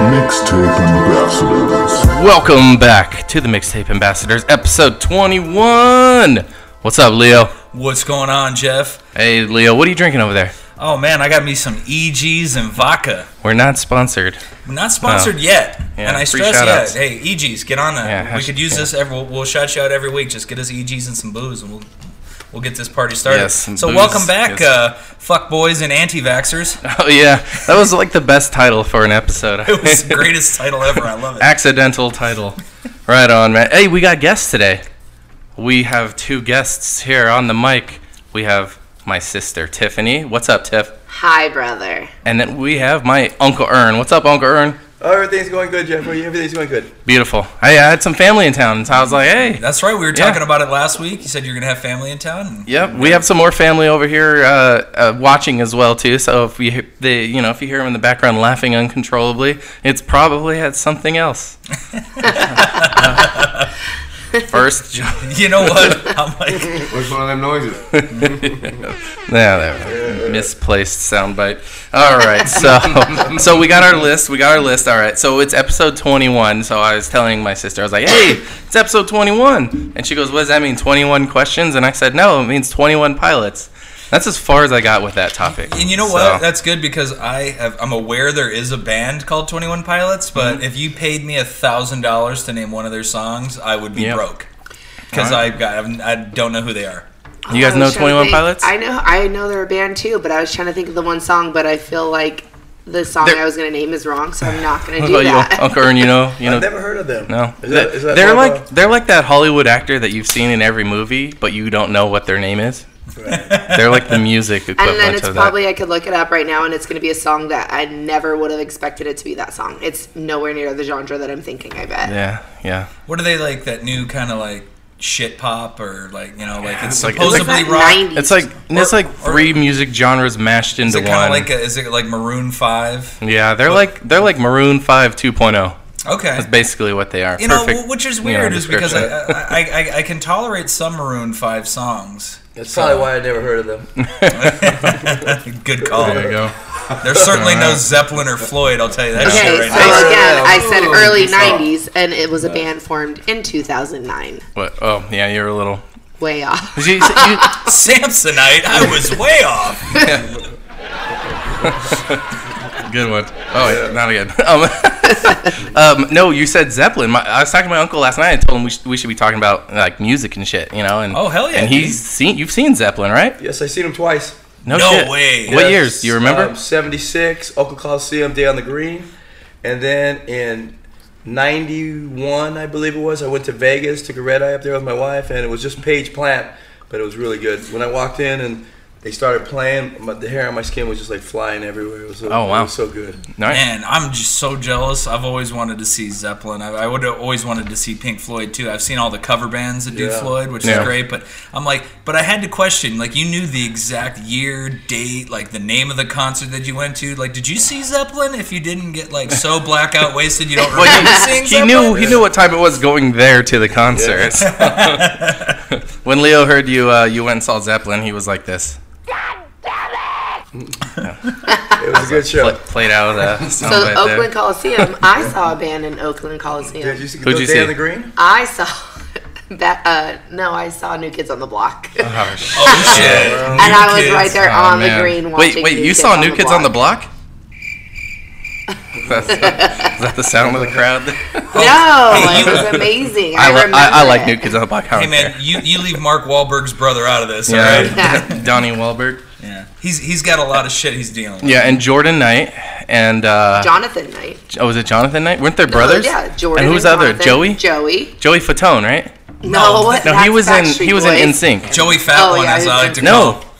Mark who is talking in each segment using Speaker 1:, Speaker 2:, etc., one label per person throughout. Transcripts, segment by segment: Speaker 1: Mixtape Ambassadors.
Speaker 2: Welcome back to the Mixtape Ambassadors, episode 21. What's up, Leo?
Speaker 3: What's going on, Jeff?
Speaker 2: Hey, Leo, what are you drinking over there?
Speaker 3: Oh man, I got me some EGs and vodka.
Speaker 2: We're not sponsored.
Speaker 3: Not sponsored yet,
Speaker 2: Yeah,
Speaker 3: and I
Speaker 2: free
Speaker 3: stress
Speaker 2: shout-outs.
Speaker 3: yet. Hey, EGs, get on that.
Speaker 2: Yeah,
Speaker 3: we
Speaker 2: hash-
Speaker 3: could use
Speaker 2: yeah.
Speaker 3: this. Every, we'll, we'll shout you out every week. Just get us EGs and some booze, and we'll we'll get this party started.
Speaker 2: Yes, and
Speaker 3: so
Speaker 2: booze,
Speaker 3: welcome back,
Speaker 2: yes.
Speaker 3: uh, fuck boys and anti-vaxxers.
Speaker 2: Oh, yeah. That was like the best title for an episode.
Speaker 3: It was the greatest title ever. I love it.
Speaker 2: Accidental title. Right on, man. Hey, we got guests today. We have two guests here on the mic. We have my sister, Tiffany. What's up, Tiff?
Speaker 4: Hi, brother.
Speaker 2: And then we have my Uncle Ern. What's up, Uncle Ern?
Speaker 5: Oh, everything's going good, Jeffrey. Everything's going good.
Speaker 2: Beautiful. Hey, I had some family in town, so I was like, hey.
Speaker 3: That's right. We were
Speaker 2: Yeah.
Speaker 3: talking about it last week. You said you're gonna have family in town. and-
Speaker 2: Yep, we have some more family over here uh, uh, watching as well too. So if we, they, you know, if you hear them in the background laughing uncontrollably, it's probably at something else. First, jo-
Speaker 3: You know what? I'm like,
Speaker 5: What's one of them noises?
Speaker 2: yeah, there, misplaced soundbite. All right, so so we got our list. We got our list. All right, so it's episode 21. So I was telling my sister, I was like, "Hey, it's episode 21," and she goes, "What does that mean? 21 questions?" And I said, "No, it means 21 pilots." That's as far as I got with that topic.
Speaker 3: and you know
Speaker 2: So-
Speaker 3: what? That's good because I have, I'm aware there is a band called Twenty One Pilots. But
Speaker 2: Mm-hmm.
Speaker 3: if you paid me a thousand dollars to name one of their songs, I would be
Speaker 2: Yeah.
Speaker 3: broke because
Speaker 2: All
Speaker 3: I got I don't know who they are.
Speaker 2: You guys
Speaker 4: I
Speaker 2: know
Speaker 4: was trying to
Speaker 2: 21
Speaker 4: think-
Speaker 2: Pilots?
Speaker 4: Oh, I know, I know they're a band too, but I was trying to think of the one song, but I feel like the song
Speaker 2: They're-
Speaker 4: I was gonna name is wrong, so I'm not gonna
Speaker 2: What
Speaker 4: do
Speaker 2: about
Speaker 4: that.
Speaker 2: you, Uncle Ern? You know, you know,
Speaker 5: I've never heard of them.
Speaker 2: no.
Speaker 5: Is that- is that
Speaker 2: they're
Speaker 5: more of
Speaker 2: like they're like that Hollywood actor that you've seen in every movie, but you don't know what their name is. They're like the music
Speaker 4: and
Speaker 2: equivalent
Speaker 4: then it's
Speaker 2: of
Speaker 4: probably I could look it up right now, and it's gonna be a song that I never would have expected it to be that song. It's nowhere near the genre that I'm thinking. I bet.
Speaker 2: that. Yeah, yeah.
Speaker 3: What are they like? That new kind of like shit pop or like you know like it's
Speaker 2: it's like-
Speaker 3: supposedly
Speaker 2: it's
Speaker 4: That
Speaker 3: rock.
Speaker 4: 90s.
Speaker 2: It's like it's like
Speaker 3: or-
Speaker 2: three music genres mashed
Speaker 3: Is
Speaker 2: into
Speaker 3: it
Speaker 2: one.
Speaker 3: kind of like a, is it like Maroon Five?
Speaker 2: yeah, they're like they're like Maroon Five 2.0.
Speaker 3: Okay.
Speaker 2: That's basically what they are.
Speaker 3: You know,
Speaker 2: Perfect,
Speaker 3: which is
Speaker 2: you know,
Speaker 3: weird is because I, uh,
Speaker 2: description.
Speaker 3: I, I- I I can tolerate some Maroon Five songs.
Speaker 5: That's probably why I never heard of them.
Speaker 3: Good call.
Speaker 2: there you go.
Speaker 3: There's certainly no Zeppelin or Floyd. I'll tell you that
Speaker 4: Okay,
Speaker 3: shit
Speaker 4: so
Speaker 3: right
Speaker 4: again,
Speaker 3: now.
Speaker 4: I said
Speaker 5: Ooh,
Speaker 4: early
Speaker 5: good song.
Speaker 4: '90s, and it was a band formed in 2009.
Speaker 2: What? Oh, yeah, you're a little.
Speaker 4: Way off.
Speaker 2: You, you,
Speaker 3: Samsonite. I was way off.
Speaker 2: Good one. Oh, yeah, not again. Um, um, no, you said Zeppelin. My, I was talking to my uncle last night. I told him we, sh- we should be talking about like music and shit, you know. And
Speaker 3: Oh, hell yeah,
Speaker 2: And he's seen you've seen Zeppelin, right?
Speaker 5: Yes, I seen them twice.
Speaker 3: No way.
Speaker 2: What
Speaker 5: Yes,
Speaker 2: years? Do you remember?
Speaker 5: Um, 76, Oakland Coliseum, Day on the Green. And then in 91, I believe it was, I went to Vegas, took a red eye up there with my wife, and it was just Page Plant, but it was really good. When I walked in and they started playing, my, the hair on my skin was just like flying everywhere. It was so,
Speaker 2: Oh, wow.
Speaker 5: it was so good.
Speaker 2: no.
Speaker 3: Man, I'm just so jealous. I've always wanted to see Zeppelin. I, I would have always wanted to see Pink Floyd too. I've seen all the cover bands that do
Speaker 5: Yeah.
Speaker 3: Floyd, which
Speaker 2: Yeah.
Speaker 3: is great. But I'm like, but I had to question. Like, you knew the exact year, date, like the name of the concert that you went to. Like, did you see Zeppelin? If you didn't get like so blackout wasted, you don't remember seeing
Speaker 2: He
Speaker 3: Zeppelin.
Speaker 2: knew he knew what time it was going there to the concert. when Leo heard you uh, you went and saw Zeppelin, he was like this,
Speaker 5: It was a good show.
Speaker 2: pl- played out of the
Speaker 4: So
Speaker 2: soundbite Oh, there.
Speaker 4: Oakland Coliseum. I saw a band in Oakland Coliseum.
Speaker 5: Did you see
Speaker 2: Who'd you
Speaker 5: Day
Speaker 2: see?
Speaker 5: on the Green?
Speaker 4: I saw that. Uh, no, I saw New Kids on the Block, and
Speaker 2: Oh, shit.
Speaker 3: Oh shit!
Speaker 4: I was
Speaker 3: Kids.
Speaker 4: right there
Speaker 2: Oh,
Speaker 4: on
Speaker 2: man.
Speaker 4: the green watching.
Speaker 2: Wait, wait,
Speaker 4: New
Speaker 2: you
Speaker 4: Kids
Speaker 2: saw
Speaker 4: on
Speaker 2: New
Speaker 4: the
Speaker 2: Kids
Speaker 4: block.
Speaker 2: on the Block? That's the, is that the sound of the crowd?
Speaker 4: No,
Speaker 3: Hey,
Speaker 4: it
Speaker 3: you-
Speaker 4: was amazing. I,
Speaker 2: I, li-
Speaker 4: remember.
Speaker 2: I, I like New
Speaker 4: it.
Speaker 2: Kids on the Block. I
Speaker 3: Hey
Speaker 2: don't
Speaker 3: man,
Speaker 2: care.
Speaker 3: you, you leave Mark Wahlberg's brother out of this, all right?
Speaker 2: yeah,
Speaker 4: right?
Speaker 2: Donnie Wahlberg.
Speaker 3: Yeah. He's he's got a lot of shit he's dealing with.
Speaker 2: Yeah, and Jordan Knight and uh,
Speaker 4: Jonathan Knight.
Speaker 2: oh, was it Jonathan Knight? Weren't they brothers?
Speaker 4: yeah, Jordan.
Speaker 2: And who's the
Speaker 4: and
Speaker 2: other? Joey?
Speaker 4: Jonathan. Joey.
Speaker 2: Joey Fatone, right?
Speaker 4: No,
Speaker 3: No, he
Speaker 2: No, he
Speaker 4: that's
Speaker 2: was in
Speaker 4: Backstreet
Speaker 2: he was
Speaker 4: Boys.
Speaker 2: in NSYNC.
Speaker 3: Joey Fat
Speaker 4: Oh,
Speaker 3: One,
Speaker 4: yeah,
Speaker 3: as
Speaker 4: he's
Speaker 3: I like
Speaker 4: in-
Speaker 3: to call
Speaker 2: No.
Speaker 3: him.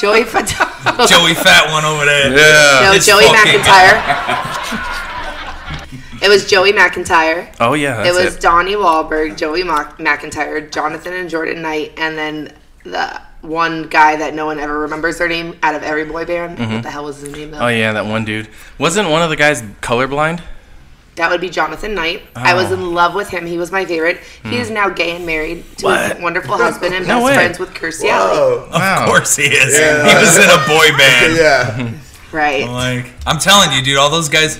Speaker 4: Joey Fatone.
Speaker 3: Joey Fat One over there.
Speaker 2: Yeah.
Speaker 4: No,
Speaker 3: It's
Speaker 4: Joey
Speaker 3: fucking-
Speaker 4: McIntyre. it was Joey McIntyre.
Speaker 2: Oh yeah,
Speaker 4: It
Speaker 2: that's
Speaker 4: was
Speaker 2: it.
Speaker 4: Donnie Wahlberg, Joey Mac- McIntyre, Jonathan and Jordan Knight, and then the one guy that no one ever remembers their name out of every boy band. What the hell was his name? Though?
Speaker 2: Oh yeah, that one dude. Wasn't one of the guys colorblind?
Speaker 4: That would be Jonathan Knight. I
Speaker 2: Oh.
Speaker 4: was in love with him. He was my favorite. He is now gay and married to
Speaker 2: Hmm. What?
Speaker 4: his wonderful husband and
Speaker 2: No
Speaker 4: best
Speaker 2: way.
Speaker 4: friends with Kirstie Alley.
Speaker 5: Oh,
Speaker 2: Wow.
Speaker 3: Of course he is.
Speaker 5: Yeah.
Speaker 3: He was in a boy band.
Speaker 5: yeah.
Speaker 4: Right.
Speaker 2: Oh,
Speaker 3: Like I'm telling you, dude, all those guys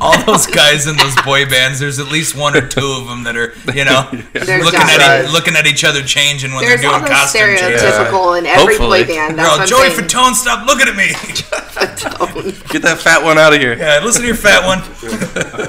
Speaker 3: All those guys in those boy bands, there's at least one or two of them that are, you know,
Speaker 4: There's
Speaker 3: looking at
Speaker 5: guys.
Speaker 3: e- looking at each other changing when
Speaker 4: There's
Speaker 3: they're
Speaker 4: all
Speaker 3: doing
Speaker 4: those
Speaker 3: costume changes.
Speaker 4: stereotypical in every
Speaker 2: Hopefully.
Speaker 4: boy band. That's
Speaker 3: Girl,
Speaker 4: what
Speaker 3: Joey
Speaker 4: I'm saying. Oh
Speaker 3: Fatone, stop looking at me.
Speaker 2: Get that fat one out of here.
Speaker 3: Yeah, listen to your fat one.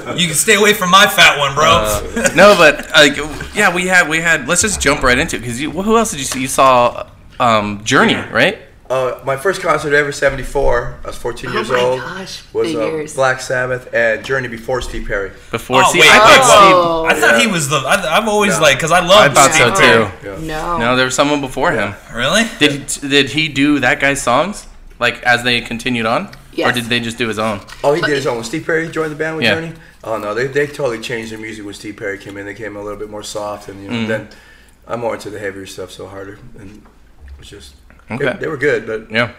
Speaker 3: You can stay away from my fat one, bro.
Speaker 2: No, but like, yeah, we had we had. Let's just jump right into it because you. Who else did you see? You saw um, Journey, right?
Speaker 5: Uh, my first concert ever, 74. I was 14 years
Speaker 4: Oh my
Speaker 5: old.
Speaker 4: gosh,
Speaker 5: was
Speaker 4: the
Speaker 5: uh,
Speaker 4: years.
Speaker 5: Black Sabbath and Journey before Steve Perry.
Speaker 2: Before.
Speaker 3: Oh,
Speaker 2: see,
Speaker 3: wait,
Speaker 2: I
Speaker 3: wait,
Speaker 2: thought
Speaker 4: Oh,
Speaker 3: I thought he was the. I, I've always like because I
Speaker 2: Steve.
Speaker 3: love.
Speaker 2: I thought so
Speaker 3: Steve Perry.
Speaker 2: too.
Speaker 5: Yeah.
Speaker 4: no.
Speaker 2: No, there was someone before him.
Speaker 3: Really?
Speaker 2: Did did he do that guy's songs like as they continued on, or
Speaker 4: Yes.
Speaker 2: did they just do his own?
Speaker 5: Oh, he did his own. When Steve Perry joined the band with
Speaker 2: Yeah.
Speaker 5: Journey. Oh no, they, they totally changed their music when Steve Perry came in. They came a little bit more soft, and you
Speaker 3: Mm.
Speaker 5: know, then I'm more into the heavier stuff, so harder. And it was just they-
Speaker 2: Okay.
Speaker 5: they, were good, but
Speaker 2: Yeah.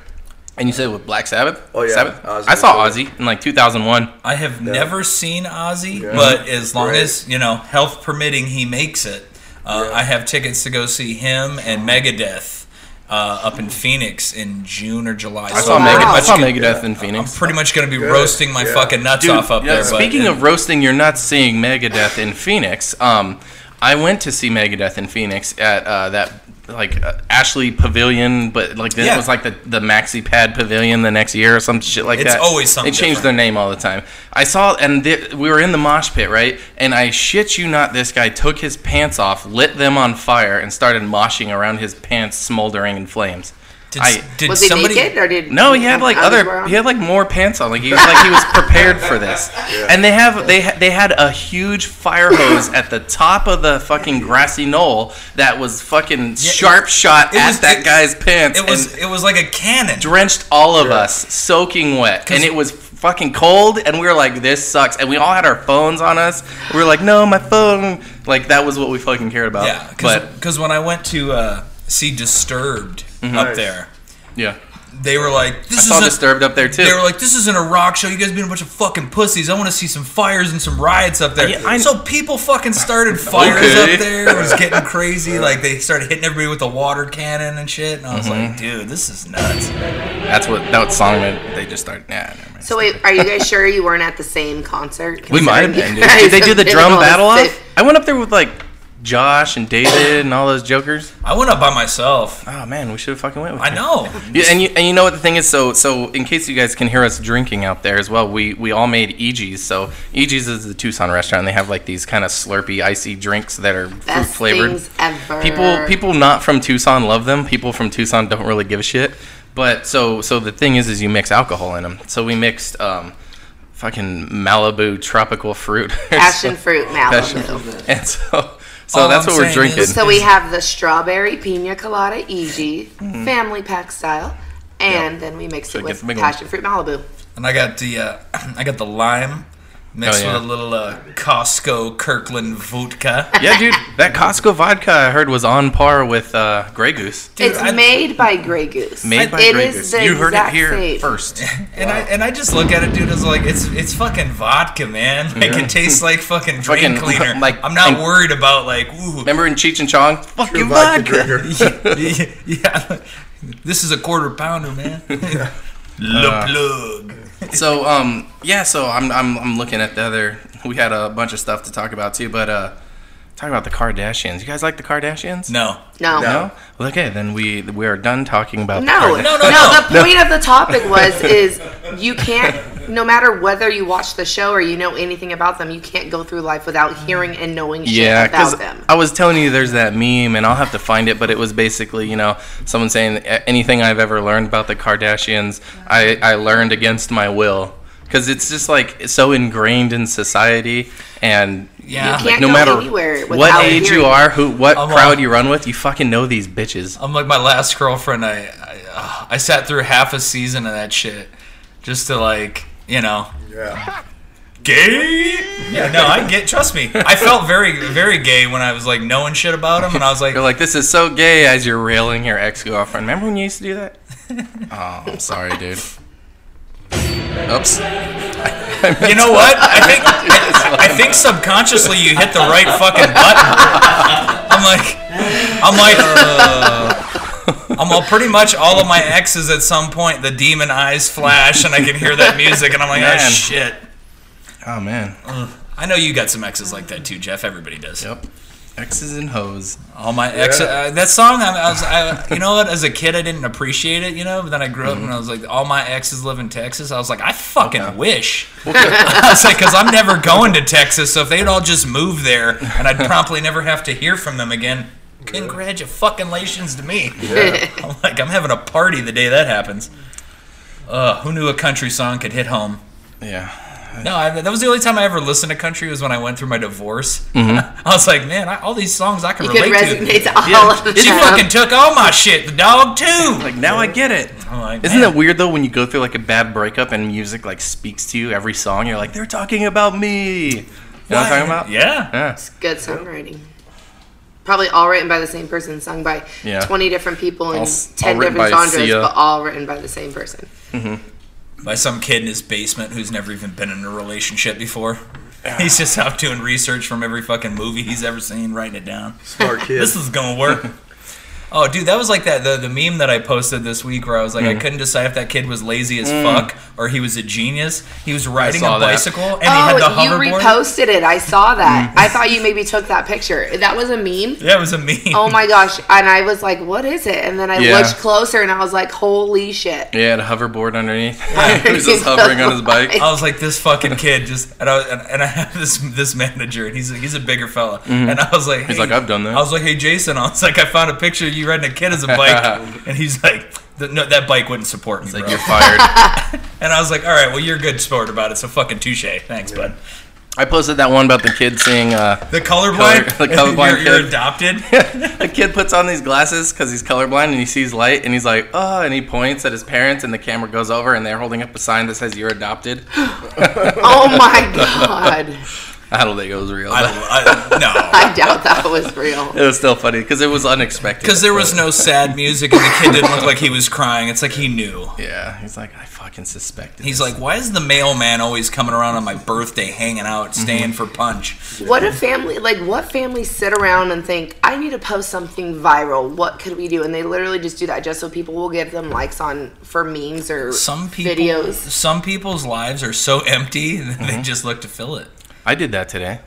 Speaker 2: And you said with Black Sabbath?
Speaker 5: Oh, yeah,
Speaker 2: Sabbath?
Speaker 5: Ozzy
Speaker 2: I saw
Speaker 5: was
Speaker 2: Ozzy in like 2001.
Speaker 3: I have never seen Ozzy,
Speaker 5: Yeah.
Speaker 3: but as long
Speaker 5: Right.
Speaker 3: as you know, health permitting, he makes it. Uh, I have tickets to go see him and Megadeth uh, up in Phoenix in June or July.
Speaker 2: I saw,
Speaker 4: wow.
Speaker 2: Megadeth. I saw
Speaker 3: gonna-
Speaker 2: Megadeth in
Speaker 3: I'm
Speaker 2: Phoenix.
Speaker 3: pretty much going to be
Speaker 5: Good.
Speaker 3: roasting my
Speaker 5: Yeah.
Speaker 3: fucking nuts off up
Speaker 2: yeah,
Speaker 3: there. but-
Speaker 2: speaking of roasting, you're not seeing Megadeth in Phoenix. Um, I went to see Megadeth in Phoenix at uh, that like uh, Ashley Pavilion, but like then
Speaker 3: Yeah.
Speaker 2: it was like the the Maxi Pad Pavilion the next year or some shit like
Speaker 3: It's
Speaker 2: that.
Speaker 3: always something
Speaker 2: They changed
Speaker 3: different.
Speaker 2: their name all the time. I saw, and th- we were in the mosh pit, right? And I shit you not, this guy took his pants off, lit them on fire, and started moshing around his pants smoldering in flames.
Speaker 3: did,
Speaker 2: I-
Speaker 3: did
Speaker 4: was he
Speaker 3: somebody?
Speaker 4: naked or did
Speaker 2: No, he had like
Speaker 4: others were
Speaker 2: other.
Speaker 4: on?
Speaker 2: He had like more pants on. Like he was like he was prepared for this. And they have they ha- they had a huge fire hose at the top of the fucking grassy knoll that was fucking sharp shot
Speaker 3: it
Speaker 2: at
Speaker 3: was-
Speaker 2: that
Speaker 3: it-
Speaker 2: guy's pants
Speaker 3: It was
Speaker 2: and
Speaker 3: it was like a cannon.
Speaker 2: drenched all of us soaking wet. And it was fucking cold. And we were like, this sucks. And we all had our phones on us. We were like, no, my phone. Like that was what we fucking cared about.
Speaker 3: Yeah,
Speaker 2: but
Speaker 3: because when I went to uh, see Disturbed up
Speaker 5: Mm-hmm. Nice.
Speaker 3: there,
Speaker 2: yeah,
Speaker 3: they were like, "This
Speaker 2: I
Speaker 3: is
Speaker 2: saw
Speaker 3: a-
Speaker 2: disturbed up there too.
Speaker 3: They were like, "This isn't a rock show. You guys being a bunch of fucking pussies. I want to see some fires and some riots up there."
Speaker 2: Yeah, I-
Speaker 3: so people fucking started fires
Speaker 2: Okay.
Speaker 3: up there. It was getting crazy. Like they started hitting everybody with a water cannon and shit. And I was
Speaker 2: Mm-hmm.
Speaker 3: like, "Dude, this is nuts."
Speaker 2: That's what that song meant. They just started. Yeah. Never mind.
Speaker 4: So wait, are you guys sure you weren't at the same concert?
Speaker 2: We might have been.
Speaker 4: Considering
Speaker 2: Dude.
Speaker 4: you
Speaker 2: Did they do the
Speaker 4: guys
Speaker 2: drum
Speaker 4: are
Speaker 2: battle
Speaker 4: all
Speaker 2: off?
Speaker 4: sit-
Speaker 2: I went up there with like Josh and David and all those jokers.
Speaker 3: I went up by myself.
Speaker 2: Oh man, we should have fucking went with.
Speaker 3: I
Speaker 2: you.
Speaker 3: know.
Speaker 2: Yeah, and you and you know what the thing is? So so in case you guys can hear us drinking out there as well, we we all made EG's. So EG's is the Tucson restaurant. They have like these kind of slurpy, icy drinks that are fruit
Speaker 4: Best
Speaker 2: flavored.
Speaker 4: things ever.
Speaker 2: People people not from Tucson love them. People from Tucson don't really give a shit. But so so the thing is is you mix alcohol in them. So we mixed um, fucking Malibu tropical fruit.
Speaker 4: passion fruit Malibu.
Speaker 2: And so so
Speaker 3: All
Speaker 2: that's
Speaker 3: I'm
Speaker 2: what we're
Speaker 3: saying is-
Speaker 2: drinking.
Speaker 4: So we have the strawberry pina colada EG
Speaker 2: Mm-hmm.
Speaker 4: family pack style, and then we mix it
Speaker 2: get
Speaker 4: with
Speaker 2: the big one.
Speaker 4: passion fruit Malibu.
Speaker 3: And I got the uh, I got the lime mixed
Speaker 2: Oh, yeah.
Speaker 3: with a little uh, Costco Kirkland vodka.
Speaker 2: yeah, dude, that Costco vodka I heard was on par with uh, Grey Goose.
Speaker 4: it's
Speaker 3: I-
Speaker 4: made by Grey Goose.
Speaker 2: Made by
Speaker 4: It
Speaker 2: Grey
Speaker 4: is
Speaker 2: Goose.
Speaker 4: the
Speaker 2: You heard it
Speaker 4: exact
Speaker 2: here
Speaker 4: same.
Speaker 2: first.
Speaker 3: And I and I just look at it, dude. As like it's it's fucking vodka, man. Like it tastes like fucking drain
Speaker 2: Fucking,
Speaker 3: cleaner.
Speaker 2: like,
Speaker 3: I'm not
Speaker 2: like-
Speaker 3: worried about like ooh.
Speaker 2: Remember in Cheech and Chong? Fucking
Speaker 5: vodka
Speaker 2: vodka.
Speaker 5: drinker.
Speaker 3: yeah, yeah. this is a quarter pounder, man. Le plug.
Speaker 2: so um yeah so I'm, I'm i'm looking at the other we had a bunch of stuff to talk about too but uh talking about the kardashians you guys like the kardashians
Speaker 3: No.
Speaker 4: No.
Speaker 2: no well, okay then we we are done talking about
Speaker 4: No,
Speaker 2: the Karda-
Speaker 4: no,
Speaker 3: no,
Speaker 4: no,
Speaker 3: no.
Speaker 4: The point of the topic was is you can't, no matter whether you watch the show or you know anything about them, you can't go through life without hearing and knowing shit
Speaker 2: yeah
Speaker 4: about
Speaker 2: because
Speaker 4: them.
Speaker 2: i was telling you there's that meme and i'll have to find it but it was basically you know someone saying "A- anything i've ever learned about the kardashians i i learned against my will because it's just like it's so ingrained in society and
Speaker 3: Yeah. You
Speaker 2: like,
Speaker 4: can't
Speaker 2: no
Speaker 4: go
Speaker 2: matter
Speaker 4: anywhere
Speaker 2: what
Speaker 4: without
Speaker 2: age you
Speaker 4: hearing.
Speaker 2: are who what
Speaker 3: I'm
Speaker 2: crowd
Speaker 3: all-
Speaker 2: you run with you fucking know these bitches
Speaker 3: I'm like my last girlfriend. I I, uh, I sat through half a season of that shit just to like you know
Speaker 5: yeah.
Speaker 3: gay. Yeah. No, I get. Trust me. I felt very very gay when I was like knowing shit about him, and I was like,
Speaker 2: You're like, this is so gay as you're railing your ex girlfriend. Remember when you used to do that? oh, I'm sorry, dude. Oops.
Speaker 3: You know what? I think I, I think subconsciously you hit the right fucking button. I'm like, I'm like, uh, I'm all pretty much all of my exes at some point. The demon eyes flash, and I can hear that music, and I'm like, oh
Speaker 2: Man.
Speaker 3: shit.
Speaker 2: Oh man.
Speaker 3: I know you got some exes like that too, Jeff. Everybody does.
Speaker 2: Yep. X's and hoes.
Speaker 3: All my ex,
Speaker 5: Yeah.
Speaker 3: uh, that song. I, I was, I, you know what? As a kid, I didn't appreciate it, you know. But then I grew up
Speaker 2: Mm-hmm.
Speaker 3: and I was like, all my exes live in Texas. I was like, I fucking wish. I was like, because I'm never going to Texas. So if they'd all just move there, and I'd promptly never have to hear from them again. Congratulations to me. I'm like, I'm having a party the day that happens. Uh, who knew a country song could hit home?
Speaker 2: Yeah.
Speaker 3: No, I, that was the only time I ever listened to country was when I went through my divorce. I was like, man, I, all these songs I can
Speaker 4: Mm-hmm. You could
Speaker 3: relate
Speaker 4: resonate
Speaker 3: to.
Speaker 4: to all of them.
Speaker 3: She fucking took all my shit. The dog too.
Speaker 2: Like now I get it.
Speaker 3: I'm like,
Speaker 2: Isn't
Speaker 3: man.
Speaker 2: that weird though when you go through like a bad breakup and music like speaks to you every song you're like they're talking about me. You know what I'm talking about?
Speaker 3: Yeah.
Speaker 2: Yeah.
Speaker 4: Good songwriting. Probably all written by the same person, sung by
Speaker 2: Yeah.
Speaker 4: 20 different people in
Speaker 2: All s-
Speaker 4: 10
Speaker 2: all written
Speaker 4: different
Speaker 2: by
Speaker 4: genres,
Speaker 2: Sia.
Speaker 4: but all written by the same person.
Speaker 3: By some kid in his basement who's never even been in a relationship before. He's just out doing research from every fucking movie he's ever seen, writing it down.
Speaker 5: Smart kid.
Speaker 3: This is gonna work. Oh, dude, that was like that the, the meme that I posted this week where I was like,
Speaker 2: Mm-hmm.
Speaker 3: I couldn't decide if that kid was lazy as fuck or he was a genius. He was riding a
Speaker 2: Mm. saw that.
Speaker 3: bicycle and he had the
Speaker 4: Oh, you
Speaker 3: hoverboard.
Speaker 4: reposted it. I saw
Speaker 2: Mm.
Speaker 4: that. I thought you maybe took that picture. That was a meme.
Speaker 3: yeah, it was a meme.
Speaker 4: Oh my gosh. And I was like, what is it? And then I
Speaker 2: Yeah.
Speaker 4: looked closer and I was like, holy shit.
Speaker 2: Yeah, he had a hoverboard underneath. he was just hovering on his bike.
Speaker 3: I was like, this fucking kid just, and I and, and I have this this manager, and he's a, he's a bigger fella, and I was like,
Speaker 2: Mm-hmm. He's
Speaker 3: hey-
Speaker 2: like, "I've done that."
Speaker 3: I was like, hey Jason, I was like, I found a picture of you riding a kid as a bike, and he's like, "Th- no, that bike wouldn't support me,
Speaker 2: Like
Speaker 3: bro.
Speaker 2: you're fired.
Speaker 3: And I was like, all right, well, you're a good sport about it, so fucking touche, thanks, bud.
Speaker 2: I posted that one about the kid seeing uh,
Speaker 3: The colorblind,
Speaker 2: Color- the colorblind
Speaker 3: you're, you're
Speaker 2: kid.
Speaker 3: adopted.
Speaker 2: a kid puts on these glasses because he's colorblind and he sees light and he's like, oh, and he points at his parents and the camera goes over and they're holding up a sign that says you're adopted.
Speaker 4: Oh my God.
Speaker 2: I don't think it was real.
Speaker 3: I,
Speaker 2: but
Speaker 3: I, no,
Speaker 4: I doubt that was real.
Speaker 2: It was still funny because it was unexpected.
Speaker 3: because there was no sad music, and the kid didn't look like he was crying. It's like he knew.
Speaker 2: Yeah, he's like, I fucking suspected.
Speaker 3: He's
Speaker 2: this."
Speaker 3: like, why is the mailman always coming around on my birthday, hanging
Speaker 2: Mm-hmm.
Speaker 3: out, staying for punch?
Speaker 4: What a family, like, what families sit around and think, I need to post something viral. What could we do? And they literally just do that just so people will give them likes on for memes or
Speaker 3: some people
Speaker 4: videos.
Speaker 3: some people's lives are so empty that they
Speaker 2: Mm-hmm.
Speaker 3: just look to fill it
Speaker 2: I did that today.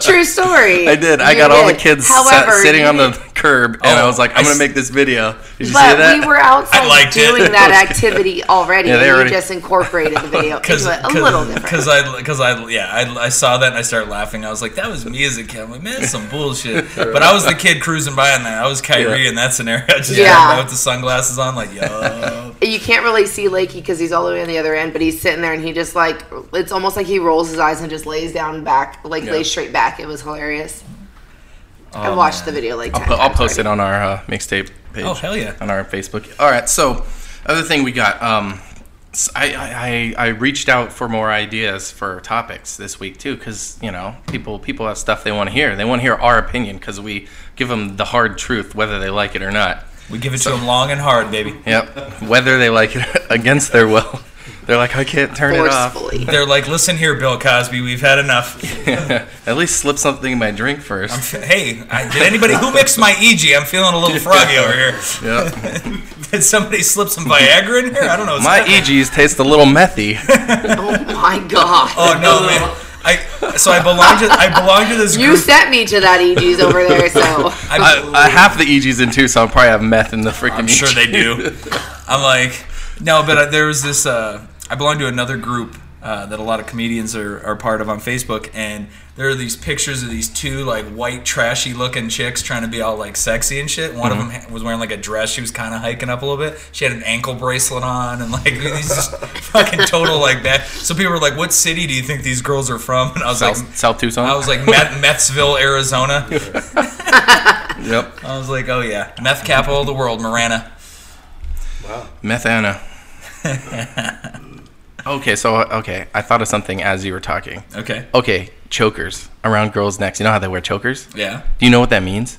Speaker 4: True story.
Speaker 2: I did. I
Speaker 4: You
Speaker 2: got all the
Speaker 4: did.
Speaker 2: kids
Speaker 4: However,
Speaker 2: sat, sitting
Speaker 4: you
Speaker 2: on the
Speaker 4: didn't-
Speaker 2: curb, and I
Speaker 3: Oh,
Speaker 2: was like,
Speaker 3: I
Speaker 2: I'm gonna
Speaker 3: s-
Speaker 2: make this video. Did you see
Speaker 4: But
Speaker 2: that?
Speaker 4: we were outside
Speaker 3: I liked it.
Speaker 4: doing that activity already.
Speaker 2: Yeah, they
Speaker 4: and you
Speaker 2: already-
Speaker 4: just incorporated the video
Speaker 3: because
Speaker 4: into it a little different.
Speaker 3: I because I yeah I, I saw that and I started laughing I was like that was music I'm like man that's some bullshit but I was the kid cruising by and I was Kyrie
Speaker 2: Yeah.
Speaker 3: in that scenario I just
Speaker 4: Yeah.
Speaker 3: yeah. with the sunglasses on like yo
Speaker 4: You can't really see Lakey because he's all the way on the other end, but he's sitting there and he just like it's almost like he rolls his eyes and just lays down back, like lays straight back. It was hilarious. I watched the video like 10
Speaker 2: Oh, I'll, po- I'll
Speaker 4: times
Speaker 2: post it
Speaker 4: already.
Speaker 2: on our uh, mixtape page.
Speaker 3: oh hell yeah
Speaker 2: on our Facebook. All right. So, other thing we got. Um, s- I, I I- I reached out for more ideas for topics this week too, because you know people people have stuff they want to hear. They want to hear our opinion because we give them the hard truth, whether they like it or not.
Speaker 3: we give it to him long and hard baby
Speaker 2: Yep. Whether they like it against their will, they're like, I can't turn it off.
Speaker 4: forcefully.
Speaker 3: they're like listen here Bill Cosby we've had enough
Speaker 2: At least slip something in my drink first.
Speaker 3: hey I, did anybody who mixed my EG I'm feeling a little froggy over here
Speaker 2: Yep.
Speaker 3: did somebody slip some Viagra in here I don't know what's
Speaker 2: My E
Speaker 3: happening.
Speaker 2: EGs taste a little methy.
Speaker 4: Oh my god.
Speaker 3: Oh no, man! I so I belong to I belong to this
Speaker 4: You
Speaker 3: group.
Speaker 4: sent me to that EG's over there, so
Speaker 3: I,
Speaker 2: I, I half the EGs in too, so I'll probably have meth in the freaking.
Speaker 3: am sure they do. I'm like, no, but uh, there was this. Uh, I belong to another group uh, that a lot of comedians are, are part of on Facebook, and there are these pictures of these two like white trashy looking chicks trying to be all like sexy and shit. One of them ha- was wearing like a dress. She was kind of hiking up a little bit. She had an ankle bracelet on, and like these just fucking total like that. So people were like, "What city do you think these girls are from?" And I was like.
Speaker 2: South, South Tucson.
Speaker 3: I was like Meth- Methsville, Arizona.
Speaker 2: yep.
Speaker 3: I was like, oh yeah, meth capital of the world, Marana.
Speaker 2: Methana. okay, so okay, I thought of something as you were talking.
Speaker 3: Okay.
Speaker 2: Okay, chokers around girls' necks. You know how they wear chokers?
Speaker 3: Yeah.
Speaker 2: Do you know what that means?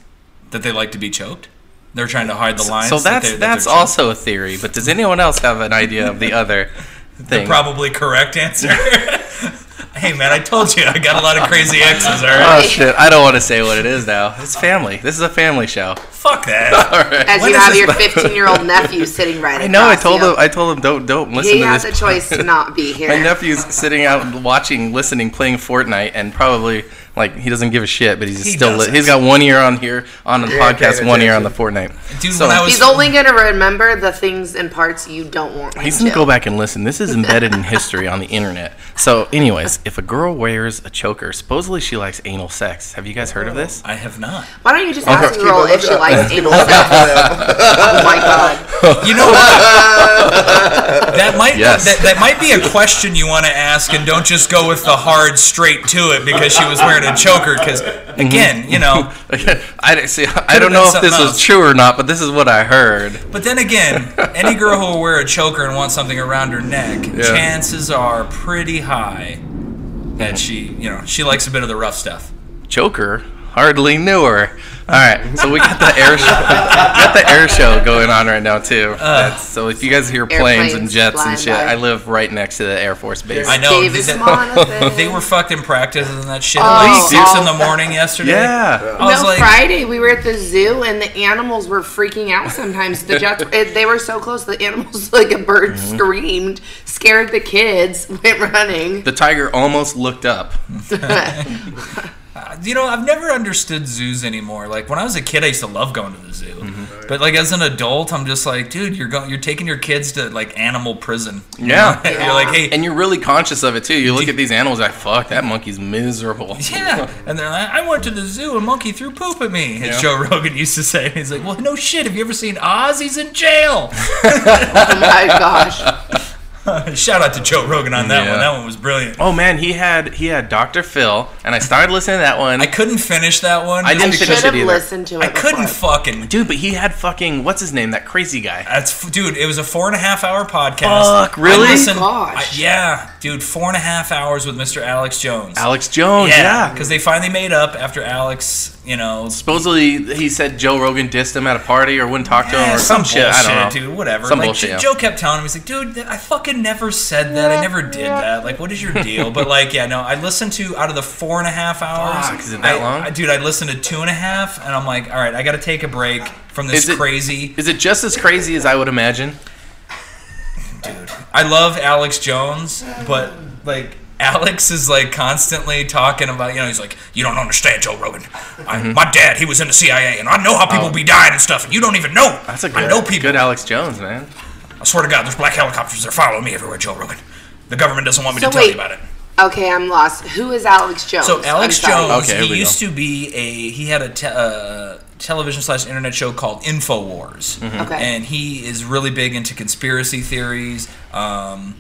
Speaker 3: That they like to be choked. They're trying to hide the lines.
Speaker 2: so
Speaker 3: that
Speaker 2: that's
Speaker 3: they- that
Speaker 2: that's
Speaker 3: they're choked.
Speaker 2: also a theory. But does anyone else have an idea of the other thing?
Speaker 3: probably correct answer. Hey man, I told you I got a lot of crazy exes. All right,
Speaker 2: Oh shit! I don't want to say what it is now. It's family. This is a family show.
Speaker 3: fuck that.
Speaker 2: All right.
Speaker 4: As
Speaker 3: When
Speaker 4: you
Speaker 3: is
Speaker 4: have
Speaker 3: this
Speaker 4: your
Speaker 3: about-
Speaker 4: 15 year old nephew sitting right.
Speaker 2: I know. I
Speaker 4: across
Speaker 2: told
Speaker 4: you.
Speaker 2: him. I told him don't don't listen
Speaker 4: He
Speaker 2: to
Speaker 4: has
Speaker 2: this.
Speaker 4: a choice to not be here.
Speaker 2: My nephew's sitting out watching, listening, playing Fortnite, and probably like he doesn't give a shit, but he's
Speaker 3: He
Speaker 2: still li-
Speaker 3: doesn't.
Speaker 2: he's got one ear on here on the
Speaker 5: Yeah,
Speaker 2: podcast,
Speaker 5: paying
Speaker 2: one ear on the
Speaker 5: attention.
Speaker 2: Fortnite.
Speaker 3: Dude,
Speaker 2: So-
Speaker 3: when I was
Speaker 4: He's only gonna remember the things and parts you don't want. Him
Speaker 2: He's gonna
Speaker 4: to.
Speaker 2: go back and listen. This is embedded in history on the internet. So, anyways, if a girl wears a choker, supposedly she likes anal sex. Have you guys heard of this?
Speaker 3: I have not.
Speaker 4: Why don't you just ask a girl if she likes anal sex? oh my god!
Speaker 3: You know what? that might
Speaker 2: Yes.
Speaker 3: that, that might be a question you want to ask, and don't just go with the hard straight to it because she was wearing a choker. Because
Speaker 2: Mm-hmm.
Speaker 3: again, you know.
Speaker 2: I didn't see. I don't
Speaker 3: been
Speaker 2: know if
Speaker 3: something
Speaker 2: this
Speaker 3: else.
Speaker 2: was true or not, but this is what I heard.
Speaker 3: But then again, any girl who will wear a choker and wants something around her neck, chances are pretty high that she, you know, she likes a bit of the rough stuff.
Speaker 2: Joker hardly knew her. All right, so we got the air show, got the air show going on right now too.
Speaker 3: Uh,
Speaker 2: That's- so if you guys hear planes and
Speaker 4: Airplanes
Speaker 2: jets and
Speaker 4: flying
Speaker 2: shit,
Speaker 4: by.
Speaker 2: I live right next to the Air Force base.
Speaker 3: I know.
Speaker 4: Davis
Speaker 3: that-
Speaker 4: Monathan.
Speaker 3: They were fucked in practice and that shit
Speaker 4: Oh,
Speaker 3: at like six in
Speaker 4: all-
Speaker 3: the morning yesterday.
Speaker 2: yeah,
Speaker 3: I was
Speaker 4: No,
Speaker 3: like,
Speaker 4: Friday we were at the zoo and the animals were freaking out. Sometimes the jets, it, they were so close. The animals, like a bird,
Speaker 3: Mm-hmm.
Speaker 4: screamed, scared the kids, went running.
Speaker 2: the tiger almost looked up.
Speaker 3: you know, I've never understood zoos anymore. Like when I was a kid, I used to love going to the zoo, but like as an adult, I'm just like, dude, you're going, you're taking your kids to like animal prison. You
Speaker 2: Yeah.
Speaker 3: know? you're like, hey,
Speaker 2: And you're really conscious of it too. You look at these animals like, fuck, that monkey's miserable.
Speaker 3: Yeah, and they're like, I went to the zoo and monkey threw poop at me. As
Speaker 2: Yeah.
Speaker 3: Joe Rogan used to say, he's like, Well, no shit. Have you ever seen Oz? He's in jail.
Speaker 4: Oh my gosh!
Speaker 3: Shout out to Joe Rogan on that
Speaker 2: Yeah.
Speaker 3: one. That one was brilliant.
Speaker 2: Oh man, he had he had Dr. Phil, and I started listening to that one.
Speaker 3: I couldn't finish that one.
Speaker 2: I
Speaker 4: I
Speaker 2: didn't
Speaker 4: should
Speaker 2: finish
Speaker 4: have
Speaker 2: it either.
Speaker 4: listened to it.
Speaker 3: I couldn't
Speaker 4: before.
Speaker 3: fucking.
Speaker 2: Dude, but he had fucking what's his name? That crazy guy.
Speaker 3: That's dude. It was a four and a half hour podcast.
Speaker 2: Fuck, really?
Speaker 3: I listened-
Speaker 4: Gosh.
Speaker 3: I- yeah, dude. Four and a half hours with Mr. Alex Jones.
Speaker 2: Alex Jones.
Speaker 3: yeah,
Speaker 2: Yeah.
Speaker 3: because they finally made up after Alex. You know,
Speaker 2: Supposedly he said Joe Rogan dissed him at a party or wouldn't talk to him
Speaker 3: Yeah,
Speaker 2: or Eh, some, shit. I don't know.
Speaker 3: bullshit, dude. Whatever.
Speaker 2: Some
Speaker 3: like
Speaker 2: bullshit,
Speaker 3: J-
Speaker 2: yeah.
Speaker 3: Joe kept telling him, he's like, dude, th- I fucking never said that. I never did that. Like, what is your deal? But like, yeah, no. I listened to out of the four and a half hours.
Speaker 2: Fuck, is it that
Speaker 3: I-
Speaker 2: long?
Speaker 3: I- dude, I listened to two and a half, and I'm like, all right, I got to take a break from this
Speaker 2: Is it-
Speaker 3: crazy.
Speaker 2: Is it just as crazy as I would imagine?
Speaker 3: I love Alex Jones, but like Alex is like constantly talking about you know he's like you don't understand Joe Rogan. I,
Speaker 2: Mm-hmm.
Speaker 3: My dad he was in the CIA and I know how people be dying and stuff and you don't even know.
Speaker 2: Oh. That's a good,
Speaker 3: I know people.
Speaker 2: good Alex Jones, man.
Speaker 3: I swear to God there's black helicopters they're following me everywhere Joe Rogan. The government doesn't want me
Speaker 4: So
Speaker 3: to tell you
Speaker 4: wait.
Speaker 3: about it.
Speaker 4: Okay, I'm lost. Who is Alex Jones?
Speaker 3: So Alex
Speaker 4: I'm sorry.
Speaker 3: Jones,
Speaker 2: Okay, here
Speaker 3: he
Speaker 2: we
Speaker 3: used to be a he had a te- uh, television slash internet show called Infowars,
Speaker 4: Mm-hmm. Okay.
Speaker 3: and he is really big into conspiracy theories. Um,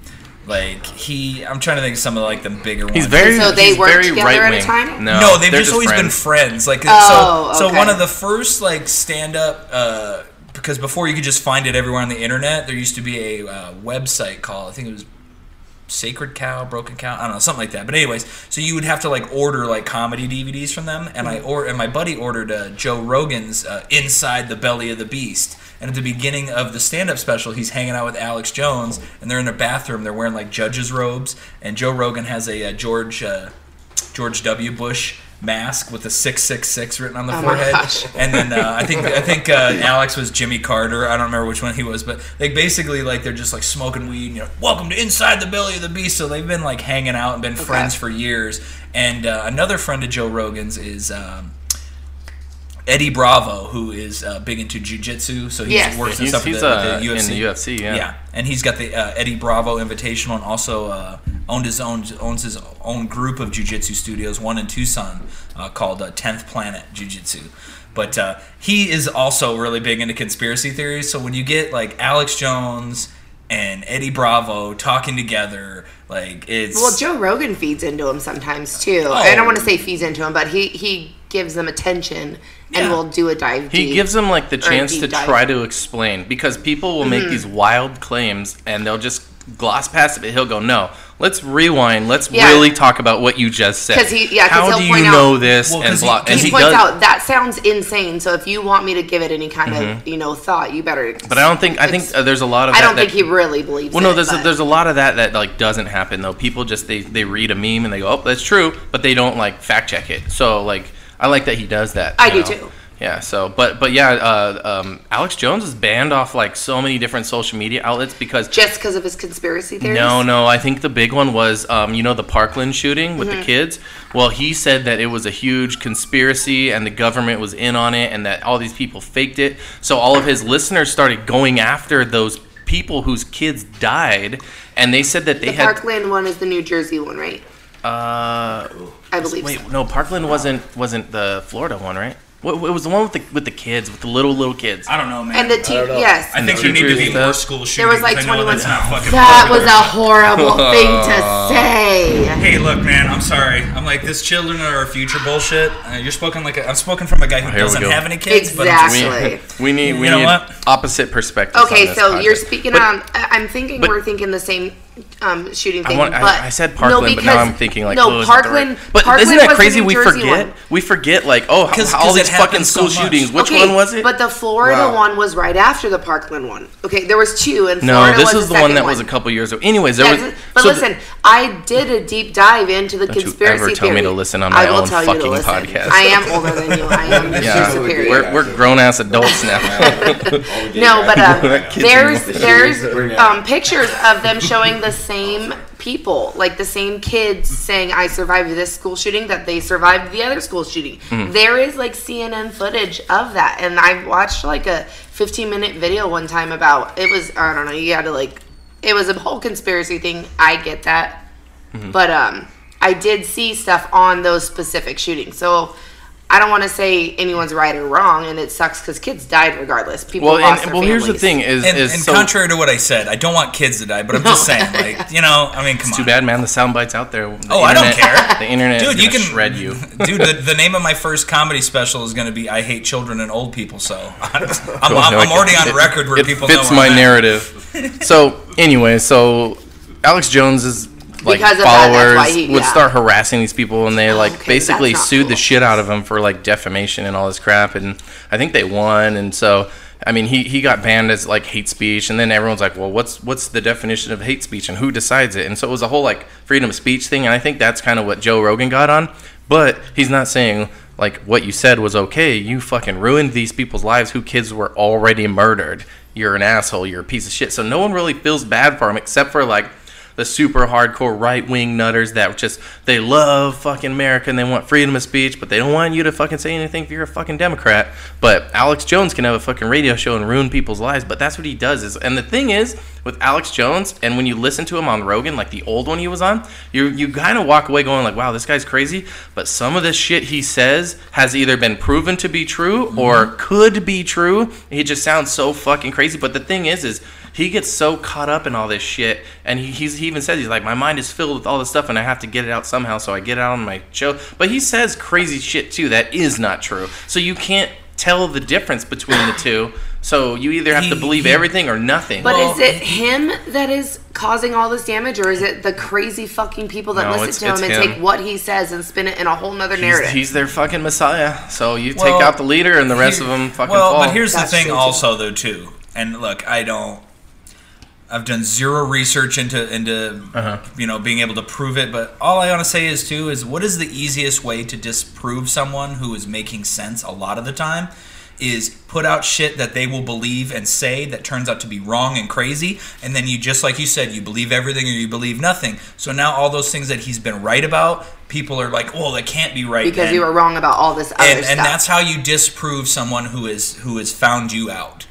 Speaker 3: like he, I'm trying to think of some of like the bigger ones.
Speaker 2: He's very
Speaker 4: So they
Speaker 2: he's
Speaker 4: work
Speaker 2: very
Speaker 4: together at a
Speaker 2: right-wing.
Speaker 4: time?
Speaker 2: No,
Speaker 3: no, they've
Speaker 2: they're
Speaker 3: just, always been
Speaker 2: friends.
Speaker 3: friends. Like
Speaker 4: Oh,
Speaker 3: so, so
Speaker 4: okay.
Speaker 3: one of the first like stand up uh, because before you could just find it everywhere on the internet. There used to be a uh, website called I think it was Sacred Cow, Broken Cow, I don't know, something like that. But anyways, so you would have to like order like comedy DVDs from them, and
Speaker 4: Mm-hmm.
Speaker 3: I or and my buddy ordered uh, Joe Rogan's uh, Inside the Belly of the Beast. And at the beginning of the stand-up special, he's hanging out with Alex Jones, and they're in their bathroom. They're wearing like judges' robes, and Joe Rogan has a uh, George uh, George W. Bush mask with a six six six written on the
Speaker 4: Oh my
Speaker 3: forehead,
Speaker 4: gosh.
Speaker 3: and then uh, I think I think uh, Alex was Jimmy Carter. I don't remember which one he was, but they basically like they're just like smoking weed. And, you know, welcome to Inside the Belly of the Beast. So they've been like hanging out and been friends for years. And uh, another friend of Joe Rogan's is. Um, Eddie Bravo, who is uh, big into jujitsu, so he
Speaker 4: Yes.
Speaker 3: works and
Speaker 2: He's,
Speaker 3: stuff
Speaker 2: he's,
Speaker 3: with the,
Speaker 2: uh,
Speaker 3: with the
Speaker 2: in the UFC. Yeah.
Speaker 3: yeah, and he's got the uh, Eddie Bravo Invitational, and also uh, owned his own owns his own group of jujitsu studios, one in Tucson uh, called uh, Tenth Planet Jujitsu. But uh, he is also really big into conspiracy theories. So when you get like Alex Jones and Eddie Bravo talking together, like it's
Speaker 4: Well, Joe Rogan feeds into him sometimes too.
Speaker 3: Oh.
Speaker 4: I don't want to say feeds into him, but he he gives them attention
Speaker 3: Yeah.
Speaker 4: and will do a dive.
Speaker 2: He
Speaker 4: deep.
Speaker 2: gives them like the chance
Speaker 4: deep
Speaker 2: to
Speaker 4: dive.
Speaker 2: try to
Speaker 3: Hmm.
Speaker 2: explain because people will make these wild claims and they'll just gloss past it. But he'll go, "No, let's rewind. Let's
Speaker 4: Yeah.
Speaker 2: really talk about what you just said.
Speaker 4: 'Cause he- yeah, 'cause
Speaker 2: how
Speaker 4: he'll
Speaker 2: do you
Speaker 4: point out-
Speaker 2: know this
Speaker 3: Well,
Speaker 2: and
Speaker 3: 'cause he-
Speaker 2: blah? and
Speaker 4: he, points out that sounds insane. So if you want me to give it any kind of you know thought, you better.
Speaker 2: Mm-hmm. but I don't think I think
Speaker 4: It's-
Speaker 2: uh, there's a lot of
Speaker 4: I
Speaker 2: that
Speaker 4: don't
Speaker 2: that-
Speaker 4: think he really believes.
Speaker 2: Well, no,
Speaker 4: it,
Speaker 2: there's a,
Speaker 4: but-
Speaker 2: there's a lot of that that like doesn't happen though. People just they they read a meme and they go, oh, that's true, but they don't like fact check it. So like, I like that he does that.
Speaker 4: I
Speaker 2: you
Speaker 4: do, too.
Speaker 2: Yeah. So, but but yeah, uh, um, Alex Jones is banned off like so many different social media outlets because
Speaker 4: just because of his conspiracy theories.
Speaker 2: no, no. I think the big one was, um, you know, the Parkland shooting
Speaker 4: Mm-hmm.
Speaker 2: with the kids. Well, he said that it was a huge conspiracy and the government was in on it and that all these people faked it. So all of his listeners started going after those people whose kids died, and they said that they
Speaker 4: the
Speaker 2: had.
Speaker 4: Parkland one is the New Jersey one, right?
Speaker 2: uh,
Speaker 4: I believe. so.
Speaker 2: wait, no, Parkland wasn't wasn't the Florida one, right? What, it was the one with the with the kids, with the little little kids.
Speaker 3: I don't know, man.
Speaker 4: And the te-
Speaker 5: don't know.
Speaker 4: yes,
Speaker 3: I think there need to be
Speaker 2: Teachers, uh,
Speaker 3: more school shootings.
Speaker 4: was, like,
Speaker 3: I know
Speaker 4: 21
Speaker 3: That's not fucking.
Speaker 4: that
Speaker 3: popular.
Speaker 4: was a horrible thing to say.
Speaker 3: Hey, look, man. I'm sorry. I'm like this. Children are our future. Bullshit. Uh, you're spoken like a, I'm spoken from a guy who
Speaker 2: we
Speaker 3: doesn't
Speaker 2: go.
Speaker 3: have any kids.
Speaker 4: Exactly.
Speaker 2: we,
Speaker 4: Actually.
Speaker 2: we need we
Speaker 3: You know
Speaker 2: need
Speaker 3: what?
Speaker 2: opposite perspectives. on
Speaker 4: Okay,
Speaker 2: this
Speaker 4: so you're
Speaker 2: podcast.
Speaker 4: speaking
Speaker 2: But-
Speaker 4: on. I- I'm thinking
Speaker 2: but-
Speaker 4: we're thinking the same um, shooting
Speaker 2: I,
Speaker 4: thing.
Speaker 2: want,
Speaker 4: but
Speaker 2: I, I said Parkland,
Speaker 4: no,
Speaker 2: but now
Speaker 4: because-
Speaker 2: I'm thinking like
Speaker 4: no
Speaker 2: oh, is that the
Speaker 4: Parkland.
Speaker 2: right- But
Speaker 4: Parkland
Speaker 2: isn't that
Speaker 4: was the
Speaker 2: crazy?
Speaker 4: New
Speaker 2: We
Speaker 4: Jersey
Speaker 2: forget.
Speaker 4: one.
Speaker 2: We forget like oh, how,
Speaker 3: 'Cause-
Speaker 2: all
Speaker 3: 'cause it
Speaker 2: these fucking
Speaker 3: happens so
Speaker 2: school
Speaker 3: much.
Speaker 2: shootings. Which
Speaker 4: Okay,
Speaker 2: one was it?
Speaker 4: But the Florida
Speaker 5: Wow.
Speaker 4: one was right after the Parkland one. Okay, there was two, and
Speaker 2: no,
Speaker 4: Florida
Speaker 2: this
Speaker 4: was
Speaker 2: is the one
Speaker 4: second
Speaker 2: that was a couple years ago. Anyways, there
Speaker 4: Yeah,
Speaker 2: was.
Speaker 4: this- but
Speaker 2: so the-
Speaker 4: listen, I did a deep dive into the
Speaker 2: you
Speaker 4: conspiracy
Speaker 2: ever tell me
Speaker 4: theory.
Speaker 2: to listen on
Speaker 4: I
Speaker 2: my
Speaker 4: will
Speaker 2: own
Speaker 4: tell you to
Speaker 2: fucking
Speaker 4: listen.
Speaker 2: podcast.
Speaker 4: I am older than you. I am
Speaker 2: yeah,
Speaker 4: superior.
Speaker 2: we're, we're grown ass adults now.
Speaker 4: No, but uh,
Speaker 2: Kids
Speaker 4: there's
Speaker 2: anymore.
Speaker 5: Bring
Speaker 4: there's
Speaker 5: it.
Speaker 4: um, pictures of them showing the same people, like the same kids saying, "I survived this school shooting," that they survived the other school shooting.
Speaker 5: Hmm.
Speaker 4: There is like CNN footage of that, and I watched like a 15 minute video one time about it was I don't know. You had to like, it was a whole conspiracy thing. I get that, but um, I did see stuff on those specific shootings, so. I don't want to say anyone's right or wrong, and it sucks because kids died regardless. People
Speaker 2: well,
Speaker 4: lost
Speaker 2: and,
Speaker 4: their
Speaker 2: well, here's the
Speaker 4: families.
Speaker 2: thing: is
Speaker 3: And,
Speaker 2: is
Speaker 3: and
Speaker 2: so
Speaker 3: contrary to what I said, I don't want kids to die, but I'm just saying, like, you know, I mean, come
Speaker 2: too
Speaker 3: on.
Speaker 2: bad, man. The sound bites out there. The
Speaker 3: Oh, I don't care.
Speaker 2: The internet,
Speaker 3: Dude,
Speaker 2: is
Speaker 3: you
Speaker 2: gonna
Speaker 3: can
Speaker 2: shred you.
Speaker 3: Dude, the, the name of my first comedy special is going to be "I Hate Children and Old People." So I'm, I'm,
Speaker 2: Well, no,
Speaker 3: I'm
Speaker 2: it-
Speaker 3: already on
Speaker 2: it-
Speaker 3: record where
Speaker 2: it
Speaker 3: people
Speaker 2: fits
Speaker 3: know
Speaker 2: my
Speaker 3: where I'm at.
Speaker 2: narrative. so anyway, so Alex Jones's like
Speaker 4: Because of that, that's
Speaker 2: followers
Speaker 4: why he-
Speaker 2: would
Speaker 4: yeah.
Speaker 2: start harassing these people, and they like
Speaker 4: Oh, okay,
Speaker 2: basically
Speaker 4: that's not
Speaker 2: sued the
Speaker 4: cool.
Speaker 2: shit out of him for like defamation and all this crap, and I think they won, and so. I mean, he, he got banned as like hate speech, and then everyone's like, "Well, what's what's the definition of hate speech, and who decides it?" And so it was a whole like freedom of speech thing, and I think that's kind of what Joe Rogan got on. But he's not saying like what you said was okay. You fucking ruined these people's lives, who kids were already murdered you're an asshole, you're a piece of shit. So no one really feels bad for him except for like the super hardcore right wing nutters that just they love fucking America and they want freedom of speech, but they don't want you to fucking say anything if you're a fucking Democrat. But Alex Jones can have a fucking radio show and ruin people's lives, but that's what he does. Is and the thing is with Alex Jones, and when you listen to him on Rogan, like the old one he was on, you you kind of walk away going like, wow, this guy's crazy. But some of this shit he says has either been proven to be true or could be true. He just sounds so fucking crazy. But the thing is, is he gets so caught up in all this shit, and he, he's, he even says he's like, my mind is filled with all this stuff, and I have to get it out somehow. So I get it out on my show. But he says crazy shit too that is not true. So you can't tell the difference between the two. So you either have to
Speaker 3: He-
Speaker 2: believe
Speaker 3: he-
Speaker 2: everything or nothing.
Speaker 4: But
Speaker 3: Well-
Speaker 4: is it him that is causing all this damage, or is it the crazy fucking people that
Speaker 2: No,
Speaker 4: listen
Speaker 2: it's-
Speaker 4: to him
Speaker 2: it's
Speaker 4: and
Speaker 2: him.
Speaker 4: take what he says and spin it in a whole nother narrative?
Speaker 2: He's, he's their fucking messiah. So you
Speaker 3: Well,
Speaker 2: take out the leader, and the rest of
Speaker 3: Here-
Speaker 2: them fucking
Speaker 3: well,
Speaker 2: fall.
Speaker 3: but here's
Speaker 4: That's
Speaker 3: the thing,
Speaker 4: true, too.
Speaker 3: also though too. And look, I don't. I've done zero research into into
Speaker 2: Uh-huh.
Speaker 3: you know being able to prove it, but all I want to say is too is what is the easiest way to disprove someone who is making sense a lot of the time is put out shit that they will believe and say that turns out to be wrong and crazy and then you just like you said you believe everything or you believe nothing so now all those things that he's been right about people are like well that can't be right
Speaker 4: because
Speaker 3: then
Speaker 4: you were wrong about all this other
Speaker 3: and,
Speaker 4: stuff.
Speaker 3: and that's how you disprove someone who is who has found you out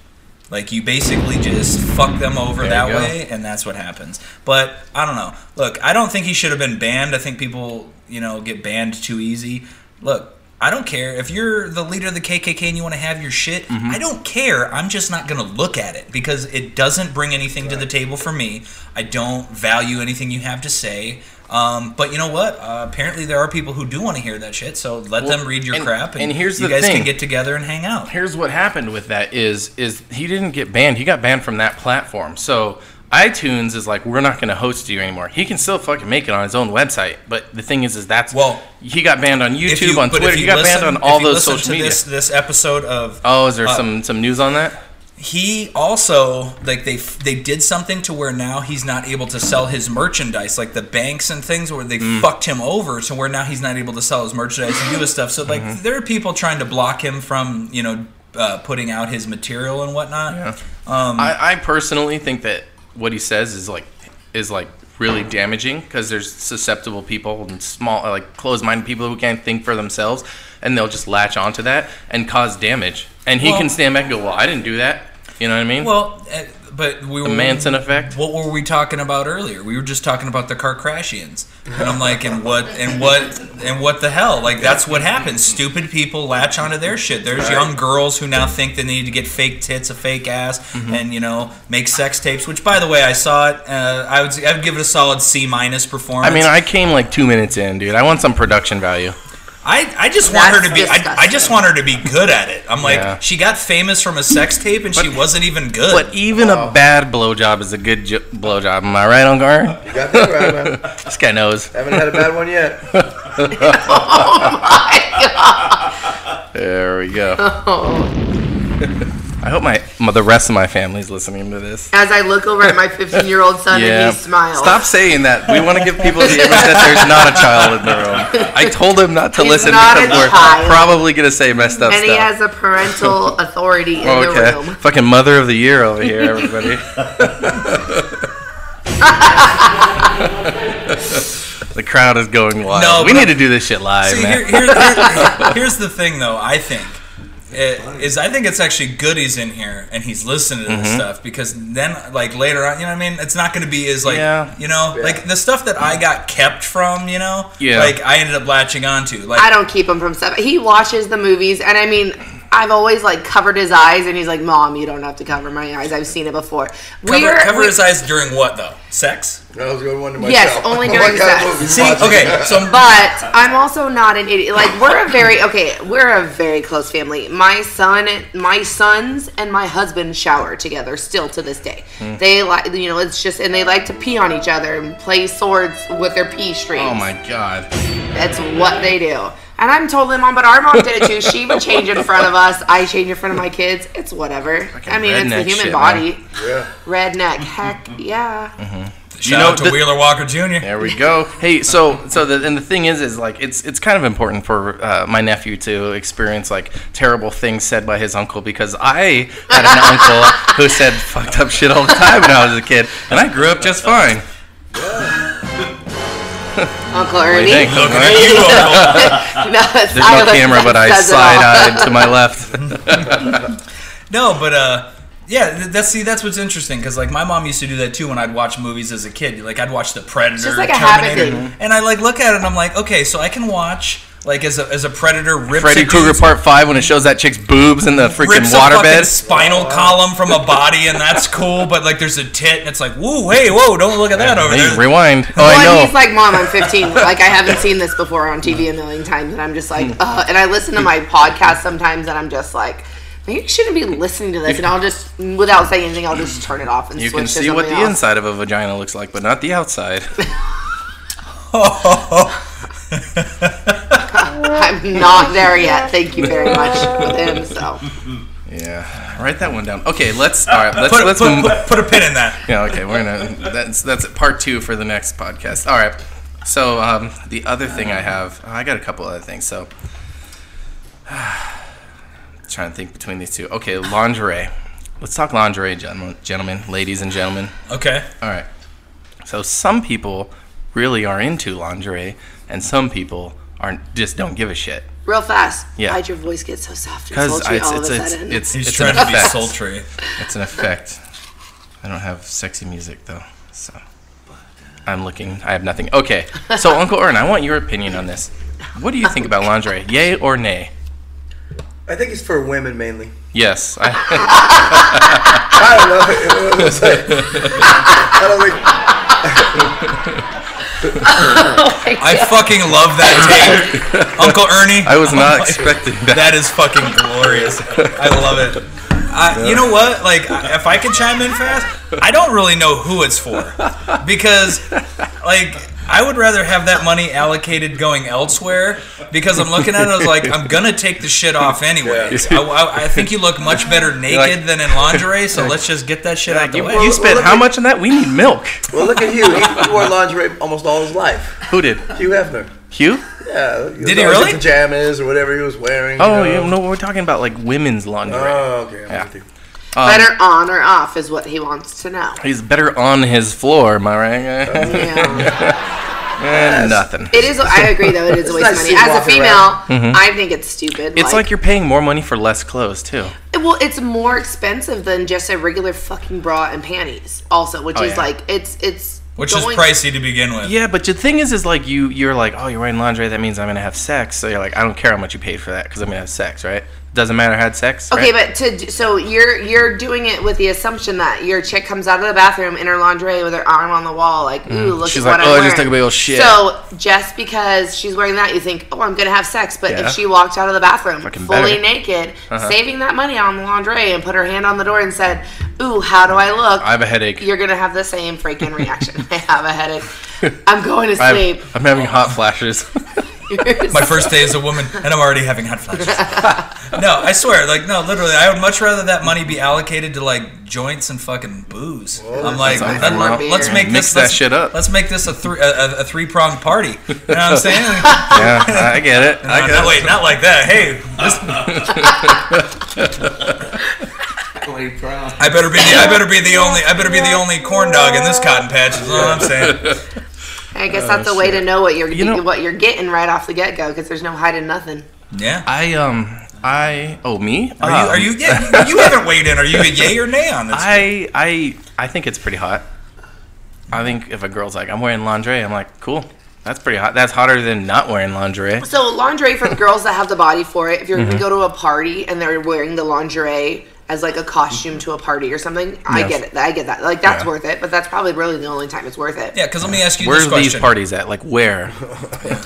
Speaker 3: like you basically just fuck them over
Speaker 2: There
Speaker 3: that
Speaker 2: you go.
Speaker 3: way and that's what happens but i don't know look i don't think he should have been banned i think people you know get banned too easy look i don't care if you're the leader of the kkk and you want to have your shit
Speaker 2: Mm-hmm.
Speaker 3: i don't care i'm just not going to look at it because it doesn't bring anything to the table for me i don't value anything you have to say um, but you know what? Uh, apparently, there are people who do want to hear that shit. So let
Speaker 2: Well,
Speaker 3: them read your
Speaker 2: and-
Speaker 3: crap,
Speaker 2: and here's
Speaker 3: you
Speaker 2: the
Speaker 3: guys
Speaker 2: thing.
Speaker 3: can get together and hang out.
Speaker 2: here's what happened with that is is he didn't get banned. He got banned from that platform. So iTunes is like, we're not going to host you anymore. He can still fucking make it on his own website, but the thing is, is that's
Speaker 3: Well,
Speaker 2: he got banned on
Speaker 3: If
Speaker 2: YouTube,
Speaker 3: you-
Speaker 2: on
Speaker 3: but if
Speaker 2: Twitter,
Speaker 3: you
Speaker 2: he got
Speaker 3: listen-
Speaker 2: banned on all
Speaker 3: if you
Speaker 2: those
Speaker 3: listen
Speaker 2: social
Speaker 3: to
Speaker 2: media.
Speaker 3: This, this episode of
Speaker 2: oh, is there
Speaker 3: uh,
Speaker 2: some some news on that?
Speaker 3: he also like they they did something to where now he's not able to sell his merchandise like the banks and things where they
Speaker 2: Mm.
Speaker 3: fucked him over to where now he's not able to sell his merchandise and do his stuff so like
Speaker 2: Mm-hmm.
Speaker 3: there are people trying to block him from you know uh, putting out his material and whatnot um,
Speaker 2: I, I personally think that what he says is like is like really damaging because there's susceptible people and small like closed-minded people who can't think for themselves and they'll just latch onto that and cause damage and he
Speaker 3: Well-
Speaker 2: can stand back and go well i didn't do that you know what i mean
Speaker 3: well uh, but we were
Speaker 2: the manson effect
Speaker 3: what were we talking about earlier? We were just talking about the Kardashians, and I'm like, and what, and what, and what the hell? Like that's what happens. Stupid people latch onto their shit. There's young girls who now think they need to get fake tits, a fake ass,
Speaker 2: Mm-hmm.
Speaker 3: and you know, make sex tapes. Which, by the way, I saw it. Uh, I would, I would give it a solid C minus performance.
Speaker 2: i mean i came like two minutes in dude i want some production value
Speaker 3: I, I just want her to
Speaker 4: That's
Speaker 3: be, I, I just
Speaker 4: disgusting.
Speaker 3: want her to be good at it. I'm like,
Speaker 2: Yeah.
Speaker 3: she got famous from a sex tape, and she wasn't even good.
Speaker 2: but even a bad blowjob is a good jo- blowjob am i right on guard
Speaker 5: You got that right, man.
Speaker 2: this guy knows
Speaker 5: Haven't had a bad one yet.
Speaker 2: there we go i hope my, my the rest of my family's listening to this
Speaker 4: As I look over at my 15 year old son and he smiles.
Speaker 2: Stop saying that. We want to give people the image that there's not a child in the room. I told him not to
Speaker 4: He's
Speaker 2: listen
Speaker 4: not
Speaker 2: because
Speaker 4: a
Speaker 2: we're
Speaker 4: child.
Speaker 2: probably gonna say messed up stuff.
Speaker 4: and he has a parental authority in
Speaker 2: okay,
Speaker 4: the room.
Speaker 2: fucking mother of the year over here, everybody. the crowd is going wild.
Speaker 3: No,
Speaker 2: we
Speaker 3: but
Speaker 2: need to do this shit live,
Speaker 3: See,
Speaker 2: man.
Speaker 3: here, here, here- here's the thing, though. I think uh, is I think it's actually good he's in here and he's listening to this
Speaker 2: Mm-hmm.
Speaker 3: stuff because then, like later on, you know what I mean? It's not going to be as like
Speaker 2: Yeah.
Speaker 3: you know, like the stuff that I got kept from, you know,
Speaker 2: Yeah.
Speaker 3: like I ended up latching onto. Like
Speaker 4: I don't keep him from stuff. He watches the movies, and I mean, I've always like covered his eyes, and he's like, "Mom, you don't have to cover my eyes. I've seen it before."
Speaker 3: cover,
Speaker 4: We're-
Speaker 3: cover
Speaker 4: we-
Speaker 3: his eyes during what though? Sex.
Speaker 5: I was going one to myself. Oh
Speaker 4: Yes, only during
Speaker 5: What kind of
Speaker 4: sex.
Speaker 5: movie you
Speaker 3: See,
Speaker 5: watching?
Speaker 3: okay, so
Speaker 4: But I'm also not an idiot. Like we're a very okay. We're a very close family. My son, my sons, and my husband shower together still to this day.
Speaker 3: Hmm.
Speaker 4: They like you know it's just and they like to pee on each other and play swords with their pee strings.
Speaker 2: oh my god.
Speaker 4: That's what they do. And I'm totally mom, but our mom did it too. She would change in front of us. I change in front of my kids. It's whatever. I mean, it's the
Speaker 2: redneck
Speaker 4: human
Speaker 2: shit, Mm-hmm.
Speaker 4: body.
Speaker 5: Yeah.
Speaker 4: Redneck. Heck yeah.
Speaker 3: shout
Speaker 2: know
Speaker 3: out to
Speaker 2: the-
Speaker 3: Wheeler Walker Jr.
Speaker 2: There we go. Hey, so so the and the thing is, is like it's it's kind of important for uh, my nephew to experience like terrible things said by his uncle because I had an uncle who said fucked up shit all the time when I was a kid, and I grew up just fine.
Speaker 4: Uncle
Speaker 2: What do
Speaker 4: Ernie.
Speaker 2: you think?
Speaker 3: Look at you, Uncle.
Speaker 4: No, it's
Speaker 2: There's no camera, but I side-eyed to my left.
Speaker 3: No, but uh, yeah, th- that's see, that's what's interesting because like my mom used to do that too when I'd watch movies as a kid. Like I'd watch The Predator,
Speaker 4: just like a habit
Speaker 3: Terminator,
Speaker 4: thing.
Speaker 3: and I like look at it and I'm like, okay, so I can watch like as a as a predator rips
Speaker 2: Freddy
Speaker 3: a
Speaker 2: Krueger
Speaker 3: dude's-
Speaker 2: Part Five when it shows that chick's boobs in the freaking
Speaker 3: rips a fucking
Speaker 2: waterbed.
Speaker 3: spinal column from a body, and that's cool. But like there's a tit, and it's like, whoa, hey, whoa, don't look at that over
Speaker 2: Hey,
Speaker 3: there.
Speaker 2: rewind. Oh, I
Speaker 4: Well,
Speaker 2: know.
Speaker 4: he's like, Mom, I'm 15. Like, I haven't seen this before on TV a million times. And I'm just
Speaker 2: Hmm.
Speaker 4: like, uh, and I listen to my podcast sometimes and I'm just like, maybe you shouldn't be listening to this. And I'll just, without saying anything, I'll just turn it off and
Speaker 2: you
Speaker 4: switch
Speaker 2: can
Speaker 4: to
Speaker 2: see what the
Speaker 4: something else.
Speaker 2: inside of a vagina looks like, but not the outside.
Speaker 4: I'm not there yet. Thank you very much with him. So,
Speaker 2: Yeah. Write that one down. Okay, let's. All right, let's
Speaker 3: Put,
Speaker 2: let's
Speaker 3: put,
Speaker 2: m-
Speaker 3: put, put a pin in that.
Speaker 2: Yeah, okay, we're gonna. That's that's part two for the next podcast. All right. So um, the other thing I have, I got a couple other things. So trying to think between these two. Okay, lingerie. Let's talk lingerie, gentlemen, gentlemen, ladies and gentlemen.
Speaker 3: Okay.
Speaker 2: All right. So some people really are into lingerie, and some people aren't. Just don't give a shit.
Speaker 4: real fast.
Speaker 2: Yeah.
Speaker 4: Why'd your voice get so soft and
Speaker 2: Because
Speaker 4: sultry
Speaker 2: it's
Speaker 4: all
Speaker 2: it's
Speaker 4: of a
Speaker 2: it's
Speaker 4: sudden?
Speaker 2: it's,
Speaker 3: He's
Speaker 2: it's an
Speaker 3: trying to be
Speaker 2: effect.
Speaker 3: sultry.
Speaker 2: It's an effect. I don't have sexy music though, so I'm looking. I have nothing. Okay, so Uncle Ern, I want your opinion on this. What do you think about lingerie? Yay or nay?
Speaker 5: I think it's for women mainly.
Speaker 2: Yes. I,
Speaker 5: I don't know. It was like- I don't think.
Speaker 3: I fucking love that take, Uncle Ernie.
Speaker 2: I was not expecting that.
Speaker 3: That is fucking glorious. I love it. I, You know what? Like, I- if I could chime in fast, I don't really know who it's for, because, like, I would rather have that money allocated going elsewhere because I'm looking at it. I was like, I'm gonna take the shit off anyway. I, I, I think you look much better naked
Speaker 2: like-
Speaker 3: than in lingerie, so let's just get that shit out the
Speaker 2: You,
Speaker 3: way.
Speaker 2: you spent
Speaker 5: look
Speaker 2: how
Speaker 5: at-
Speaker 2: much on that? We need milk.
Speaker 5: Well, look at you. He, he wore lingerie almost all his life.
Speaker 2: Who did?
Speaker 5: Hugh Hefner. Uh,
Speaker 2: Hugh?
Speaker 5: Yeah.
Speaker 3: Did he
Speaker 5: was
Speaker 3: really?
Speaker 5: in Pajamas or whatever he was wearing.
Speaker 2: Oh,
Speaker 5: you
Speaker 2: yeah, no, we're talking about like women's laundry.
Speaker 5: Oh, okay. I'm
Speaker 2: Yeah.
Speaker 5: with you.
Speaker 2: Um,
Speaker 4: Better on or off is what he wants to know.
Speaker 2: He's better on his floor, am I right?
Speaker 4: Yeah.
Speaker 2: and nothing.
Speaker 4: it is. I agree, though. It is a waste of
Speaker 5: nice to
Speaker 4: money.
Speaker 5: see
Speaker 4: As a
Speaker 5: walking
Speaker 4: female,
Speaker 5: around.
Speaker 4: I think it's stupid.
Speaker 2: Mm-hmm. It's like you're paying more money for less clothes too.
Speaker 4: Well, it's more expensive than just a regular fucking bra and panties. Also, which
Speaker 2: Oh,
Speaker 4: is
Speaker 2: yeah.
Speaker 4: like it's it's
Speaker 3: Which
Speaker 4: going-
Speaker 3: is pricey to begin with.
Speaker 2: Yeah, but the thing is, is like you, you're like, oh, you're wearing lingerie. That means I'm gonna have sex. So you're like, I don't care how much you paid for that because I'm gonna have sex, right? Doesn't matter. I had sex.
Speaker 4: Okay,
Speaker 2: right?
Speaker 4: but to d- so you're you're doing it with the assumption that your chick comes out of the bathroom in her lingerie with her arm on the wall, like ooh, look
Speaker 2: She's
Speaker 4: at
Speaker 2: like,
Speaker 4: what
Speaker 2: "Oh,
Speaker 4: I'm
Speaker 2: I just took a
Speaker 4: wearing."
Speaker 2: big old shit.
Speaker 4: So just because she's wearing that, you think, oh, I'm gonna have sex. But
Speaker 2: Yeah.
Speaker 4: if she walked out of the bathroom
Speaker 2: Fucking
Speaker 4: fully
Speaker 2: better. Uh-huh.
Speaker 4: naked, saving that money on the lingerie, and put her hand on the door and said, ooh, how do I look?
Speaker 2: I have a headache.
Speaker 4: you're gonna have the same freaking reaction. I have a headache. I'm going to
Speaker 2: I have-
Speaker 4: sleep.
Speaker 2: I'm having hot flashes.
Speaker 3: my first day as a woman, and I'm already having hot flashes. no, I swear, like no, literally, I would much rather that money be allocated to like joints and fucking booze. I'm like,
Speaker 2: That's
Speaker 3: let,
Speaker 2: awesome. Wow.
Speaker 3: us make
Speaker 2: Mix
Speaker 3: this
Speaker 2: that
Speaker 3: let's-
Speaker 2: shit up.
Speaker 3: Let's make this a three a, a three pronged party. You know what I'm saying? Not-
Speaker 2: yeah, I get it. I get
Speaker 3: no,
Speaker 2: it.
Speaker 3: wait, not like that. Hey, this, I better be the, I better be the only I better be the only corn dog in this cotton patch. Is all I'm saying.
Speaker 4: I guess that's the way to know what you're
Speaker 2: Oh, You know-
Speaker 4: what you're getting right off the get go because there's no hiding nothing.
Speaker 3: Yeah.
Speaker 2: I um, I oh me.
Speaker 3: Are you, are you, yeah, you, you haven't weighed in. Are you a yay or nay on this?
Speaker 2: I I I think it's pretty hot. I think if a girl's like, I'm wearing lingerie, I'm like, cool. That's pretty hot. That's hotter than not wearing lingerie.
Speaker 4: So lingerie for the girls that have the body for it. If you're
Speaker 2: Mm-hmm.
Speaker 4: gonna go to a party and they're wearing the lingerie as like a costume to a party or something, I
Speaker 2: Yes.
Speaker 4: get it. I get that. Like that's
Speaker 2: Yeah.
Speaker 4: worth it. But that's probably really the only time it's worth it.
Speaker 3: yeah, because let me ask you
Speaker 2: Where's
Speaker 3: this question.
Speaker 2: these parties at? Like where?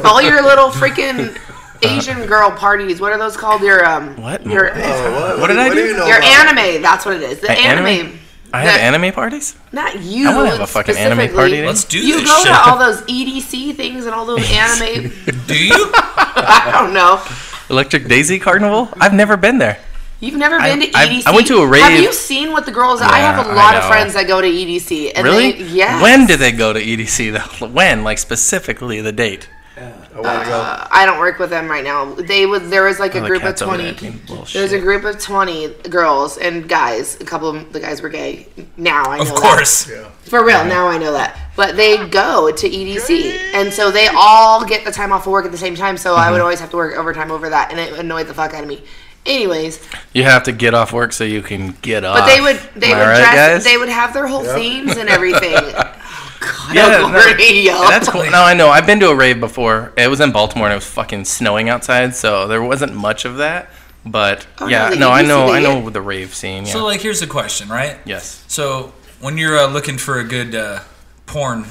Speaker 4: All your little freaking
Speaker 2: Uh.
Speaker 4: Asian girl parties. What are those called? Your um.
Speaker 2: What?
Speaker 4: Your
Speaker 5: Oh, what,
Speaker 2: did I do?
Speaker 5: you know
Speaker 4: your
Speaker 5: about-
Speaker 4: anime. That's what it is. The
Speaker 2: An anime?
Speaker 4: anime.
Speaker 2: I have
Speaker 4: The-
Speaker 2: anime parties.
Speaker 4: Not you.
Speaker 2: I wanna have a fucking anime
Speaker 4: specifically.
Speaker 2: party then.
Speaker 3: Let's do
Speaker 4: You
Speaker 3: this
Speaker 4: go
Speaker 3: shit.
Speaker 4: to all those EDC things and all those anime.
Speaker 3: Do you?
Speaker 4: I don't know.
Speaker 2: Electric Daisy Carnival? I've never been there.
Speaker 4: You've never
Speaker 2: I-
Speaker 4: been to
Speaker 2: I-
Speaker 4: EDC.
Speaker 2: I went to a
Speaker 4: Have
Speaker 2: rave.
Speaker 4: you seen what the girls? I have
Speaker 2: Yeah,
Speaker 4: a
Speaker 2: I
Speaker 4: lot of
Speaker 2: know.
Speaker 4: friends that go to EDC. And
Speaker 2: Really?
Speaker 4: They, yes.
Speaker 2: When do they go to EDC though? When? Like specifically the date?
Speaker 5: I want to go.
Speaker 4: Uh, I don't work with them right now. They would. There was like a
Speaker 2: Oh, the
Speaker 4: group of
Speaker 2: cat's over there
Speaker 4: twenty.
Speaker 2: being bullshit.
Speaker 4: There was a group of twenty girls and guys. A couple of 'em- the guys were gay. Now I know.
Speaker 3: Of
Speaker 4: that.
Speaker 3: course.
Speaker 4: For real, now I know that. But they go to EDC, and so they all get the time off of work at the same time. So
Speaker 2: Mm-hmm.
Speaker 4: I would always have to work overtime over that, and it annoyed the fuck out of me. Anyways,
Speaker 2: You have to get off work so you can get off.
Speaker 4: but they would they
Speaker 2: Am
Speaker 4: would
Speaker 2: I right,
Speaker 4: dress
Speaker 2: guys?
Speaker 4: they would have their whole themes and everything. Oh, God,
Speaker 2: Yeah, no,
Speaker 4: Gloria.
Speaker 2: That's cool. No, I know. I've been to a rave before. It was in Baltimore and it was fucking snowing outside, so there wasn't much of that. But
Speaker 4: Oh,
Speaker 2: yeah,
Speaker 4: no, they
Speaker 2: no, I
Speaker 4: used to
Speaker 2: know,
Speaker 4: do
Speaker 2: I
Speaker 4: it.
Speaker 2: know the rave scene. Yeah.
Speaker 3: So, like, here's the question, right?
Speaker 2: yes.
Speaker 3: So, when you're uh, looking for a good uh, porn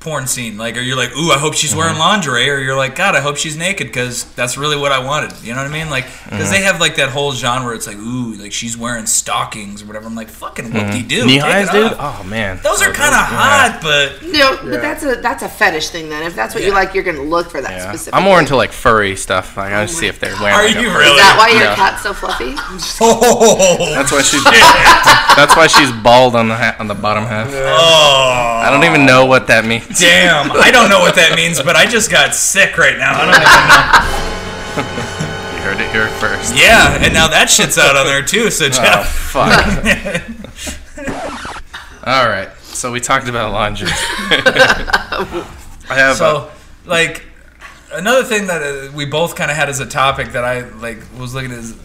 Speaker 3: porn scene, like, are you like, ooh, I hope she's wearing
Speaker 2: Mm-hmm.
Speaker 3: lingerie, or you're like, God, I hope she's naked, because that's really what I wanted. You know what I mean? Like, because
Speaker 2: Mm-hmm.
Speaker 3: they have like that whole genre. It's like, ooh, like she's wearing stockings or whatever. I'm like, fucking whoop de doo,
Speaker 2: Mm-hmm. Knee highs, dude. Oh man.
Speaker 3: Those are kind of hot, but
Speaker 4: No, but that's a that's a fetish thing. Then if that's what you
Speaker 3: Yeah.
Speaker 4: like, you're gonna look for that
Speaker 2: Yeah.
Speaker 4: specifically.
Speaker 2: I'm more into like furry stuff. Like, I gotta see if they're wearing.
Speaker 3: Oh are
Speaker 2: like, a-
Speaker 3: you
Speaker 4: Is
Speaker 3: really?
Speaker 4: that why your
Speaker 2: No.
Speaker 4: cat's so fluffy?
Speaker 3: oh,
Speaker 2: That's why she's. that's why she's bald on the ha- on the bottom half.
Speaker 3: oh.
Speaker 2: I don't even know what that means.
Speaker 3: Damn, I don't know what that means, but I just got sick right now. I don't even know.
Speaker 2: You heard it here first.
Speaker 3: Yeah, and now that shit's out on there too. So
Speaker 2: Oh
Speaker 3: Jeff,
Speaker 2: fuck. All right. So we talked about laundry. I have. a-
Speaker 3: so like another thing that uh, we both kind of had as a topic that I like was looking at is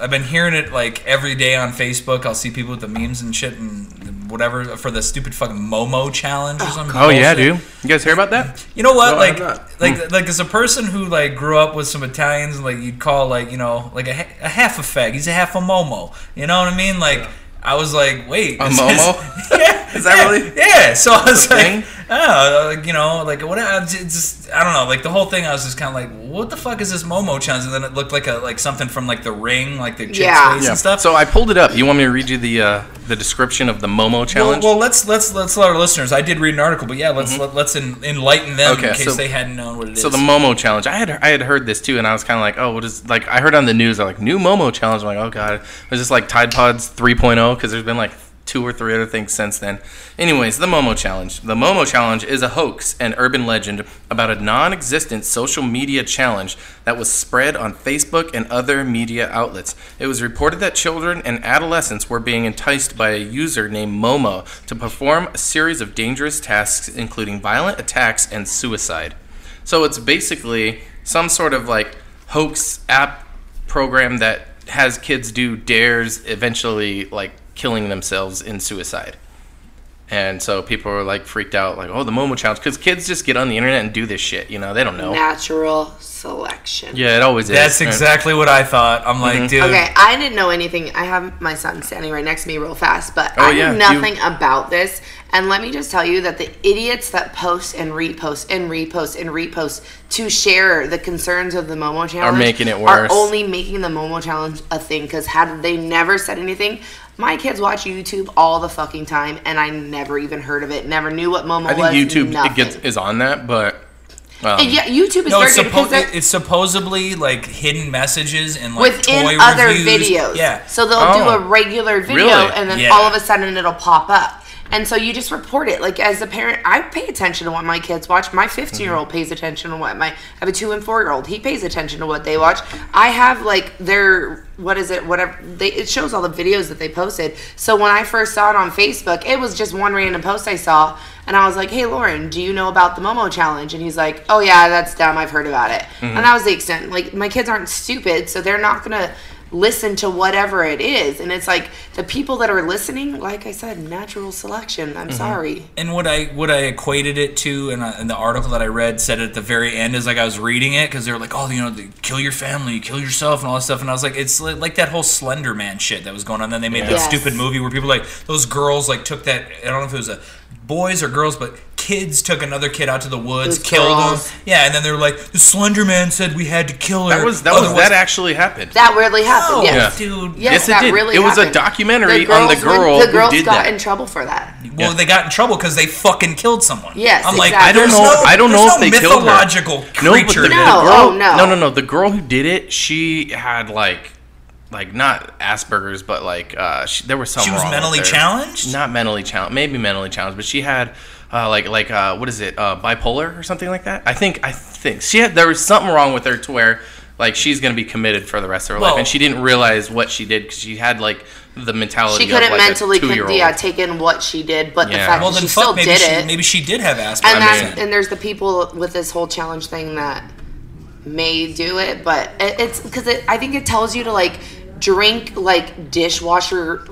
Speaker 3: I've been hearing it like every day on Facebook. I'll see people with the memes and shit and whatever for the stupid fucking Momo challenge or something.
Speaker 2: oh yeah, dude. You guys hear about that?
Speaker 3: You know what?
Speaker 5: No,
Speaker 3: like,
Speaker 5: I'm not.
Speaker 3: like,
Speaker 2: Hmm.
Speaker 3: like, as a person who like grew up with some Italians, and, like you'd call like you know like a, ha- a half a fag. He's a half a momo. You know what I mean? Like, I was like, wait,
Speaker 2: A
Speaker 3: is this-
Speaker 2: momo?
Speaker 3: yeah,
Speaker 2: Is that
Speaker 3: yeah,
Speaker 2: really-
Speaker 3: Yeah. So I was
Speaker 2: a
Speaker 3: like,
Speaker 2: thing?
Speaker 3: oh, like, you know, like what? I j- just I don't know. Like the whole thing, I was just kind of like, what the fuck is this Momo Chan's? And then it looked like a like something from like the Ring, like the chick's
Speaker 4: Yeah.
Speaker 3: face
Speaker 2: Yeah.
Speaker 3: and stuff.
Speaker 2: So I pulled it up. You want me to read you the uh, the description of the Momo
Speaker 3: well,
Speaker 2: challenge? Mm-hmm.
Speaker 3: well, let's let's let's let our listeners. I did read an article, but yeah, let's let, let's en- enlighten them
Speaker 2: Okay,
Speaker 3: in case
Speaker 2: so-
Speaker 3: they hadn't known what it is.
Speaker 2: so the Momo challenge, I had I had heard this too, and I was kind of like, oh, what is like? I heard on the news, I'm like, new Momo challenge. I'm like, oh god, was this like Tide Pods 3.0? Because there's been like two or three other things since then. Anyways, the Momo challenge. The Momo challenge is a hoax and urban legend about a non-existent social media challenge that was spread on Facebook and other media outlets. It was reported that children and adolescents were being enticed by a user named Momo to perform a series of dangerous tasks including violent attacks and suicide. So it's basically some sort of like hoax app program that has kids do dares eventually like killing themselves in suicide. And so people are like freaked out, like, oh, the Momo challenge, because kids just get on the internet and do this shit, you know? They don't know.
Speaker 4: Natural selection.
Speaker 2: Yeah, it always is.
Speaker 3: That's
Speaker 2: Right.
Speaker 3: exactly what I thought. I'm like, dude.
Speaker 4: Okay, I didn't know anything. I have my son standing right next to me real fast, but
Speaker 2: Oh,
Speaker 4: I
Speaker 2: yeah,
Speaker 4: knew
Speaker 2: you-
Speaker 4: nothing about this. And let me just tell you that the idiots that post and repost and repost and repost to share the concerns of the Momo challenge
Speaker 2: making it
Speaker 4: are
Speaker 2: worse.
Speaker 4: only making the Momo challenge a thing because had they never said anything, my kids watch YouTube all the fucking time, and I never even heard of it. Never knew what Momo
Speaker 2: I think
Speaker 4: was.
Speaker 2: YouTube
Speaker 4: nothing.
Speaker 2: it gets, is on that, but. Um,
Speaker 4: And yeah, YouTube is
Speaker 3: No,
Speaker 4: very
Speaker 3: it's,
Speaker 4: good
Speaker 3: suppo-
Speaker 4: because they're-
Speaker 3: it- it's supposedly like hidden messages and like toy
Speaker 4: within other
Speaker 3: reviews.
Speaker 4: videos.
Speaker 3: Yeah.
Speaker 4: So they'll
Speaker 2: Oh.
Speaker 4: do a regular video
Speaker 2: Really?
Speaker 4: and then
Speaker 3: Yeah.
Speaker 4: all of a sudden it'll pop up. And so you just report it. Like as a parent, I pay attention to what my kids watch. My 15 year old pays attention to what my I have a two and four year old. He pays attention to what they watch. I have like their what is it? Whatever they it shows all the videos that they posted. So when I first saw it on Facebook, it was just one random post I saw, and I was like, "Hey Lauren, do you know about the Momo challenge?" And he's like, "Oh yeah, that's dumb. I've heard about it." And that was the extent. Like my kids aren't stupid, so they're not gonna listen to whatever it is. And it's like the people that are listening, like I said, natural selection.
Speaker 2: Mm-hmm.
Speaker 4: I'm sorry.
Speaker 3: and what I what I equated it to, and, I, and the article that I read said at the very end is like I was reading it because they were like, oh, you know, the, kill your family, kill yourself, and all that stuff, and I was like, it's li- like that whole Slender Man shit that was going on. Then they made that
Speaker 4: Yes.
Speaker 3: stupid movie where people like those girls like took that. I don't know if it was a boys or girls, but kids took another kid out to the woods,
Speaker 4: Those
Speaker 3: killed
Speaker 4: girls.
Speaker 3: him. Yeah, and then they were like, the Slender Man said we had to kill her.
Speaker 2: that was that was
Speaker 3: otherwise-
Speaker 2: that actually happened.
Speaker 4: That weirdly
Speaker 3: No,
Speaker 4: happened. Yes.
Speaker 2: Yeah.
Speaker 3: dude.
Speaker 4: Yes,
Speaker 2: Yes, it
Speaker 4: that
Speaker 2: did.
Speaker 4: really
Speaker 2: It was a
Speaker 4: happened.
Speaker 2: documentary on the
Speaker 4: girls went-
Speaker 2: girl
Speaker 4: the
Speaker 2: who
Speaker 4: girls
Speaker 2: did
Speaker 4: got
Speaker 2: that.
Speaker 4: in trouble for that.
Speaker 3: Well,
Speaker 2: Yeah.
Speaker 3: they got in trouble because they fucking killed someone.
Speaker 4: Yes,
Speaker 3: I'm like,
Speaker 4: exactly.
Speaker 2: I don't
Speaker 3: there's
Speaker 2: know.
Speaker 3: No,
Speaker 2: I don't know
Speaker 3: there's
Speaker 2: if they
Speaker 3: no
Speaker 2: killed her.
Speaker 3: mythological
Speaker 2: No, but
Speaker 3: creature.
Speaker 2: the,
Speaker 3: that-
Speaker 4: No,
Speaker 2: girl,
Speaker 4: oh, no.
Speaker 2: no, no, no. The girl who did it, she had like, like not Asperger's, but like, uh, she, there was something.
Speaker 3: She was
Speaker 2: wrong
Speaker 3: mentally
Speaker 2: with her.
Speaker 3: challenged?
Speaker 2: Not mentally challenged, maybe mentally challenged, but she had. Uh, like like uh, what is it uh, bipolar or something like that? I think I think she had there was something wrong with her to where like she's gonna be committed for the rest of her life
Speaker 3: Well-
Speaker 2: and she didn't realize what she did because she had like the mentality
Speaker 4: She couldn't
Speaker 2: of like
Speaker 4: mentally,
Speaker 2: a two year
Speaker 4: con-
Speaker 2: old.
Speaker 4: yeah, take in what she did, but the
Speaker 2: Yeah.
Speaker 4: fact
Speaker 3: Well,
Speaker 4: that
Speaker 3: then
Speaker 4: she
Speaker 3: fuck.
Speaker 4: still
Speaker 3: Maybe
Speaker 4: did
Speaker 3: she,
Speaker 4: it.
Speaker 3: maybe she did have Asperger's.
Speaker 4: and
Speaker 2: I
Speaker 4: that's
Speaker 2: mean-
Speaker 4: and there's the people with this whole challenge thing that may do it, but it, it's because it, I think it tells you to like drink like dishwasher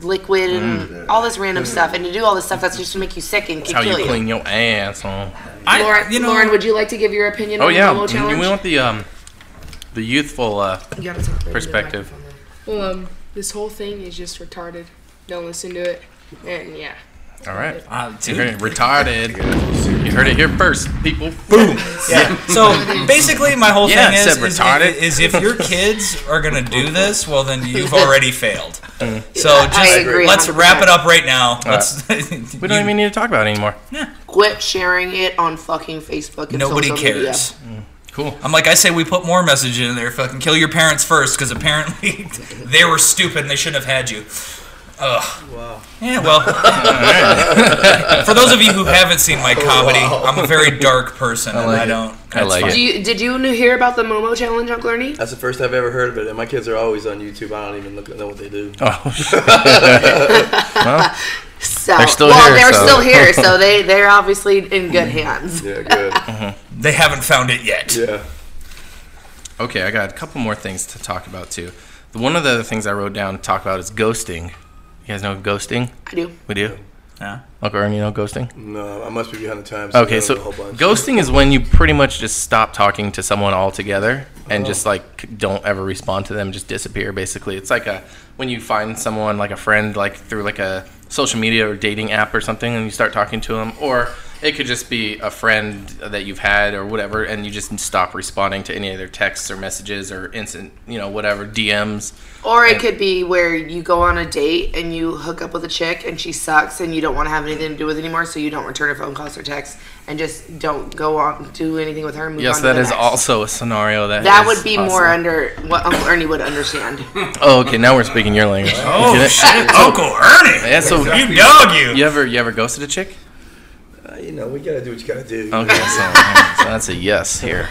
Speaker 4: liquid and all this random stuff, and to do all this stuff that's just to make you sick and
Speaker 2: Mm.
Speaker 4: can
Speaker 2: How you
Speaker 4: kill you.
Speaker 2: clean your ass? Huh?
Speaker 3: I,
Speaker 4: Lauren,
Speaker 3: you know,
Speaker 4: Lauren, would you like to give your opinion
Speaker 2: Oh
Speaker 4: on
Speaker 2: yeah,
Speaker 4: the Momo
Speaker 2: we
Speaker 4: challenge?
Speaker 2: we want the um, the youthful uh,
Speaker 4: You gotta talk into the
Speaker 2: perspective.
Speaker 4: microphone.
Speaker 6: Well, um, this whole thing is just retarded. Don't listen to it. And yeah.
Speaker 2: All right.
Speaker 3: Ah, dude.
Speaker 2: You're retarded. You heard it here first, people.
Speaker 3: Boom. Yeah. So basically, my whole
Speaker 2: Yeah,
Speaker 3: thing is,
Speaker 2: said
Speaker 3: is,
Speaker 2: retarded.
Speaker 3: is if your kids are gonna do this, well, then you've already failed.
Speaker 2: Uh.
Speaker 3: So Oh, just
Speaker 4: I agree
Speaker 3: let's
Speaker 4: 100%.
Speaker 3: wrap it up right now.
Speaker 2: right.
Speaker 3: Let's.
Speaker 2: We don't even need to talk about it anymore.
Speaker 4: Quit sharing it on fucking Facebook. And
Speaker 3: Nobody
Speaker 4: social media.
Speaker 3: cares.
Speaker 2: Cool.
Speaker 3: Mm. I'm like, I say we put more message in there. Fucking kill your parents first, because apparently they were stupid and they shouldn't have had you. Ugh. Wow. Yeah, well, for those of you who haven't seen my comedy, I'm a very dark person, and I don't.
Speaker 2: I like
Speaker 3: that's
Speaker 2: it.
Speaker 4: Do you, did you hear about the Momo challenge, Uncle Ernie?
Speaker 5: That's the first I've ever heard of it, and my kids are always on YouTube. I don't even look, know what they do.
Speaker 2: Oh,
Speaker 4: So
Speaker 2: They're still
Speaker 4: well,
Speaker 2: here,
Speaker 4: they're
Speaker 2: so- Mm.
Speaker 4: still here, so they they're obviously in good hands.
Speaker 5: Yeah, good.
Speaker 3: fine. They haven't found it yet.
Speaker 5: yeah.
Speaker 2: okay, I got a couple more things to talk about too. The- One of the other things I wrote down to talk about is ghosting. You guys know ghosting?
Speaker 4: I do.
Speaker 2: We do.
Speaker 3: Yeah.
Speaker 2: Uncle Ernie, you know ghosting?
Speaker 5: No, I must be behind the times.
Speaker 2: Okay,
Speaker 5: I
Speaker 2: so
Speaker 5: don't know a whole bunch.
Speaker 2: ghosting is when you pretty much just stop talking to someone altogether and just like c- don't ever respond to them, just disappear basically. It's like a when you find someone like a friend like through like a social media or dating app or something and you start talking to them or It could just be a friend that you've had or whatever, and you just stop responding to any of their texts or messages or instant, you know, whatever DMs.
Speaker 4: Or it could be where you go on a date and you hook up with a chick and she sucks and you don't want to have anything to do with it anymore, so you don't return her phone calls or texts and just don't go on do anything with her. and Move
Speaker 2: Yes,
Speaker 4: on to
Speaker 2: that
Speaker 4: the
Speaker 2: is
Speaker 4: next.
Speaker 2: also a scenario that
Speaker 4: That
Speaker 2: is
Speaker 4: would be more
Speaker 2: possible.
Speaker 4: under what Uncle Ernie would understand.
Speaker 2: Oh, okay. Now we're speaking your language. You
Speaker 3: Oh
Speaker 2: get it?
Speaker 3: shit, Uncle Ernie!
Speaker 2: Yeah. So
Speaker 3: You dog you!
Speaker 2: you ever you ever ghosted a chick?
Speaker 5: Uh, you know, we gotta do what you gotta do.
Speaker 2: Okay, so, so that's a yes here.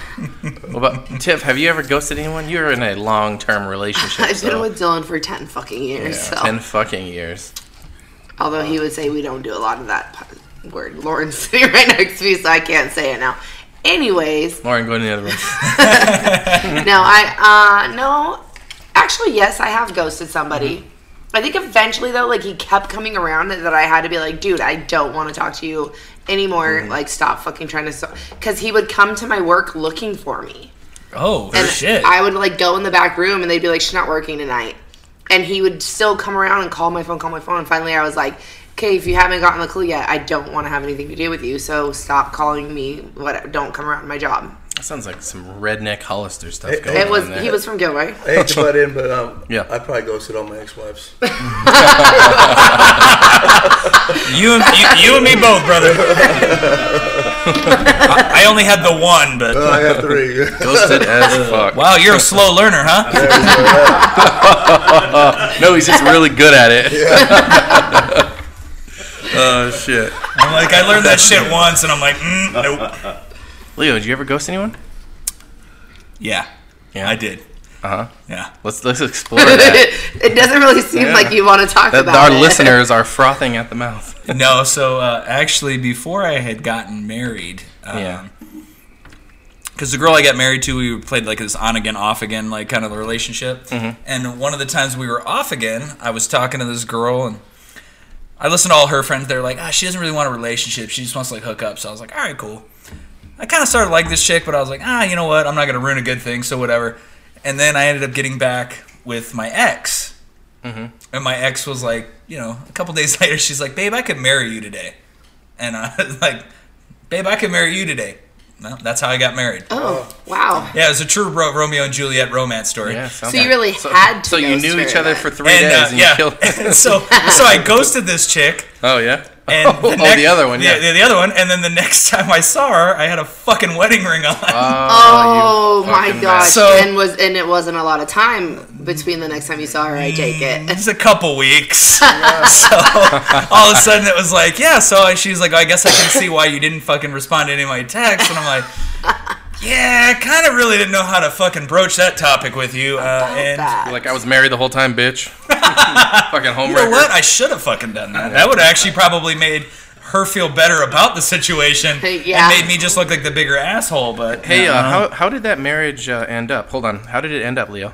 Speaker 2: What about Tiff? Have you ever ghosted anyone? You're in a long-term relationship.
Speaker 4: I've been
Speaker 2: so-
Speaker 4: with Dylan for ten fucking years,
Speaker 2: yeah,
Speaker 4: so
Speaker 2: ten fucking years.
Speaker 4: although he would say we don't do a lot of that p- word. Lauren's sitting right next to me, so I can't say it now. Anyways,
Speaker 2: Lauren, go in the other room.
Speaker 4: no, I uh no. Actually, yes, I have ghosted somebody. I think eventually though, like he kept coming around that I had to be like, dude, I don't want to talk to you anymore. Like, stop fucking trying to. Because he would come to my work looking for me,
Speaker 3: Oh
Speaker 4: and
Speaker 3: shit.
Speaker 4: I would like go in the back room, and they'd be like, she's not working tonight. And he would still come around and call my phone, call my phone. And finally, I was like, okay, if you haven't gotten the clue yet, I don't want to have anything to do with you. So stop calling me. What? Don't come around to my job.
Speaker 2: That sounds like some redneck Hollister stuff
Speaker 5: It-
Speaker 2: going
Speaker 4: It was.
Speaker 2: on there.
Speaker 4: He was from Gilroy.
Speaker 5: I hate to butt in, but um,
Speaker 2: Yeah.
Speaker 5: I probably ghosted all my ex-wives.
Speaker 3: You and you, you and me both, brother. I, I only had the one, but
Speaker 5: Oh, I got three.
Speaker 2: ghosted as fuck.
Speaker 3: wow, you're a slow learner, huh?
Speaker 2: No, he's just really good at it. oh shit.
Speaker 3: I'm like, I learned that shit once, and I'm like, mm, nope.
Speaker 2: Leo, did you ever ghost anyone?
Speaker 3: Yeah,
Speaker 2: Yeah,
Speaker 3: I did.
Speaker 2: Uh huh.
Speaker 3: Yeah.
Speaker 2: Let's let's explore that.
Speaker 4: it doesn't really seem
Speaker 2: Yeah.
Speaker 4: like you want to talk
Speaker 2: that
Speaker 4: about
Speaker 2: our
Speaker 4: it.
Speaker 2: listeners are frothing at the mouth.
Speaker 3: No, so uh, actually, before I had gotten married,
Speaker 4: Uh-huh.
Speaker 3: um,
Speaker 2: Yeah.
Speaker 3: because the girl I got married to, we played like this on again, off again, like kind of a relationship. And one of the times we were off again, I was talking to this girl, and I listened to all her friends. They're like, ah, she doesn't really want a relationship. She just wants to like hook up. So I was like, all right, cool. I kind of started to like this chick, but I was like, ah, you know what? I'm not gonna ruin a good thing, so whatever. And then I ended up getting back with my ex, and my ex was like, you know, a couple days later, she's like, babe, I could marry you today, and I was like, babe, I could marry you today. Well, that's how I got married.
Speaker 4: Oh wow!
Speaker 3: Yeah, it was a true Ro- Romeo and Juliet romance story.
Speaker 2: Yeah,
Speaker 4: So
Speaker 2: sounds
Speaker 4: you
Speaker 2: like-
Speaker 4: really had to.
Speaker 2: So you
Speaker 4: ghost
Speaker 2: knew
Speaker 4: her
Speaker 2: each other
Speaker 4: then.
Speaker 2: for three
Speaker 3: And,
Speaker 2: days
Speaker 3: uh,
Speaker 2: and you
Speaker 3: yeah,
Speaker 2: killed.
Speaker 3: and so so I ghosted this chick,
Speaker 2: oh yeah.
Speaker 3: and
Speaker 2: oh,
Speaker 3: the, next-
Speaker 2: the other one. Yeah.
Speaker 3: the, the other one, and then the next time I saw her, I had a fucking wedding ring on.
Speaker 4: Oh
Speaker 2: you
Speaker 4: my
Speaker 2: fucking
Speaker 4: gosh!
Speaker 3: So-
Speaker 4: and was and it wasn't a lot of time between the next time you saw her. I take
Speaker 2: Mm.
Speaker 4: it.
Speaker 3: It's a couple weeks. so all of a sudden it was like, yeah. So I- she's like, "Oh, I guess I can see why you didn't fucking respond to any of my texts. And I'm like, yeah, I kind of really didn't know how to fucking broach that topic with you. Uh, and
Speaker 4: That.
Speaker 2: You're like I was married the whole time, bitch. Fucking homewrecker.
Speaker 3: you know what? I should have fucking done that. That would have actually probably made her feel better about the situation
Speaker 4: Yeah.
Speaker 3: and made me just look like the bigger asshole. But
Speaker 2: Hey,
Speaker 3: yeah,
Speaker 2: uh, how how did that marriage uh, end up? Hold on. How did it end up, Leo?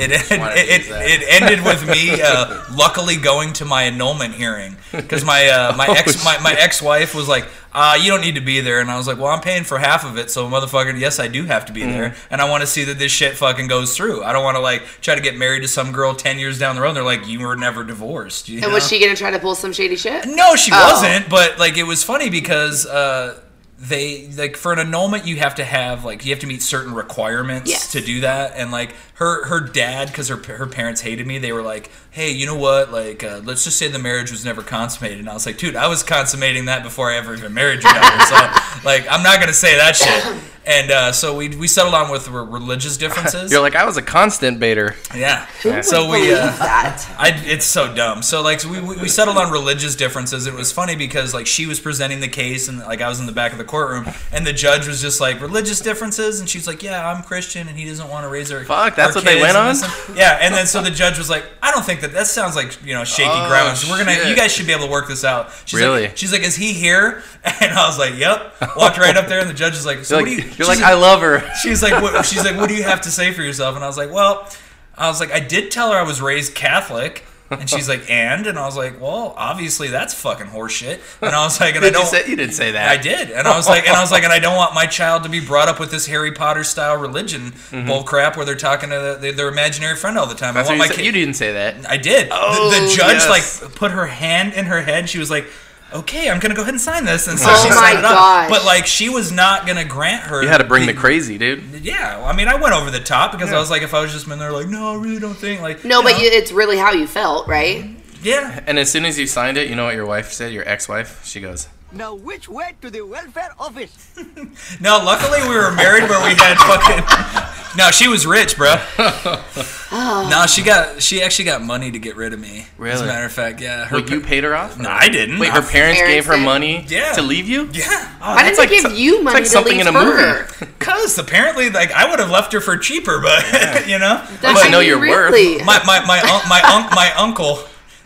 Speaker 3: It, end,
Speaker 2: wanted to
Speaker 3: it,
Speaker 2: use that.
Speaker 3: it, it ended with me uh, luckily going to my annulment hearing because my uh, my ex my, my ex wife was like, uh, "You don't need to be there," and I was like, "Well, I'm paying for half of it, so motherfucker, yes, I do have to be there, and I want to see that this shit fucking goes through. I don't want to like try to get married to some girl ten years down the road. and They're like, you were never divorced. You
Speaker 4: And
Speaker 3: know?
Speaker 4: was she gonna try to pull some shady shit?
Speaker 3: No, she
Speaker 4: Oh.
Speaker 3: wasn't. But like, it was funny because uh, they like for an annulment, you have to have like you have to meet certain requirements
Speaker 4: Yes.
Speaker 3: to do that. And like her her dad, because her her parents hated me, they were like, "Hey, you know what? Like, uh, let's just say the marriage was never consummated." And I was like, "Dude, I was consummating that before I ever even married your daughter. so like, I'm not gonna say that shit." And uh, so we we settled on with re- religious differences.
Speaker 2: You're like I was a constant baiter.
Speaker 3: yeah. So we. Uh,
Speaker 4: that.
Speaker 3: I, it's so dumb. So like so we, we we settled on religious differences. It was funny because like she was presenting the case and like I was in the back of the courtroom and the judge was just like religious differences and she's like yeah I'm Christian and he doesn't want to raise her
Speaker 2: Fuck, that's
Speaker 3: her
Speaker 2: what they
Speaker 3: kids
Speaker 2: went
Speaker 3: and
Speaker 2: on?
Speaker 3: this and- yeah and then so the judge was like I don't think that that sounds like you know shaky
Speaker 2: Oh,
Speaker 3: grounds. We're gonna you
Speaker 2: shit.
Speaker 3: guys should be able to work this out. She's
Speaker 2: Really?
Speaker 3: Like, she's like is he here? And I was like yep. Walked right up there and the judge is like so
Speaker 2: You're
Speaker 3: what
Speaker 2: like,
Speaker 3: do you
Speaker 2: you're
Speaker 3: she's
Speaker 2: like I love her.
Speaker 3: She's like, what, she's like, what do you have to say for yourself? And I was like, well, I was like, I did tell her I was raised Catholic. And she's like, and? And I was like, well, obviously that's fucking horseshit. And I was like, and I
Speaker 2: Did you
Speaker 3: don't.
Speaker 2: say you didn't say that?
Speaker 3: I did, and I was like, and I was like, and I don't want my child to be brought up with this Harry Potter style religion bull crap where they're talking to the, their imaginary friend all the time.
Speaker 2: Mm-hmm. That's
Speaker 3: I
Speaker 2: what
Speaker 3: want
Speaker 2: you, said.
Speaker 3: my kid.
Speaker 2: you didn't say that.
Speaker 3: I did. The- the,
Speaker 2: Oh,
Speaker 3: judge
Speaker 2: yes.
Speaker 3: like put her hand in her head. She was like, okay, I'm gonna go ahead and sign this, and so
Speaker 4: Oh
Speaker 3: she
Speaker 4: my
Speaker 3: signed it
Speaker 4: gosh.
Speaker 3: up. But like, she was not gonna grant her.
Speaker 2: You had to bring the crazy, dude.
Speaker 3: Yeah, well, I mean, I went over the top because I was like, if I was just in there, like, no, I really don't think, like,
Speaker 4: No, but
Speaker 3: know,
Speaker 4: you, it's really how you felt, right?
Speaker 3: yeah,
Speaker 2: And as soon as you signed it, you know what your wife said, your ex-wife? She goes,
Speaker 7: Now which way to the welfare office?
Speaker 3: No, luckily we were married where we had fucking. No, she was rich, bro.
Speaker 4: Oh.
Speaker 3: no, she got she actually got money to get rid of me. As
Speaker 2: Really?
Speaker 3: a matter of fact, yeah. Her
Speaker 2: "Wait, you paid her off?
Speaker 3: No, I didn't.
Speaker 2: Wait,
Speaker 3: I
Speaker 2: her Oh. parents
Speaker 4: Parents
Speaker 2: gave her
Speaker 4: did.
Speaker 2: money
Speaker 3: Yeah.
Speaker 2: to leave you?
Speaker 3: Yeah.
Speaker 4: Why didn't
Speaker 2: like
Speaker 4: they give
Speaker 2: so-
Speaker 4: you money
Speaker 2: like
Speaker 4: to
Speaker 2: something in
Speaker 4: leave
Speaker 2: a movie.
Speaker 4: her?
Speaker 3: Cause apparently, like, I would have left her for cheaper, but you know,
Speaker 4: That's
Speaker 2: But
Speaker 4: what
Speaker 2: know
Speaker 4: I mean,
Speaker 2: your worth.
Speaker 4: really.
Speaker 3: my my my un- my, un- my uncle,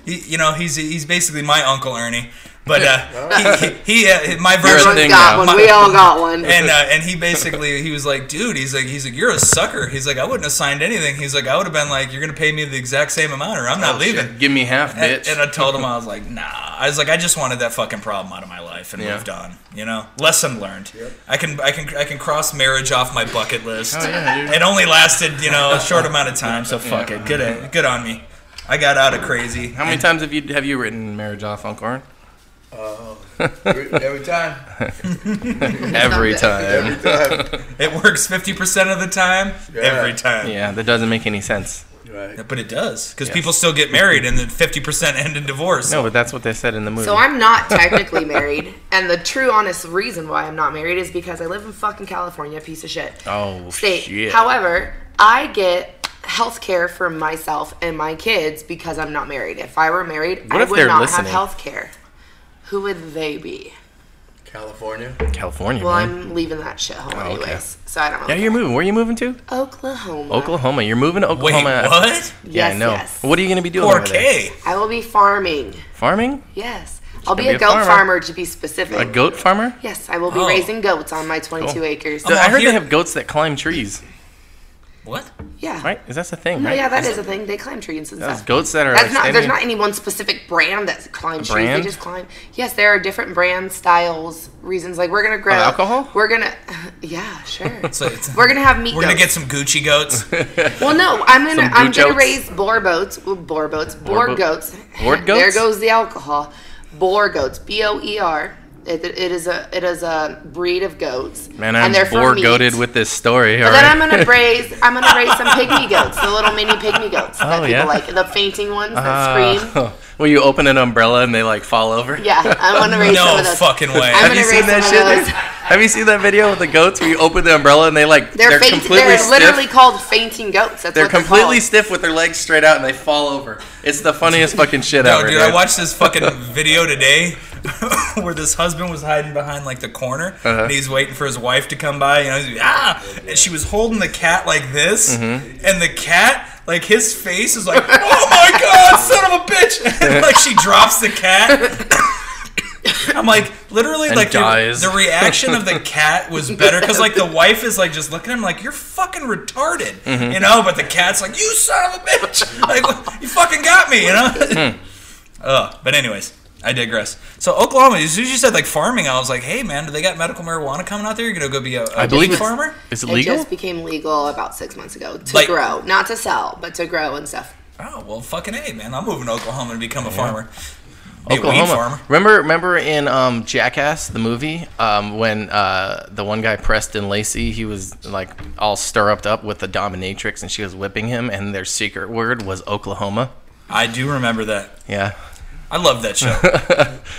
Speaker 3: he, you know, he's he's basically my uncle Ernie, but uh, he, he, he uh, my version.
Speaker 2: thing
Speaker 4: Everyone's got
Speaker 2: now.
Speaker 4: one.
Speaker 3: My-
Speaker 4: we all got one.
Speaker 3: and uh, and he basically he was like, dude, he's like he's like you're a sucker. He's like I wouldn't have signed anything. He's like I would have been like you're gonna pay me the exact same amount or I'm not leaving.
Speaker 2: Give me half,
Speaker 3: And,
Speaker 2: Oh, bitch.
Speaker 3: and I told him I was like, nah. I was like I just wanted that fucking problem out of my life and
Speaker 2: Yeah.
Speaker 3: moved on. You know, lesson learned. I can I can I can cross marriage off my bucket list.
Speaker 2: Oh, yeah, dude.
Speaker 3: It only lasted you know a short amount of time, so fuck it. Good uh, good on me. I got out of crazy.
Speaker 2: How many times have you have you written marriage off, Uncle Orrin?
Speaker 5: Uh, Every time.
Speaker 2: Every time.
Speaker 5: Every time.
Speaker 3: It works fifty percent of the time,
Speaker 5: Yeah.
Speaker 3: every time.
Speaker 2: Yeah, that doesn't make any sense.
Speaker 5: right.
Speaker 3: But it does because people still get married, and then fifty percent end in divorce.
Speaker 2: No, but that's what they said in the movie.
Speaker 4: so I'm not technically married, and the true, honest reason why I'm not married is because I live in fucking California, piece of shit.
Speaker 2: oh
Speaker 4: state.
Speaker 2: shit.
Speaker 4: However, I get health care for myself and my kids because I'm not married. If I were married,
Speaker 2: What
Speaker 4: I
Speaker 2: if
Speaker 4: would
Speaker 2: they're
Speaker 4: not have
Speaker 2: listening?
Speaker 4: health care. Who would they be?
Speaker 5: California.
Speaker 2: California,
Speaker 4: Well,
Speaker 2: man.
Speaker 4: I'm leaving that shithole
Speaker 2: Oh, okay.
Speaker 4: anyways, so I don't know.
Speaker 2: Yeah, you're moving. Where are you moving to?
Speaker 4: Oklahoma.
Speaker 2: Oklahoma. You're moving to
Speaker 3: Wait,
Speaker 2: Oklahoma.
Speaker 3: what?
Speaker 2: Yeah,
Speaker 4: Yes,
Speaker 2: I know.
Speaker 4: yes.
Speaker 2: What are you gonna be doing?
Speaker 3: Four
Speaker 2: Over there?
Speaker 3: K.
Speaker 4: I will be farming.
Speaker 2: Farming?
Speaker 4: Yes, I'll be
Speaker 2: gonna
Speaker 4: a,
Speaker 2: be a
Speaker 4: goat
Speaker 2: farmer.
Speaker 4: farmer. to be specific.
Speaker 2: A goat farmer?
Speaker 4: Yes, I will be
Speaker 3: Oh.
Speaker 4: raising goats on my 22
Speaker 2: Cool.
Speaker 4: acres.
Speaker 2: I
Speaker 3: out
Speaker 2: heard
Speaker 3: here.
Speaker 2: they have goats that climb trees,
Speaker 3: What?
Speaker 4: yeah.
Speaker 2: right? Is that the thing?
Speaker 4: No,
Speaker 2: right?
Speaker 4: yeah, that is a thing. They climb trees and
Speaker 2: Those
Speaker 4: stuff.
Speaker 2: goats that are
Speaker 4: That's
Speaker 2: like
Speaker 4: not. There's
Speaker 2: standing-
Speaker 4: not any one specific brand that climbs trees. They
Speaker 2: Brand?
Speaker 4: just climb. Yes, there are different brand styles, reasons. Like we're gonna grow
Speaker 2: alcohol?
Speaker 4: We're gonna, yeah, sure.
Speaker 3: So it's,
Speaker 4: we're gonna have meat.
Speaker 3: we're gonna get
Speaker 4: goats.
Speaker 3: some Gucci goats.
Speaker 4: Well, no, I'm gonna
Speaker 2: Some
Speaker 4: I'm
Speaker 2: goats.
Speaker 4: gonna raise boar boats. Well, boar boats. Boar
Speaker 2: boat-
Speaker 4: goats.
Speaker 2: Boar
Speaker 4: there
Speaker 2: goats?
Speaker 4: goes the alcohol. Boar goats. B O E R. It, it is a it is a breed of goats.
Speaker 2: Man,
Speaker 4: and
Speaker 2: I'm
Speaker 4: they're for
Speaker 2: bore
Speaker 4: meat.
Speaker 2: goated with this story.
Speaker 4: But
Speaker 2: all
Speaker 4: then
Speaker 2: right?
Speaker 4: I'm gonna raise I'm gonna raise some pygmy goats, the little mini pygmy goats that
Speaker 2: Oh,
Speaker 4: people
Speaker 2: yeah?
Speaker 4: like, the fainting ones that scream.
Speaker 2: Uh, Will you open an umbrella and they like fall over?
Speaker 4: Yeah, I want to raise some
Speaker 3: No
Speaker 4: of those.
Speaker 3: fucking way.
Speaker 4: I'm
Speaker 2: Have
Speaker 4: gonna
Speaker 2: you
Speaker 4: raise
Speaker 2: seen that
Speaker 4: some
Speaker 2: shit?
Speaker 4: of those.
Speaker 2: Have you seen that video with the goats where you open the umbrella and they like
Speaker 4: They're,
Speaker 2: they're,
Speaker 4: faint,
Speaker 2: completely
Speaker 4: they're literally
Speaker 2: stiff?
Speaker 4: called fainting goats. That's
Speaker 2: They're
Speaker 4: what they're
Speaker 2: completely
Speaker 4: called.
Speaker 2: stiff with their legs straight out and they fall over. It's the funniest fucking shit
Speaker 3: No,
Speaker 2: ever.
Speaker 3: dude, I watched this fucking video today where this husband was hiding behind like the corner
Speaker 2: Uh-huh.
Speaker 3: and he's waiting for his wife to come by. You know, he's, ah, and she was holding the cat like this,
Speaker 2: Mm-hmm.
Speaker 3: and the cat. Like his face is like, oh my god, son of a bitch! And like she drops the cat. I'm like, literally,
Speaker 2: And
Speaker 3: like the-
Speaker 2: dies.
Speaker 3: The, reaction of the cat was better because like the wife is like just looking at him like you're fucking retarded,
Speaker 2: Mm-hmm.
Speaker 3: you know. But the cat's like, you son of a bitch! Like you fucking got me, you know. Ugh. But anyways, I digress. So Oklahoma, as soon as you said like farming, I was like, hey man, do they got medical marijuana coming out there? You're gonna go be a, a
Speaker 2: I believe
Speaker 3: weed
Speaker 2: it's-
Speaker 3: farmer?
Speaker 2: Is it
Speaker 4: It
Speaker 2: legal?
Speaker 4: just became legal about six months ago to
Speaker 3: Like-
Speaker 4: grow, not to sell, but to grow and stuff.
Speaker 3: Oh well, fucking a man, I'm moving to Oklahoma to become a farmer. Be A weed
Speaker 2: Oklahoma.
Speaker 3: farmer.
Speaker 2: Remember, remember in um, Jackass the movie um, when uh, the one guy Preston Lacey, he was like all stirruped up with the dominatrix and she was whipping him, and their secret word was Oklahoma.
Speaker 3: I do remember that.
Speaker 2: Yeah,
Speaker 3: I love that show.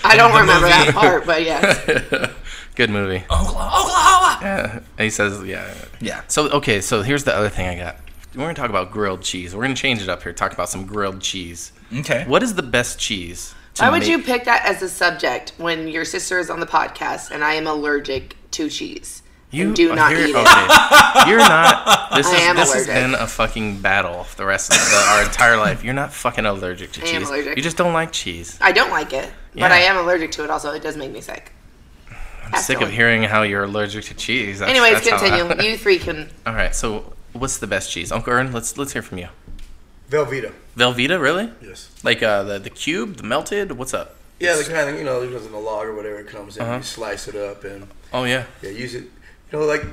Speaker 4: I don't
Speaker 3: the
Speaker 4: remember
Speaker 3: movie.
Speaker 4: that part, but yes.
Speaker 2: good movie.
Speaker 3: Oklahoma. Oklahoma.
Speaker 2: Yeah, he says, yeah.
Speaker 3: Yeah.
Speaker 2: So okay, so here's the other thing I got. We're gonna talk about grilled cheese. We're gonna change it up here. Talk about some grilled cheese.
Speaker 3: Okay.
Speaker 2: What is the best cheese? to
Speaker 4: Why would
Speaker 2: make-
Speaker 4: you pick that as a subject when your sister is on the podcast and I am allergic to cheese? and do
Speaker 2: oh,
Speaker 4: not
Speaker 2: you're-
Speaker 4: eat it.
Speaker 2: okay. You're not. This is
Speaker 4: I am
Speaker 2: this has
Speaker 4: allergic.
Speaker 2: been a fucking battle the rest of the, our entire life. You're not fucking allergic to
Speaker 4: I
Speaker 2: cheese.
Speaker 4: am allergic.
Speaker 2: You just don't like cheese.
Speaker 4: I don't like it, but
Speaker 2: Yeah.
Speaker 4: I am allergic to it. Also, it does make me sick.
Speaker 2: I'm sick of hearing how you're allergic to cheese. That's-
Speaker 4: Anyways,
Speaker 2: that's how I-
Speaker 4: continue. you three can.
Speaker 2: All right. So what's the best cheese, Uncle Ern? Let's let's hear from you.
Speaker 5: Velveeta.
Speaker 2: Velveeta, really?
Speaker 5: Yes.
Speaker 2: Like uh, the the cube, the melted. What's up?
Speaker 5: Yeah, the kind of you know, it goes in the log or whatever it comes
Speaker 2: Uh-huh.
Speaker 5: in. You slice it up and
Speaker 2: Oh yeah.
Speaker 5: yeah, use it. You know, like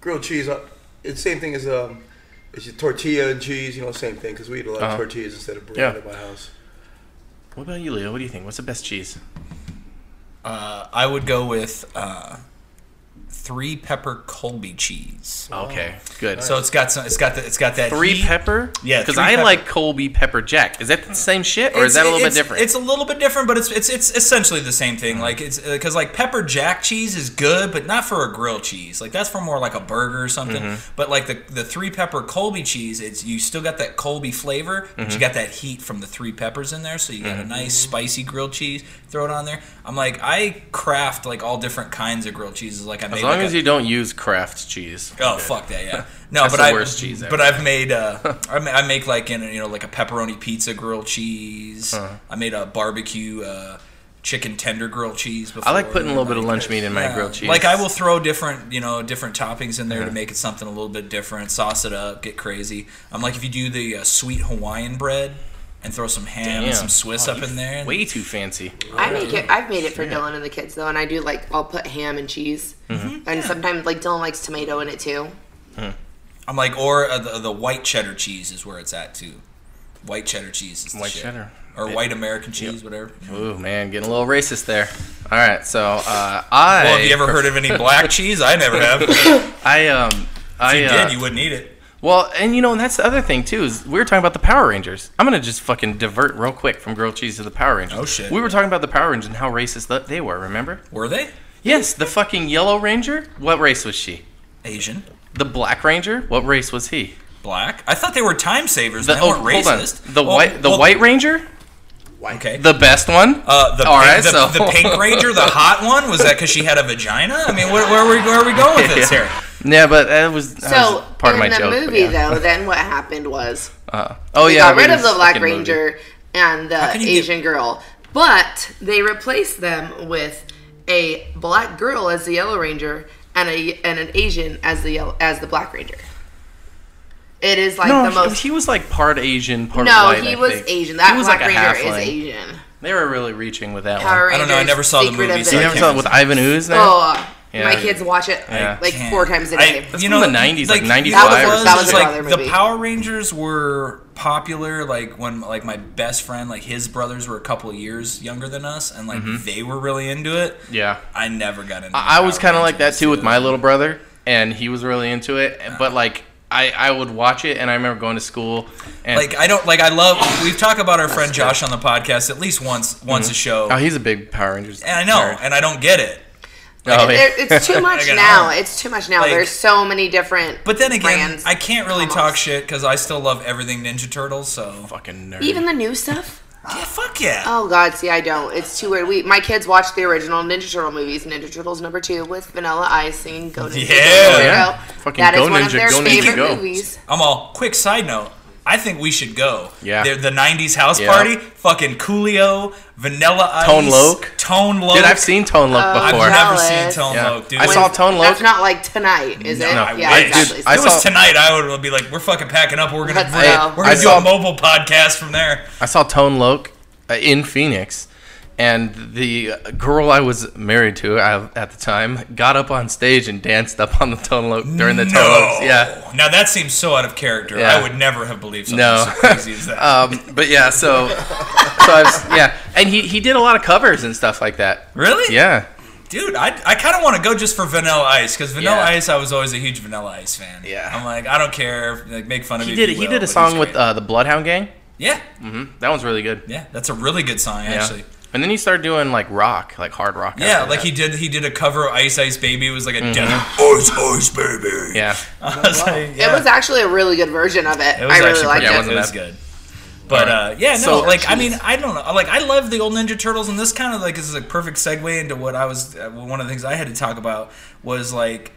Speaker 5: grilled cheese. uh, It's the same thing as um, it's your tortilla and cheese. You know, same thing because we eat a lot
Speaker 2: Uh-huh.
Speaker 5: of tortillas instead of bread
Speaker 2: Yeah.
Speaker 5: at my house.
Speaker 2: What about you, Leo? What do you think? What's the best cheese?
Speaker 3: Uh, I would go with uh, three pepper Colby cheese.
Speaker 2: Okay, good.
Speaker 3: So it's got some. It's got the. It's got that
Speaker 2: three
Speaker 3: heat.
Speaker 2: pepper.
Speaker 3: Yeah,
Speaker 2: because
Speaker 3: three
Speaker 2: I
Speaker 3: pepper.
Speaker 2: like Colby pepper jack. Is that the same shit, or is
Speaker 3: It's-
Speaker 2: that a little bit
Speaker 3: it's-
Speaker 2: different?
Speaker 3: It's a little bit different, but it's it's it's essentially the same thing. Like it's because like pepper jack cheese is good, but not for a grilled cheese. Like that's for more like a burger or something.
Speaker 2: Mm-hmm.
Speaker 3: But like the the three pepper Colby cheese, it's you still got that Colby flavor, but
Speaker 2: Mm-hmm.
Speaker 3: you got that heat from the three peppers in there. So you got a nice spicy grilled cheese. Throw it on there. I'm like I craft like all different kinds of grilled cheeses. Like I made
Speaker 2: as long
Speaker 3: like
Speaker 2: as
Speaker 3: a-
Speaker 2: you don't use Kraft cheese.
Speaker 3: Oh fuck that yeah. No,
Speaker 2: That's
Speaker 3: but
Speaker 2: the
Speaker 3: I
Speaker 2: worst cheese ever.
Speaker 3: but I've made uh, I, ma- I make like in you know like a pepperoni pizza grilled cheese.
Speaker 2: Uh-huh.
Speaker 3: I made a barbecue uh, chicken tender grilled cheese. Before.
Speaker 2: I like putting a little bit of
Speaker 3: Like,
Speaker 2: lunch meat in my
Speaker 3: yeah.
Speaker 2: grilled cheese. Uh-huh.
Speaker 3: Like I will throw different you know different toppings in there to make it something a little bit different. Sauce it up, get crazy. I'm like if you do the uh, sweet Hawaiian bread and throw some ham
Speaker 2: Damn.
Speaker 3: and some Swiss up in there.
Speaker 2: Way too fancy.
Speaker 4: I make it. I've made it for Dylan and the kids though, and I do like I'll put ham and cheese,
Speaker 2: Mm-hmm.
Speaker 4: and sometimes like Dylan likes tomato in it too.
Speaker 3: I'm like or uh, the, the white cheddar cheese is where it's at too. White cheddar cheese is the
Speaker 2: White
Speaker 3: shit.
Speaker 2: cheddar.
Speaker 3: Or white American cheese, whatever.
Speaker 2: Ooh man, getting a little racist there. All right, so uh, I.
Speaker 3: Well, have you ever heard of any black cheese? I never have. If
Speaker 2: I um. I
Speaker 3: you
Speaker 2: uh,
Speaker 3: did, you wouldn't eat it.
Speaker 2: Well, and you know, and that's the other thing too is we were talking about the Power Rangers. I'm gonna just fucking divert real quick from grilled cheese to the Power Rangers.
Speaker 3: Oh, shit.
Speaker 2: We were talking about the Power Rangers and how racist th- they were. Remember?
Speaker 3: Were they
Speaker 2: Yes, the fucking Yellow Ranger. What race was she?
Speaker 3: Asian?
Speaker 2: The Black Ranger. What race was he?
Speaker 3: Black? I thought they were time savers.
Speaker 2: The,
Speaker 3: and they
Speaker 2: oh,
Speaker 3: weren't racist.
Speaker 2: hold on. The
Speaker 3: Well,
Speaker 2: white. The
Speaker 3: well,
Speaker 2: White Ranger.
Speaker 3: Okay.
Speaker 2: The best one.
Speaker 3: uh, the,
Speaker 2: All
Speaker 3: pink,
Speaker 2: right,
Speaker 3: the,
Speaker 2: so-
Speaker 3: the pink ranger, the hot one, was that because she had a vagina? I mean, where, where, are we, where are we going with this here?
Speaker 2: yeah, but that was, that
Speaker 4: So
Speaker 2: was part
Speaker 4: in
Speaker 2: of my
Speaker 4: the
Speaker 2: joke. but
Speaker 4: movie
Speaker 2: yeah.
Speaker 4: though, then what happened was
Speaker 2: Uh, oh
Speaker 4: they
Speaker 2: yeah,
Speaker 4: got rid of
Speaker 2: this
Speaker 4: the Black
Speaker 2: fucking movie.
Speaker 4: Ranger and the
Speaker 3: can you get-
Speaker 4: Asian girl, but they replaced them with a black girl as the Yellow Ranger and a and an Asian as the yellow, as the Black Ranger. It is like
Speaker 2: No,
Speaker 4: the most.
Speaker 2: he was like part Asian, part
Speaker 4: no,
Speaker 2: white.
Speaker 4: he
Speaker 2: I
Speaker 4: was
Speaker 2: think.
Speaker 4: Asian. That
Speaker 2: he was
Speaker 4: Black
Speaker 2: like a
Speaker 4: Ranger
Speaker 2: halfling.
Speaker 4: is Asian.
Speaker 2: They were really reaching with that one.
Speaker 4: Power
Speaker 3: I
Speaker 4: Rangers.
Speaker 3: don't know, I never saw the
Speaker 4: Secret
Speaker 3: movie,
Speaker 4: of
Speaker 3: so
Speaker 4: the
Speaker 3: I
Speaker 2: You never saw it with Ivan Ooze now?
Speaker 4: Oh, uh,
Speaker 2: Yeah.
Speaker 4: my kids watch it
Speaker 2: Yeah.
Speaker 4: like
Speaker 3: Can't.
Speaker 4: four times a
Speaker 3: I,
Speaker 4: day.
Speaker 2: That's
Speaker 3: you
Speaker 2: from
Speaker 3: know,
Speaker 2: the 90s, like
Speaker 3: you know
Speaker 2: 95
Speaker 3: what
Speaker 4: or
Speaker 3: was?
Speaker 4: That was
Speaker 3: Like,
Speaker 4: another
Speaker 3: the
Speaker 4: movie.
Speaker 3: Power Rangers were popular. Like when, like my best friend, like his brothers were a couple of years younger than us, and like they were really into it.
Speaker 2: Mm-hmm. yeah.
Speaker 3: I never got into.
Speaker 2: I I was
Speaker 3: Power
Speaker 2: kind of like that
Speaker 3: Rangers,
Speaker 2: too with my little brother, and he was really into it. But like, I, I would watch it, and I remember going to school, and
Speaker 3: Like I don't like I love. We've talked about our friend Josh on the podcast at least once once a show,
Speaker 2: oh, he's a big Power Rangers.
Speaker 3: and I know, and I don't get it.
Speaker 2: Oh, yeah.
Speaker 4: There- it's too much
Speaker 3: I got
Speaker 4: now.
Speaker 3: home.
Speaker 4: It's too much now.
Speaker 3: Like-
Speaker 4: There's so many different.
Speaker 3: But then again,
Speaker 4: brands.
Speaker 3: I can't really
Speaker 4: Come on.
Speaker 3: talk shit because I still love everything Ninja Turtles. So
Speaker 2: fucking nerd.
Speaker 4: even the new stuff.
Speaker 3: yeah, fuck yeah.
Speaker 4: Oh God, see, I don't. It's too weird. We my kids watch the original Ninja Turtle movies. Ninja Turtles number two with Vanilla Ice singing "Go Ninja
Speaker 3: Yeah.
Speaker 4: Go."
Speaker 2: Yeah.
Speaker 4: Go.
Speaker 2: Fucking
Speaker 4: That is
Speaker 2: Go
Speaker 4: one of
Speaker 2: Ninja,
Speaker 4: their
Speaker 2: Go Ninja,
Speaker 4: favorite
Speaker 2: Go.
Speaker 4: movies.
Speaker 3: I'm all quick side note. I think we should go.
Speaker 2: Yeah.
Speaker 3: The, the 90s house
Speaker 2: Yeah.
Speaker 3: party, fucking Coolio, Vanilla Ice,
Speaker 2: Tone Loke.
Speaker 3: Tone Loke.
Speaker 2: Dude, I've seen Tone Loke
Speaker 3: Uh, I've
Speaker 2: before.
Speaker 3: never
Speaker 4: Alice.
Speaker 3: seen Tone
Speaker 2: Yeah.
Speaker 3: Loke, dude.
Speaker 2: I saw Tone Loke.
Speaker 4: That's not like tonight, is it?
Speaker 3: No, I
Speaker 4: yeah,
Speaker 3: wish.
Speaker 4: exactly.
Speaker 2: I
Speaker 3: If it was
Speaker 2: saw-
Speaker 3: tonight, I would be like, we're fucking packing up. We're gonna
Speaker 4: Let's
Speaker 3: we're,
Speaker 4: go.
Speaker 3: we're gonna
Speaker 2: I
Speaker 3: do
Speaker 2: saw-
Speaker 3: a mobile podcast from there.
Speaker 2: I saw Tone Loke uh, in Phoenix, and the girl I was married to uh, at the time got up on stage and danced up on the Tone Loke during the Tone Lokes. Yeah.
Speaker 3: Now that seems so out of character.
Speaker 2: Yeah.
Speaker 3: I would never have believed something
Speaker 2: No.
Speaker 3: so crazy as that.
Speaker 2: Um, but yeah, so so I was yeah, and he he did a lot of covers and stuff like that.
Speaker 3: really?
Speaker 2: Yeah.
Speaker 3: Dude, I, I kind of want to go just for Vanilla Ice because Vanilla
Speaker 2: Yeah.
Speaker 3: Ice, I was always a huge Vanilla Ice fan.
Speaker 2: Yeah.
Speaker 3: I'm like, I don't care. Like, make fun of
Speaker 2: He
Speaker 3: me.
Speaker 2: did
Speaker 3: if you
Speaker 2: he
Speaker 3: will,
Speaker 2: did
Speaker 3: but
Speaker 2: a
Speaker 3: he's
Speaker 2: song with
Speaker 3: great.
Speaker 2: uh, the Bloodhound Gang.
Speaker 3: yeah.
Speaker 2: That one's really good.
Speaker 3: Yeah, that's a really good song actually.
Speaker 2: Yeah. And then he started doing like rock, like hard rock.
Speaker 3: Yeah,
Speaker 2: after
Speaker 3: like
Speaker 2: that. Mm-hmm.
Speaker 3: he did he did a cover of Ice Ice Baby. It was like a death
Speaker 2: Oh,
Speaker 3: Ice Ice Baby.
Speaker 2: Yeah.
Speaker 3: I was like, yeah.
Speaker 4: It was actually a really good version of it.
Speaker 3: It was
Speaker 4: I really
Speaker 3: actually
Speaker 4: liked
Speaker 3: pretty
Speaker 2: yeah,
Speaker 4: it.
Speaker 2: wasn't
Speaker 3: good. It was
Speaker 2: bad.
Speaker 3: good. But uh, yeah, no,
Speaker 2: So-
Speaker 3: like I mean, I don't know, like I love the old Ninja Turtles, and this kind of like is a perfect segue into what I was uh, one of the things I had to talk about was like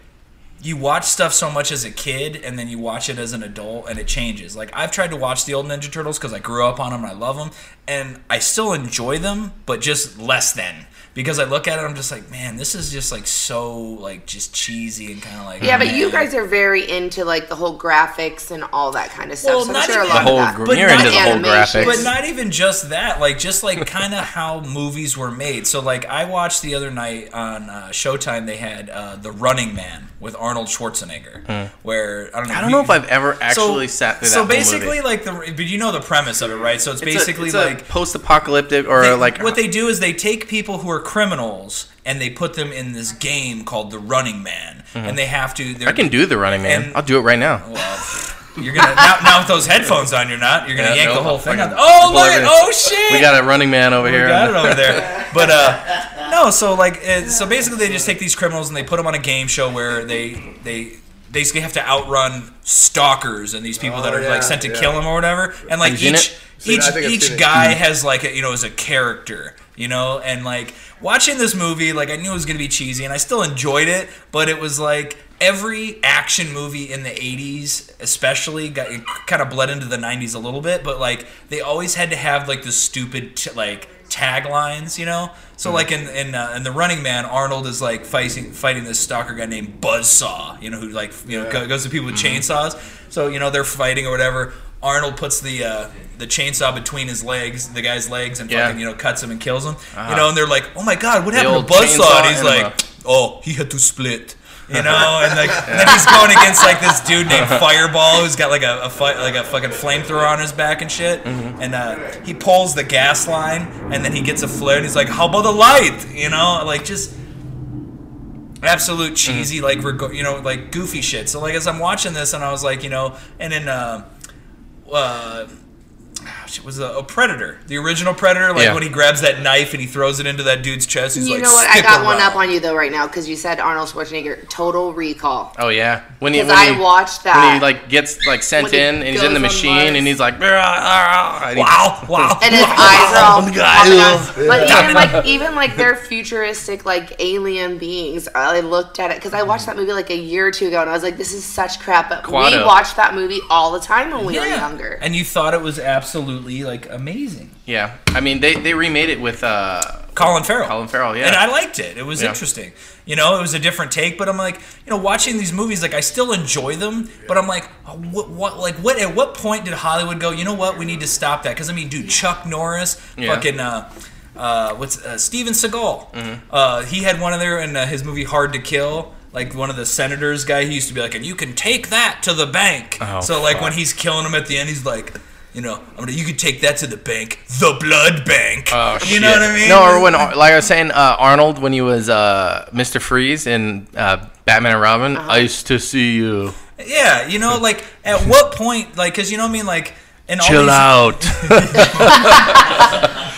Speaker 3: you watch stuff so much as a kid, and then you watch it as an adult, and it changes. Like I've tried to watch the old Ninja Turtles because I grew up on them and I love them, and I still enjoy them, but just less than because I look at it, I'm just like, man, this is just like so like just cheesy and kind of like
Speaker 4: Yeah, but you
Speaker 3: meh.
Speaker 4: guys are very into like the whole graphics and all that kind of stuff.
Speaker 3: Well,
Speaker 4: so
Speaker 3: not
Speaker 4: I'm sure a
Speaker 3: even-
Speaker 4: lot
Speaker 2: The whole
Speaker 4: of that.
Speaker 2: gr- But you're
Speaker 4: not
Speaker 2: into the whole
Speaker 4: animation.
Speaker 2: graphics.
Speaker 3: But not even just that, like just like kind of how movies were made. So like I watched the other night on uh, Showtime, they had uh, The Running Man with Arnold Schwarzenegger, where I don't know.
Speaker 2: Hmm. I don't
Speaker 3: you-
Speaker 2: know if I've ever actually
Speaker 3: so,
Speaker 2: sat through that
Speaker 3: So
Speaker 2: whole movie.
Speaker 3: basically, like the but you know the premise of it, right? So it's,
Speaker 2: It's a-
Speaker 3: basically
Speaker 2: it's a
Speaker 3: like
Speaker 2: post-apocalyptic or
Speaker 3: they-
Speaker 2: like
Speaker 3: what they do is they take people who are criminals and they put them in this game called the Running Man, and they have to.
Speaker 2: Hmm. I can do the Running Man.
Speaker 3: and-
Speaker 2: I'll do it right now.
Speaker 3: Well, you're gonna now, now with those headphones on, you're not. You're gonna
Speaker 2: Yeah,
Speaker 3: yank
Speaker 2: no,
Speaker 3: the whole thing out.
Speaker 2: fucking-
Speaker 3: Oh look!
Speaker 2: Whatever.
Speaker 3: At, oh shit!
Speaker 2: We got a Running Man over here.
Speaker 3: We got it over there. But uh, no, so like, uh, so basically, they just take these criminals and they put them on a game show where they they basically have to outrun stalkers and these people that
Speaker 5: Oh,
Speaker 3: are
Speaker 5: yeah,
Speaker 3: like sent to
Speaker 5: yeah.
Speaker 3: kill them or whatever. And like
Speaker 2: Have you seen
Speaker 3: each
Speaker 2: it?
Speaker 3: each
Speaker 5: it, I think I've seen
Speaker 3: each
Speaker 5: it.
Speaker 3: guy has like a, you know is a character. You know, and like watching this movie, like I knew it was gonna be cheesy, and I still enjoyed it, but it was like every action movie in the 80s especially got it kind of bled into the 90s a little bit but like they always had to have like the stupid t- like taglines you know
Speaker 5: Mm-hmm.
Speaker 3: so like in in, uh, in the running man arnold is like fighting fighting this stalker guy named buzzsaw you know who like you know go- goes to people with
Speaker 5: Mm-hmm.
Speaker 3: chainsaws so you know they're fighting or whatever arnold puts the uh, the chainsaw between his legs the guy's legs and
Speaker 2: Yeah. Uh-huh.
Speaker 3: fucking you know cuts him and kills him you know and they're like oh my god what happened to
Speaker 2: old
Speaker 3: buzzsaw
Speaker 2: chainsaw
Speaker 3: and he's
Speaker 2: enema.
Speaker 3: like oh, he had to split. You know, and like and then he's going against like this dude named Fireball who's got like a, a fi- like a fucking flamethrower on his back and shit.
Speaker 2: Mm-hmm.
Speaker 3: And uh, he pulls the gas line, and then he gets a flare, and he's like, "How about the light?" You know, like just
Speaker 2: Mm-hmm.
Speaker 3: absolute cheesy, like reg- you know, like goofy shit. So like as I'm watching this, and I was like, you know, and then uh, uh, it was a, a Predator, the original Predator, like
Speaker 2: Yeah.
Speaker 3: when he grabs that knife and he throws it into that dude's chest. He's
Speaker 4: You
Speaker 3: like,
Speaker 4: know what? I
Speaker 3: "Stick
Speaker 4: got one
Speaker 3: around."
Speaker 4: up on you though right now because you said Arnold Schwarzenegger. Total Recall.
Speaker 2: Oh yeah, when he
Speaker 4: Because
Speaker 2: when
Speaker 4: I
Speaker 2: he,
Speaker 4: watched that.
Speaker 2: when he like gets like sent
Speaker 6: When he
Speaker 2: in and he's in
Speaker 6: goes
Speaker 2: the
Speaker 6: on
Speaker 2: machine
Speaker 6: Mars.
Speaker 2: and he's like "Rah, rah," and he-
Speaker 3: Wow! Wow!
Speaker 4: and his
Speaker 3: wow,
Speaker 4: eyes are all
Speaker 2: Oh my
Speaker 4: popping
Speaker 2: God.
Speaker 4: out. But even like even like their futuristic like alien beings, I looked at it because I watched that movie like a year or two ago, and I was like, "This is such crap." But we
Speaker 2: Quado.
Speaker 4: watched that movie all the time when we were
Speaker 3: Yeah.
Speaker 4: younger.
Speaker 3: And you thought it was absolutely like amazing.
Speaker 2: yeah. I mean they they remade it with uh
Speaker 3: Colin Farrell.
Speaker 2: Colin Farrell, yeah.
Speaker 3: And I liked it. It was
Speaker 2: Yeah.
Speaker 3: interesting. You know, it was a different take, but I'm like, you know, watching these movies, like I still enjoy them, but I'm like, uh, what, what like what at what point did Hollywood go, you know what, we need to stop that? Because I mean, dude, Chuck Norris,
Speaker 2: Yeah. Mm-hmm.
Speaker 3: fucking uh uh, what's uh, Steven Seagal? Uh, he had one of their in uh, his movie Hard to Kill, like one of the senators guy. He used to be like, and you can take that to the bank.
Speaker 2: Oh,
Speaker 3: so like when he's killing him at the end, he's like, you know, I'm gonna, you can take that to the bank, the blood bank.
Speaker 2: Oh,
Speaker 3: you
Speaker 2: shit.
Speaker 3: know what I mean?
Speaker 2: No, or when like I was saying, uh, Arnold when he was uh, Mr. Freeze in uh, Batman and Robin. Nice to see you.
Speaker 3: Yeah, you know, like at what point, like, cause you know what I mean, like, and all
Speaker 2: Chill
Speaker 3: these-
Speaker 2: out.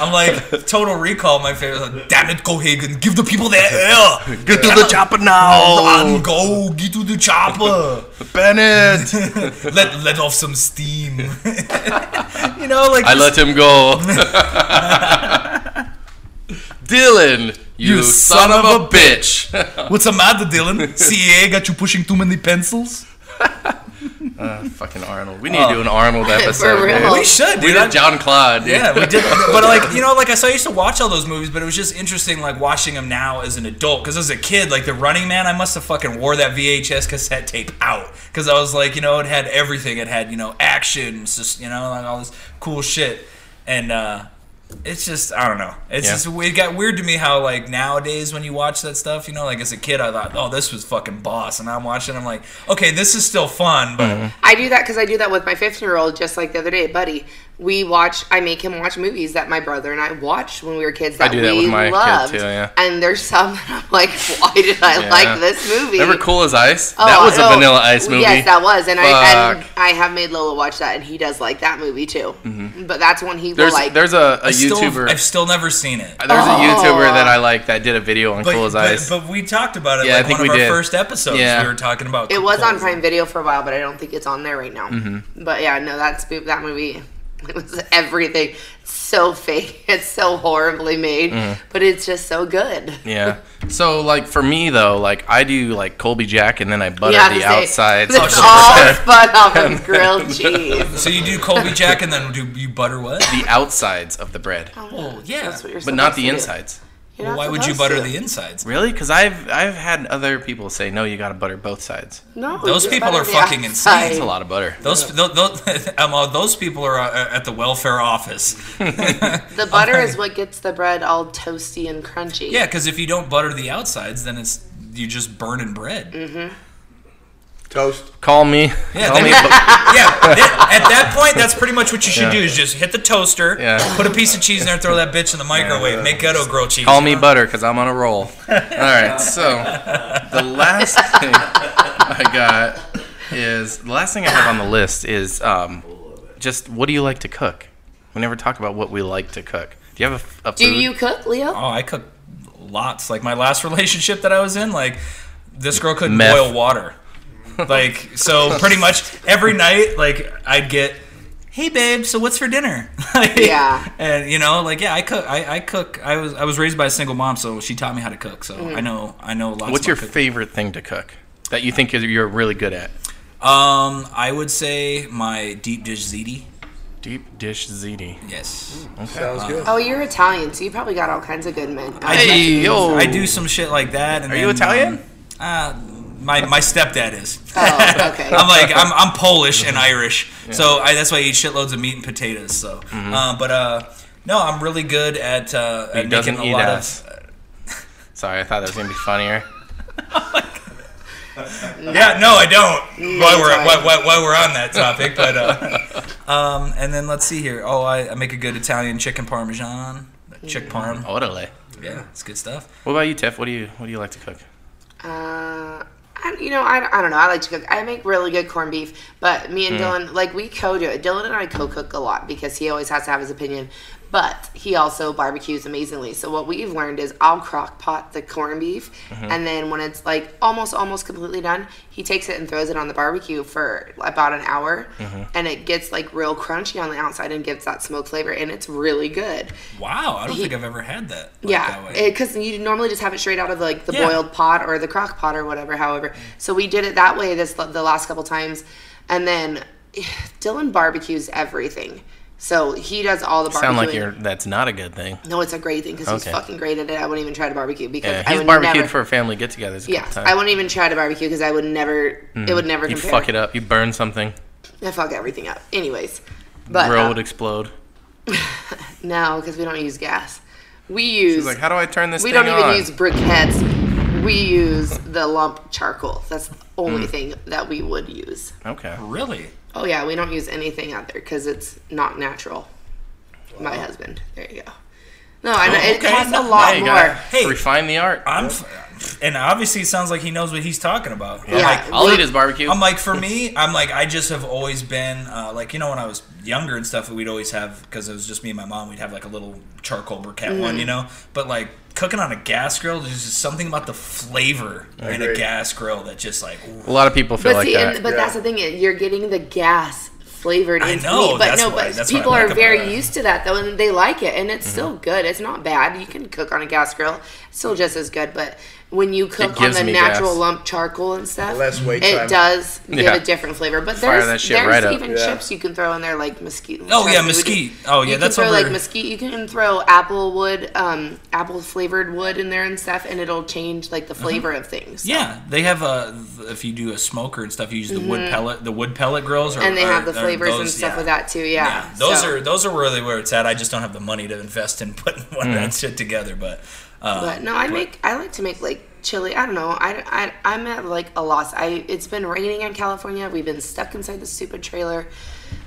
Speaker 3: I'm like Total Recall, my favorite. Like, Damn it, Cohagen, give the people their air.
Speaker 2: Get to the chopper
Speaker 3: On
Speaker 2: now,
Speaker 3: go, get to the chopper.
Speaker 2: Bennett.
Speaker 3: Let let off some steam. you know, like
Speaker 2: I let him go. Dylan, you,
Speaker 3: You
Speaker 2: son,
Speaker 3: son
Speaker 2: of a bitch.
Speaker 3: what's the matter, Dylan? CA got you pushing too many pencils.
Speaker 2: Fucking Arnold. We need to do an Arnold episode.
Speaker 4: real.
Speaker 2: dude.
Speaker 3: We should,
Speaker 2: Oh, We
Speaker 3: dude. I-
Speaker 2: did John Claude. dude.
Speaker 3: Yeah, we did. But like, you know, like I saw, I used to watch all those movies, but it was just interesting, like watching them now as an adult. Because as a kid, like the Running Man, I must have fucking wore that VHS cassette tape out because I was like, you know, it had everything. It had you know action, sus- you know, like all this cool shit, and uh it's just I don't know. It's
Speaker 2: Yeah.
Speaker 3: just it got weird to me how like nowadays when you watch that stuff, you know, like as a kid, I thought, oh, this was fucking boss, and I'm watching, I'm like, okay, this is still fun, but
Speaker 4: I do that because I do that with my 15 year old. Just like the other day, buddy, we watch. I make him watch movies that my brother and I watched when we were kids that,
Speaker 2: do that
Speaker 4: we
Speaker 2: with my kid,
Speaker 4: loved.
Speaker 2: too, yeah.
Speaker 4: And there's some that I'm like, why did I
Speaker 2: Yeah.
Speaker 4: like this movie?
Speaker 2: Remember Cool as Ice?
Speaker 4: Oh,
Speaker 2: that was
Speaker 4: no.
Speaker 2: a Vanilla Ice movie.
Speaker 4: Yes, that was, and I and
Speaker 2: Fuck.
Speaker 4: I have made Lola watch that, and he does like that movie too. But that's one he
Speaker 2: Mm-hmm. There's
Speaker 4: will like.
Speaker 2: there's a, a
Speaker 3: I still,
Speaker 2: YouTuber.
Speaker 3: I've still never seen it.
Speaker 2: There's a
Speaker 4: Oh.
Speaker 2: YouTuber that I like that did a video on
Speaker 3: But,
Speaker 2: Cool as
Speaker 3: but-
Speaker 2: Ice.
Speaker 3: but we talked about it
Speaker 2: Yeah, I
Speaker 3: like
Speaker 2: think
Speaker 3: one of
Speaker 2: we
Speaker 3: our
Speaker 2: did.
Speaker 3: first episodes.
Speaker 2: Yeah.
Speaker 3: We were talking about
Speaker 4: it was
Speaker 3: Cool
Speaker 4: on
Speaker 3: as
Speaker 4: Prime Video for a while, but I don't think it's on there right now.
Speaker 2: Mm-hmm.
Speaker 4: But yeah, no, that spoop that movie. It was everything. It's so fake. It's so horribly made,
Speaker 2: Mm-hmm.
Speaker 4: but it's just so good.
Speaker 2: yeah. So like for me though, like I do like Colby Jack and then I butter
Speaker 4: Yeah,
Speaker 2: the
Speaker 4: to say,
Speaker 2: outside.
Speaker 4: It's all spun off of grilled cheese.
Speaker 3: So you do Colby Jack and then do you butter what?
Speaker 2: the outsides of the bread,
Speaker 4: Oh,
Speaker 3: Well, yeah.
Speaker 4: That's what you're
Speaker 2: but not
Speaker 4: supposed
Speaker 2: the
Speaker 4: to do.
Speaker 2: insides.
Speaker 4: You're
Speaker 3: Well,
Speaker 4: not
Speaker 3: why would you
Speaker 4: supposed
Speaker 3: butter
Speaker 4: to.
Speaker 3: the insides?
Speaker 2: Really? Because I've I've had other people say no, you got to butter both sides.
Speaker 4: No,
Speaker 3: Those
Speaker 4: you
Speaker 3: people
Speaker 4: butter
Speaker 3: are
Speaker 4: the
Speaker 3: fucking insane.
Speaker 4: outside.
Speaker 2: That's a lot of butter.
Speaker 3: Those those, those, um, uh, those people are uh, at the welfare office.
Speaker 4: The butter is what gets the bread all toasty and crunchy. Mm-hmm.
Speaker 3: Yeah, because if you don't butter the outsides, then it's you just burning bread.
Speaker 5: Toast.
Speaker 2: Call me.
Speaker 3: Yeah,
Speaker 2: Call
Speaker 3: that-
Speaker 2: me. but-
Speaker 3: Yeah, that- at that point, that's pretty much what you should do: is just hit the toaster,
Speaker 2: Yeah.
Speaker 3: put a piece of cheese in there, throw that bitch in the microwave, make ghetto grilled cheese.
Speaker 2: Call me butter because I'm on a roll. All right, so the last thing I got is the last thing I have on the list is um, just what do you like to cook? We never talk about what we like to cook. Do you have a, a
Speaker 4: Do
Speaker 2: food?
Speaker 4: you cook, Leo?
Speaker 3: Oh, I cook lots. Like my last relationship that I was in, like this girl couldn't
Speaker 2: Meth.
Speaker 3: boil water. Like so, pretty much every night, like I'd get, "Hey babe, so what's for dinner?" Like,
Speaker 4: Yeah.
Speaker 3: and you know, like yeah, I cook. I, I cook. I was I was raised by a single mom, so she taught me how to cook. So I know I know lots.
Speaker 2: What's
Speaker 3: about
Speaker 2: your
Speaker 3: cooking.
Speaker 2: favorite thing to cook that you think is, you're really good at?
Speaker 3: Um, I would say my deep dish ziti.
Speaker 2: Deep dish ziti.
Speaker 3: Yes.
Speaker 5: Sounds good.
Speaker 4: Oh, you're Italian, so you probably got all kinds of good men.
Speaker 2: Hey, yo.
Speaker 3: I do some shit like that. And
Speaker 2: Are you
Speaker 3: then,
Speaker 2: Italian?
Speaker 3: Um, uh, my my stepdad is.
Speaker 4: Oh, okay.
Speaker 3: I'm like I'm, I'm Polish and Irish, so I, that's why I eat shitloads of meat and potatoes. So, uh, but uh, no, I'm really good at, uh,
Speaker 2: He
Speaker 3: at making
Speaker 2: doesn't
Speaker 3: a
Speaker 2: eat
Speaker 3: lot
Speaker 2: ass. Sorry, I thought that was gonna be funnier.
Speaker 3: of. Yeah, no, I don't. Why we're
Speaker 4: sorry.
Speaker 3: why, why, why we're on that topic, but uh, um, and then let's see here. Oh, I, I make a good Italian chicken parmesan, chick parm.
Speaker 2: Orale.
Speaker 3: Yeah, it's good stuff.
Speaker 2: What about you, Tiff? What do you What do you like to cook?
Speaker 4: Uh, I, you know, I, I don't know. I like to cook. I make really good corned beef, but me and
Speaker 3: Mm.
Speaker 4: Dylan, like, we co do it. Dylan and I co cook a lot because he always has to have his opinion, but he also barbecues amazingly. So, what we've learned is I'll crock pot the corned beef,
Speaker 3: Mm-hmm.
Speaker 4: and then when it's like almost, almost completely done, he takes it and throws it on the barbecue for about an hour,
Speaker 3: Mm-hmm.
Speaker 4: and it gets like real crunchy on the outside and gives that smoke flavor, and it's really good.
Speaker 3: Wow, I don't think I've ever had that. like
Speaker 4: Yeah,
Speaker 3: that way.
Speaker 4: because you normally just have it straight out of like the
Speaker 3: Yeah.
Speaker 4: boiled pot or the crock pot or whatever. However, so we did it that way this the last couple times, and then Dylan barbecues everything. So he does all the barbecuing.
Speaker 2: Sound like you're. That's not a good thing.
Speaker 4: No, it's a great thing because
Speaker 2: Okay.
Speaker 4: he's fucking great at it. I wouldn't even try to barbecue because
Speaker 2: Yeah,
Speaker 4: I
Speaker 2: he's
Speaker 4: would
Speaker 2: barbecued
Speaker 4: never.
Speaker 2: for a family get-togethers. a
Speaker 4: yeah,
Speaker 2: couple times.
Speaker 4: I wouldn't even try to barbecue because I would never. It would never
Speaker 2: Mm. You
Speaker 4: compare.
Speaker 2: fuck it up. You burn something.
Speaker 4: I fuck everything up. Anyways, but
Speaker 2: grill
Speaker 4: uh,
Speaker 2: would explode.
Speaker 4: no, because we don't use gas. We use
Speaker 2: He's like, how do I turn this?
Speaker 4: we
Speaker 2: thing
Speaker 4: don't even
Speaker 2: on?"
Speaker 4: use briquettes. We use the lump charcoal. That's
Speaker 2: Hmm.
Speaker 4: the only thing that we would use.
Speaker 2: Okay.
Speaker 3: really.
Speaker 4: Oh yeah, we don't use anything out there because it's not natural. My husband. There you go. No, I know it
Speaker 3: okay.
Speaker 4: costs a
Speaker 3: No,
Speaker 4: lot
Speaker 2: Hey, Oh, you
Speaker 4: more. Uh,
Speaker 2: gotta
Speaker 3: Hey.
Speaker 2: refine the art.
Speaker 3: I'm, f- and obviously it sounds like he knows what he's talking about. I'm
Speaker 4: Yeah.
Speaker 3: like,
Speaker 2: I'll
Speaker 4: we're-
Speaker 2: eat his barbecue.
Speaker 3: I'm like, for me, I'm like, I just have always been uh, like, you know, when I was younger and stuff, we'd always have because it was just me and my mom, we'd have like a little charcoal briquette
Speaker 4: Mm-hmm.
Speaker 3: one, you know. But like cooking on a gas grill, there's just something about the flavor in a
Speaker 5: agree.
Speaker 3: gas grill that just like, ooh.
Speaker 2: a lot of people feel
Speaker 4: But
Speaker 2: like
Speaker 4: see,
Speaker 2: that.
Speaker 4: and, but that's the thing. You're getting the gas flavored
Speaker 3: I
Speaker 4: into
Speaker 3: know,
Speaker 4: meat. But
Speaker 3: that's
Speaker 4: no,
Speaker 3: why-
Speaker 4: but
Speaker 3: that's why
Speaker 4: people
Speaker 3: I'm
Speaker 4: are
Speaker 3: like, uh,
Speaker 4: very used to that though, and they like it, and it's
Speaker 3: Mm-hmm.
Speaker 4: still good. It's not bad. You can cook on a gas grill, it's still just as good. But when you cook on
Speaker 2: gives
Speaker 4: the
Speaker 2: me
Speaker 4: natural
Speaker 2: gas.
Speaker 4: lump charcoal and stuff,
Speaker 5: Less wait
Speaker 4: it
Speaker 5: time.
Speaker 4: does give
Speaker 2: Yeah.
Speaker 4: a different flavor. But
Speaker 2: Fire
Speaker 4: there's
Speaker 2: that shit
Speaker 4: there's
Speaker 2: right up.
Speaker 4: even
Speaker 5: Yeah.
Speaker 4: chips you can throw in there like mesquite.
Speaker 3: Oh, yeah,
Speaker 4: Chinese food.
Speaker 3: mesquite. Oh, yeah,
Speaker 4: you
Speaker 3: that's
Speaker 4: can throw
Speaker 3: over-
Speaker 4: like mesquite. You can throw apple wood, um, apple flavored wood in there and stuff, and it'll change like the
Speaker 3: Uh-huh.
Speaker 4: flavor of things.
Speaker 3: yeah, they have a if you do a smoker and stuff, you use the wood pellet, the wood pellet grills, or,
Speaker 4: Mm-hmm. And they
Speaker 3: or-
Speaker 4: have the
Speaker 3: or
Speaker 4: flavors and
Speaker 3: those-
Speaker 4: stuff
Speaker 3: yeah.
Speaker 4: with that too. Yeah,
Speaker 3: Yeah, those
Speaker 4: so-
Speaker 3: are those are really where it's at. I just don't have the money to invest in putting one of that shit together, but. Uh,
Speaker 4: But no, I make I like to make like chili. I don't know. I I am at like a loss. I it's been raining in California. We've been stuck inside the stupid trailer.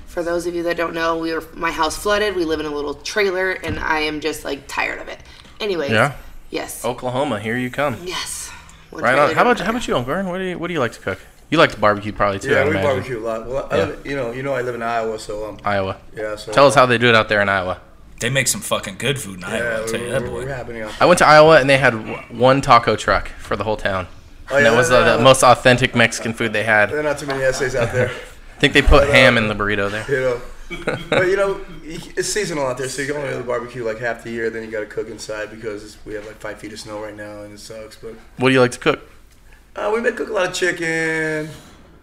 Speaker 4: For those of you that don't know, we were my house flooded. We live in a little trailer, and I am just like tired of it. Anyways,
Speaker 2: Yeah.
Speaker 4: yes,
Speaker 2: Oklahoma, here you come.
Speaker 4: yes. What
Speaker 2: Right
Speaker 4: do I
Speaker 2: on.
Speaker 4: do?
Speaker 2: How about how about you, Uncle Vern? What do you What do you like to cook? You like to barbecue probably too.
Speaker 5: Yeah,
Speaker 2: I
Speaker 5: we
Speaker 2: imagine.
Speaker 5: barbecue a lot. Well, I
Speaker 2: Yeah.
Speaker 5: live, you know, you know, I live in Iowa, so um,
Speaker 2: Iowa.
Speaker 5: yeah. So
Speaker 2: Tell us how they do it out there in Iowa.
Speaker 3: They make some fucking good food in Iowa.
Speaker 5: Yeah,
Speaker 3: I'll tell you
Speaker 5: we're,
Speaker 3: that,
Speaker 5: we're-
Speaker 3: boy.
Speaker 5: we're happening. on-
Speaker 2: I went to Iowa and they had w- one taco truck for the whole town.
Speaker 5: Oh,
Speaker 2: and
Speaker 5: yeah,
Speaker 2: that was
Speaker 5: there-
Speaker 2: the, the
Speaker 5: there-
Speaker 2: most authentic Mexican food they had.
Speaker 5: There
Speaker 2: I
Speaker 5: are not too many essays out there,
Speaker 2: think they put ham in the burrito there.
Speaker 5: you know. uh, but you know, it's seasonal out there, so you can only really barbecue like half the year. Then you got to cook inside because it's, we have like five feet of snow right now, and it sucks. But
Speaker 2: What do you like to cook?
Speaker 5: Uh, we make cook a lot of chicken,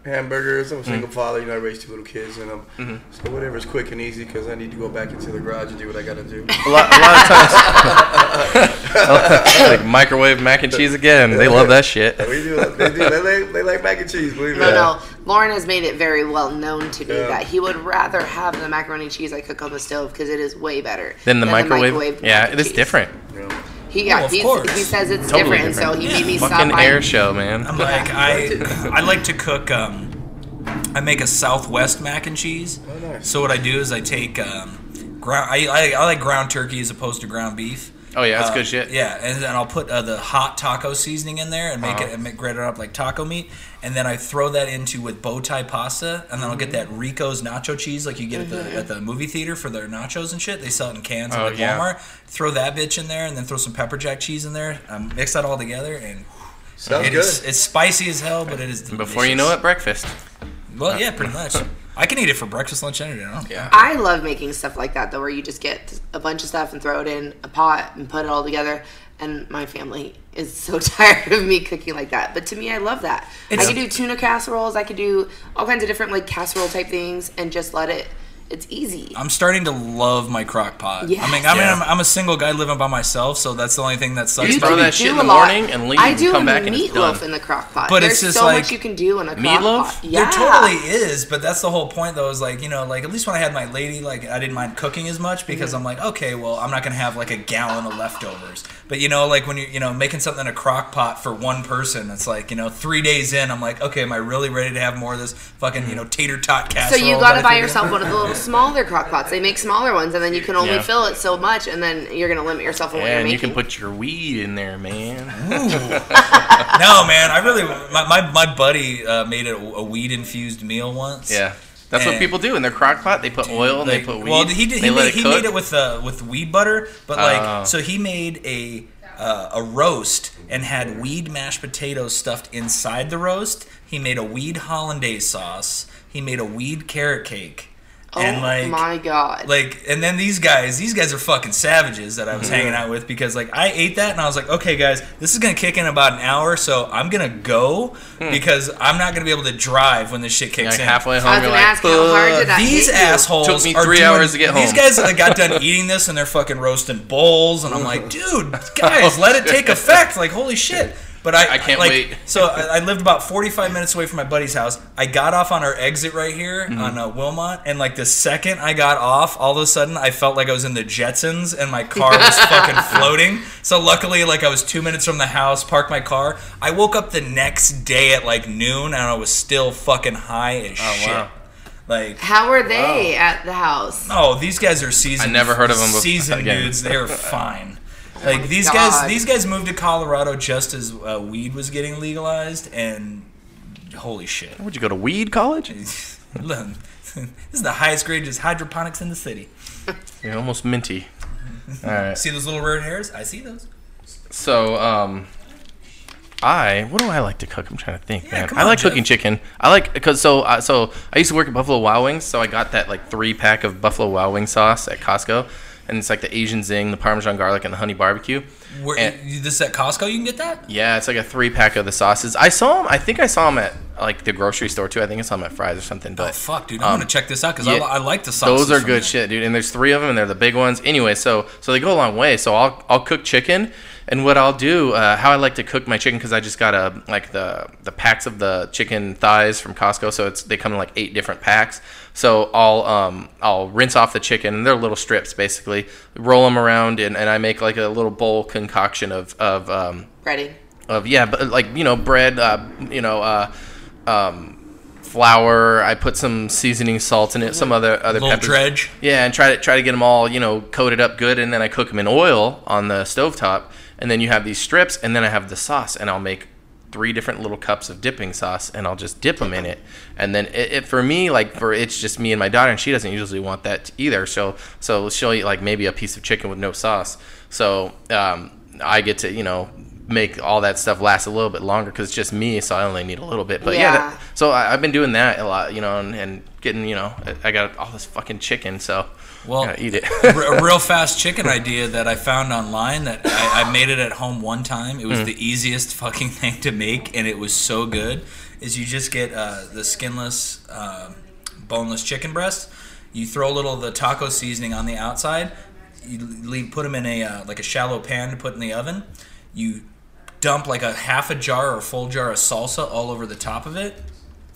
Speaker 5: hamburgers. I'm a single
Speaker 2: Mm.
Speaker 5: father. You know, I raised two little kids, and um,
Speaker 2: Mm-hmm.
Speaker 5: so whatever's quick and easy because I need to go back into the garage and do what I gotta do.
Speaker 2: A lot, a lot of times, like microwave mac and cheese again. They love that shit.
Speaker 5: we do. They do. They like, they like mac and cheese. Believe it.
Speaker 4: No,
Speaker 5: or not.
Speaker 4: no. Lauren has made it very well known to me
Speaker 5: Yeah.
Speaker 4: that he would rather have the macaroni and cheese I cook on the stove because it is way better
Speaker 2: Then the microwave.
Speaker 4: microwave mac
Speaker 2: yeah,
Speaker 4: and
Speaker 2: it is
Speaker 4: cheese.
Speaker 2: different.
Speaker 5: You know,
Speaker 4: He yeah,
Speaker 3: Oh, of
Speaker 4: he's,
Speaker 3: course.
Speaker 4: he says it's
Speaker 2: Totally
Speaker 4: different, so he made me stop
Speaker 2: Fucking
Speaker 4: by.
Speaker 2: air show, man.
Speaker 3: I'm like I I like to cook. Um, I make a Southwest mac and cheese.
Speaker 5: nice.
Speaker 3: So what I do is I take um, ground. I, I, I like ground turkey as opposed to ground beef.
Speaker 2: Oh, yeah, that's
Speaker 3: Uh,
Speaker 2: good shit.
Speaker 3: Yeah, and then I'll put uh, the hot taco seasoning in there and make
Speaker 2: Uh-huh.
Speaker 3: it and make, grate it up like taco meat, and then I throw that into with bow tie pasta, and then I'll get that Rico's nacho cheese like you get at the at the movie theater for their nachos and shit. They sell it in cans
Speaker 2: Oh,
Speaker 3: at like
Speaker 2: yeah.
Speaker 3: Walmart. Throw that bitch in there, and then throw some pepper jack cheese in there. Um, mix that all together, and
Speaker 5: Sounds
Speaker 3: it
Speaker 5: good.
Speaker 3: is, it's spicy as hell, but it is delicious.
Speaker 2: Before you know it, breakfast.
Speaker 3: Well, yeah, pretty much. I can eat it for breakfast, lunch, and dinner. I don't care.
Speaker 4: I love making stuff like that though, where you just get a bunch of stuff and throw it in a pot and put it all together. And my family is so tired of me cooking like that. But to me, I love that. I
Speaker 3: It's-
Speaker 4: could do tuna casseroles. I could do all kinds of different like casserole type things, and just let it. It's easy.
Speaker 3: I'm starting to love my crock pot. I
Speaker 4: Yes.
Speaker 3: mean, I mean,
Speaker 2: Yeah.
Speaker 3: I'm, I'm a single guy living by myself, so that's the only thing that sucks.
Speaker 2: You
Speaker 3: about
Speaker 2: throw
Speaker 3: it.
Speaker 2: that shit
Speaker 4: do
Speaker 2: in the
Speaker 4: a lot.
Speaker 2: morning and leave
Speaker 4: I
Speaker 2: and
Speaker 4: do
Speaker 2: come back and it's
Speaker 4: meatloaf
Speaker 2: done.
Speaker 4: in the crock pot.
Speaker 3: But
Speaker 4: There's
Speaker 3: it's just
Speaker 4: so
Speaker 3: like-
Speaker 4: much you can do in a crock
Speaker 2: Meatloaf?
Speaker 4: pot.
Speaker 3: There
Speaker 4: Yeah,
Speaker 3: totally is, but that's the whole point, though. Is like you know, like at least when I had my lady, like I didn't mind cooking as much because
Speaker 4: Mm-hmm.
Speaker 3: I'm like, okay, well, I'm not gonna have like a gallon of leftovers. But you know, like when you you know making something in a crock pot for one person, it's like you know three days in, I'm like, okay, am I really ready to have more of this fucking you know tater tot
Speaker 4: Mm-hmm. So
Speaker 3: casserole?
Speaker 4: you
Speaker 3: that
Speaker 4: gotta
Speaker 3: I
Speaker 4: buy
Speaker 3: threw in?
Speaker 4: yourself one of the little smaller crock pots. They make smaller ones, and then you can only
Speaker 2: Yeah.
Speaker 4: fill it so much, and then you're gonna limit yourself on what
Speaker 2: Yeah,
Speaker 4: you're
Speaker 2: and
Speaker 4: making.
Speaker 2: you can put your weed in there, man.
Speaker 3: No, man, I really my my, my buddy uh, made a, a weed infused meal once.
Speaker 2: Yeah. That's what
Speaker 3: And-
Speaker 2: people do in their crock pot. They put oil and they
Speaker 3: Like,
Speaker 2: put weed.
Speaker 3: Well, he did.
Speaker 2: they
Speaker 3: He,
Speaker 2: let
Speaker 3: made,
Speaker 2: it
Speaker 3: he
Speaker 2: cook.
Speaker 3: made it with uh, with weed butter, but like
Speaker 2: Oh.
Speaker 3: so he made a uh, a roast and had weed mashed potatoes stuffed inside the roast. He made a weed hollandaise sauce. He made a weed carrot cake.
Speaker 4: oh
Speaker 3: and like
Speaker 4: my god!
Speaker 3: like and then these guys these guys are fucking savages that i
Speaker 2: Mhm.
Speaker 3: was hanging out with because like i ate that and i was like okay guys this is gonna kick in about an hour so i'm gonna go because i'm not gonna be able to drive when this shit
Speaker 2: You're
Speaker 3: kicks
Speaker 2: Hmm. like
Speaker 3: in
Speaker 2: halfway
Speaker 4: I
Speaker 2: home,
Speaker 4: was
Speaker 2: you're
Speaker 4: gonna
Speaker 2: like,
Speaker 4: ask how hard did that
Speaker 3: these
Speaker 4: hit you?
Speaker 3: assholes
Speaker 2: Took me
Speaker 3: are
Speaker 2: three
Speaker 3: doing-
Speaker 2: hours to get
Speaker 3: These
Speaker 2: home.
Speaker 3: guys that got done eating this and they're fucking roasting bowls, and I'm like, dude, guys, let it take effect. Like, holy shit. But I,
Speaker 2: Oh, I can't
Speaker 3: like,
Speaker 2: wait.
Speaker 3: so I, I lived about 45 minutes away from my buddy's house. I got off on our exit right here
Speaker 2: Mm-hmm.
Speaker 3: on uh, Wilmot, and like the second I got off, all of a sudden I felt like I was in the Jetsons, and my car was fucking floating. So luckily, like I was two minutes from the house, parked my car. I woke up the next day at like noon, and I was still fucking high as shit.
Speaker 2: Oh, wow.
Speaker 3: Like
Speaker 4: How were they at the house?
Speaker 3: Oh, these guys are seasoned.
Speaker 2: I never heard of them bef-
Speaker 3: Seasoned
Speaker 2: again.
Speaker 3: dudes, they are fine. Like
Speaker 4: Oh my
Speaker 3: these
Speaker 4: God.
Speaker 3: guys, these guys moved to Colorado just as uh, weed was getting legalized, and holy shit!
Speaker 2: Would you go to weed college?
Speaker 3: Look, this is the highest grade just hydroponics in the city.
Speaker 2: You're almost minty. All right.
Speaker 3: See those little red hairs? I see those.
Speaker 2: So, um, I what do I like to cook? I'm trying to think, man.
Speaker 3: come
Speaker 2: I
Speaker 3: on,
Speaker 2: like
Speaker 3: Jeff.
Speaker 2: cooking chicken. I like because so uh, so I used to work at Buffalo Wild Wings, so I got that like three pack of Buffalo Wild Wing sauce at Costco, and it's like the Asian zing, the Parmesan garlic, and the honey barbecue.
Speaker 3: Where,
Speaker 2: And-
Speaker 3: you, this at Costco? You can get that. Oh,
Speaker 2: Yeah, it's like a three pack of the sauces. I saw them. I think I saw them at like the grocery store too. I think I saw them at Fry's or something. But
Speaker 3: Oh fuck, dude! I'm
Speaker 2: um,
Speaker 3: gonna check this out because
Speaker 2: yeah,
Speaker 3: I, I like the sauces.
Speaker 2: those are
Speaker 3: from
Speaker 2: good
Speaker 3: that.
Speaker 2: shit, dude. And there's three of them, and they're the big ones. Anyway, so so they go a long way. So I'll I'll cook chicken, and what I'll do, uh, how I like to cook my chicken, because I just got a like the the packs of the chicken thighs from Costco. So it's they come in like eight different packs. So I'll um I'll rinse off the chicken, and they're little strips basically. Roll them around, and, and I make like a little bowl concoction of of um
Speaker 4: Ready?
Speaker 2: of yeah, but like you know bread, uh, you know. Uh, um, flour. I put some seasoning salt in it, some other other
Speaker 3: Mm-hmm. Little
Speaker 2: peppers.
Speaker 3: dredge.
Speaker 2: Yeah, and try to try to get them all you know coated up good, and then I cook them in oil on the stovetop, and then you have these strips, and then I have the sauce, and I'll make three different little cups of dipping sauce, and I'll just dip them in it, and then it, it for me like for it's just me and my daughter, and she doesn't usually want that either, so so she'll eat like maybe a piece of chicken with no sauce, so um, I get to you know make all that stuff last a little bit longer because it's just me, so I only need a little bit, but yeah,
Speaker 4: Yeah.
Speaker 2: that- so I, I've been doing that a lot, you know, and, and getting, you know, I, I got all this fucking chicken, so
Speaker 3: Well-
Speaker 2: well, gotta eat it.
Speaker 3: R- a real fast chicken idea that I found online that I, I made it at home one time. It was the easiest fucking thing to make, and it was so good. Is you just get uh, the skinless, um, boneless chicken breast. You throw a little of the taco seasoning on the outside. You leave, put them in a uh, like a shallow pan to put in the oven. You dump like a half a jar or full jar of salsa all over the top of it.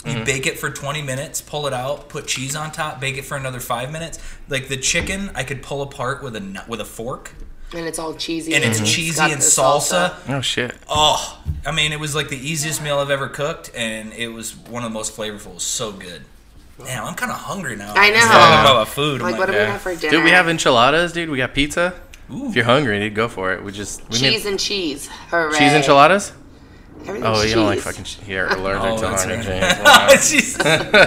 Speaker 3: You
Speaker 4: Hmm.
Speaker 3: bake it for 20 minutes, pull it out, put cheese on top, bake it for another five minutes. Like the chicken, I could pull apart with a nu- with a fork.
Speaker 4: And it's all cheesy.
Speaker 3: and it's cheesy
Speaker 4: Mm-hmm. got
Speaker 3: and
Speaker 4: the
Speaker 3: salsa.
Speaker 2: Oh shit.
Speaker 3: Oh, I mean, it was like the easiest meal I've ever cooked, and it was one of the most flavorful. It was so good. Damn, I'm kind of hungry now.
Speaker 4: I know.
Speaker 3: Just Talking about food. I'm
Speaker 4: Like, what do we
Speaker 2: Yeah.
Speaker 4: have for dinner?
Speaker 2: Dude, we have enchiladas, dude. We got pizza.
Speaker 3: Ooh.
Speaker 2: If you're hungry, dude, go for it. We just we
Speaker 4: cheese
Speaker 2: need
Speaker 4: and cheese. Hooray.
Speaker 2: cheese enchiladas.
Speaker 4: Everything's
Speaker 2: Oh, you don't like
Speaker 4: cheese.
Speaker 2: fucking sh- here allergic
Speaker 3: Oh,
Speaker 2: to
Speaker 3: that's
Speaker 2: orange
Speaker 3: right.
Speaker 2: James. Wow.
Speaker 3: Jesus.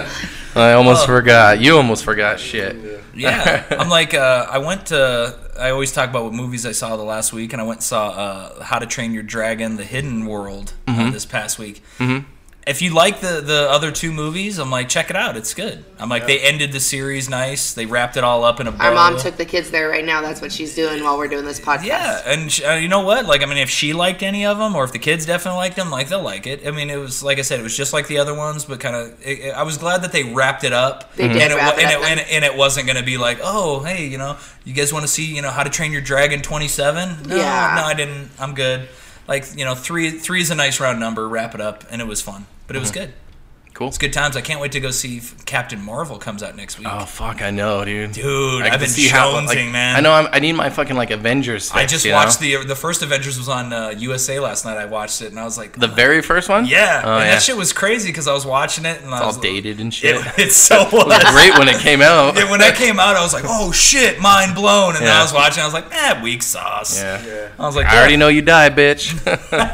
Speaker 2: I almost
Speaker 3: Oh.
Speaker 2: forgot. You almost forgot shit.
Speaker 3: Yeah, I'm like uh, I went to. I always talk about what movies I saw the last week, and I went and saw uh, How to Train Your Dragon: The Hidden World uh, this past week. If you like the the other two movies, I'm like check it out. It's good. I'm like they ended the series nice. They wrapped it all up in a. Bow.
Speaker 4: Our mom took the kids there right now. That's what she's doing while we're doing this podcast.
Speaker 3: Yeah, and sh uh, you know what? Like, I mean, if she liked any of them, or if the kids definitely liked them, like they'll like it. I mean, it was like I said, it was just like the other ones, but kind of. It, it- I was glad that they wrapped it up.
Speaker 4: They did
Speaker 3: and
Speaker 4: wrap
Speaker 3: wa-
Speaker 4: it
Speaker 3: and
Speaker 4: up
Speaker 3: and, and it wasn't going to be like, oh, hey, you know, you guys want to see, you know, How to Train Your Dragon twenty seven? No,
Speaker 4: Yeah.
Speaker 3: no, I didn't. I'm good. Like, you know, three three is a nice round number. Wrap it up, and it was fun, but it was good.
Speaker 2: Mm-hmm. Cool.
Speaker 3: It's good times. I can't wait to go see if Captain Marvel comes out next week.
Speaker 2: Oh fuck, I know, dude.
Speaker 3: Dude,
Speaker 2: I
Speaker 3: I've
Speaker 2: can
Speaker 3: been
Speaker 2: see how like,
Speaker 3: jonesing, man.
Speaker 2: I know. I'm, I need my fucking like Avengers. Fix,
Speaker 3: I just
Speaker 2: you
Speaker 3: watched
Speaker 2: know?
Speaker 3: the the first Avengers was on uh, USA last night. I watched it and I was like,
Speaker 2: the very first one.
Speaker 3: yeah,
Speaker 2: Oh
Speaker 3: and
Speaker 2: yeah.
Speaker 3: that shit was crazy because I was watching it and I
Speaker 2: all
Speaker 3: was
Speaker 2: dated and shit.
Speaker 3: It, it so was.
Speaker 2: Great when it came out.
Speaker 3: and when that came out, I was like, oh shit, mind blown. And then
Speaker 2: Yeah.
Speaker 3: I was watching, I was like, eh, weak sauce.
Speaker 2: yeah.
Speaker 3: I was like,
Speaker 2: I already know you die, bitch.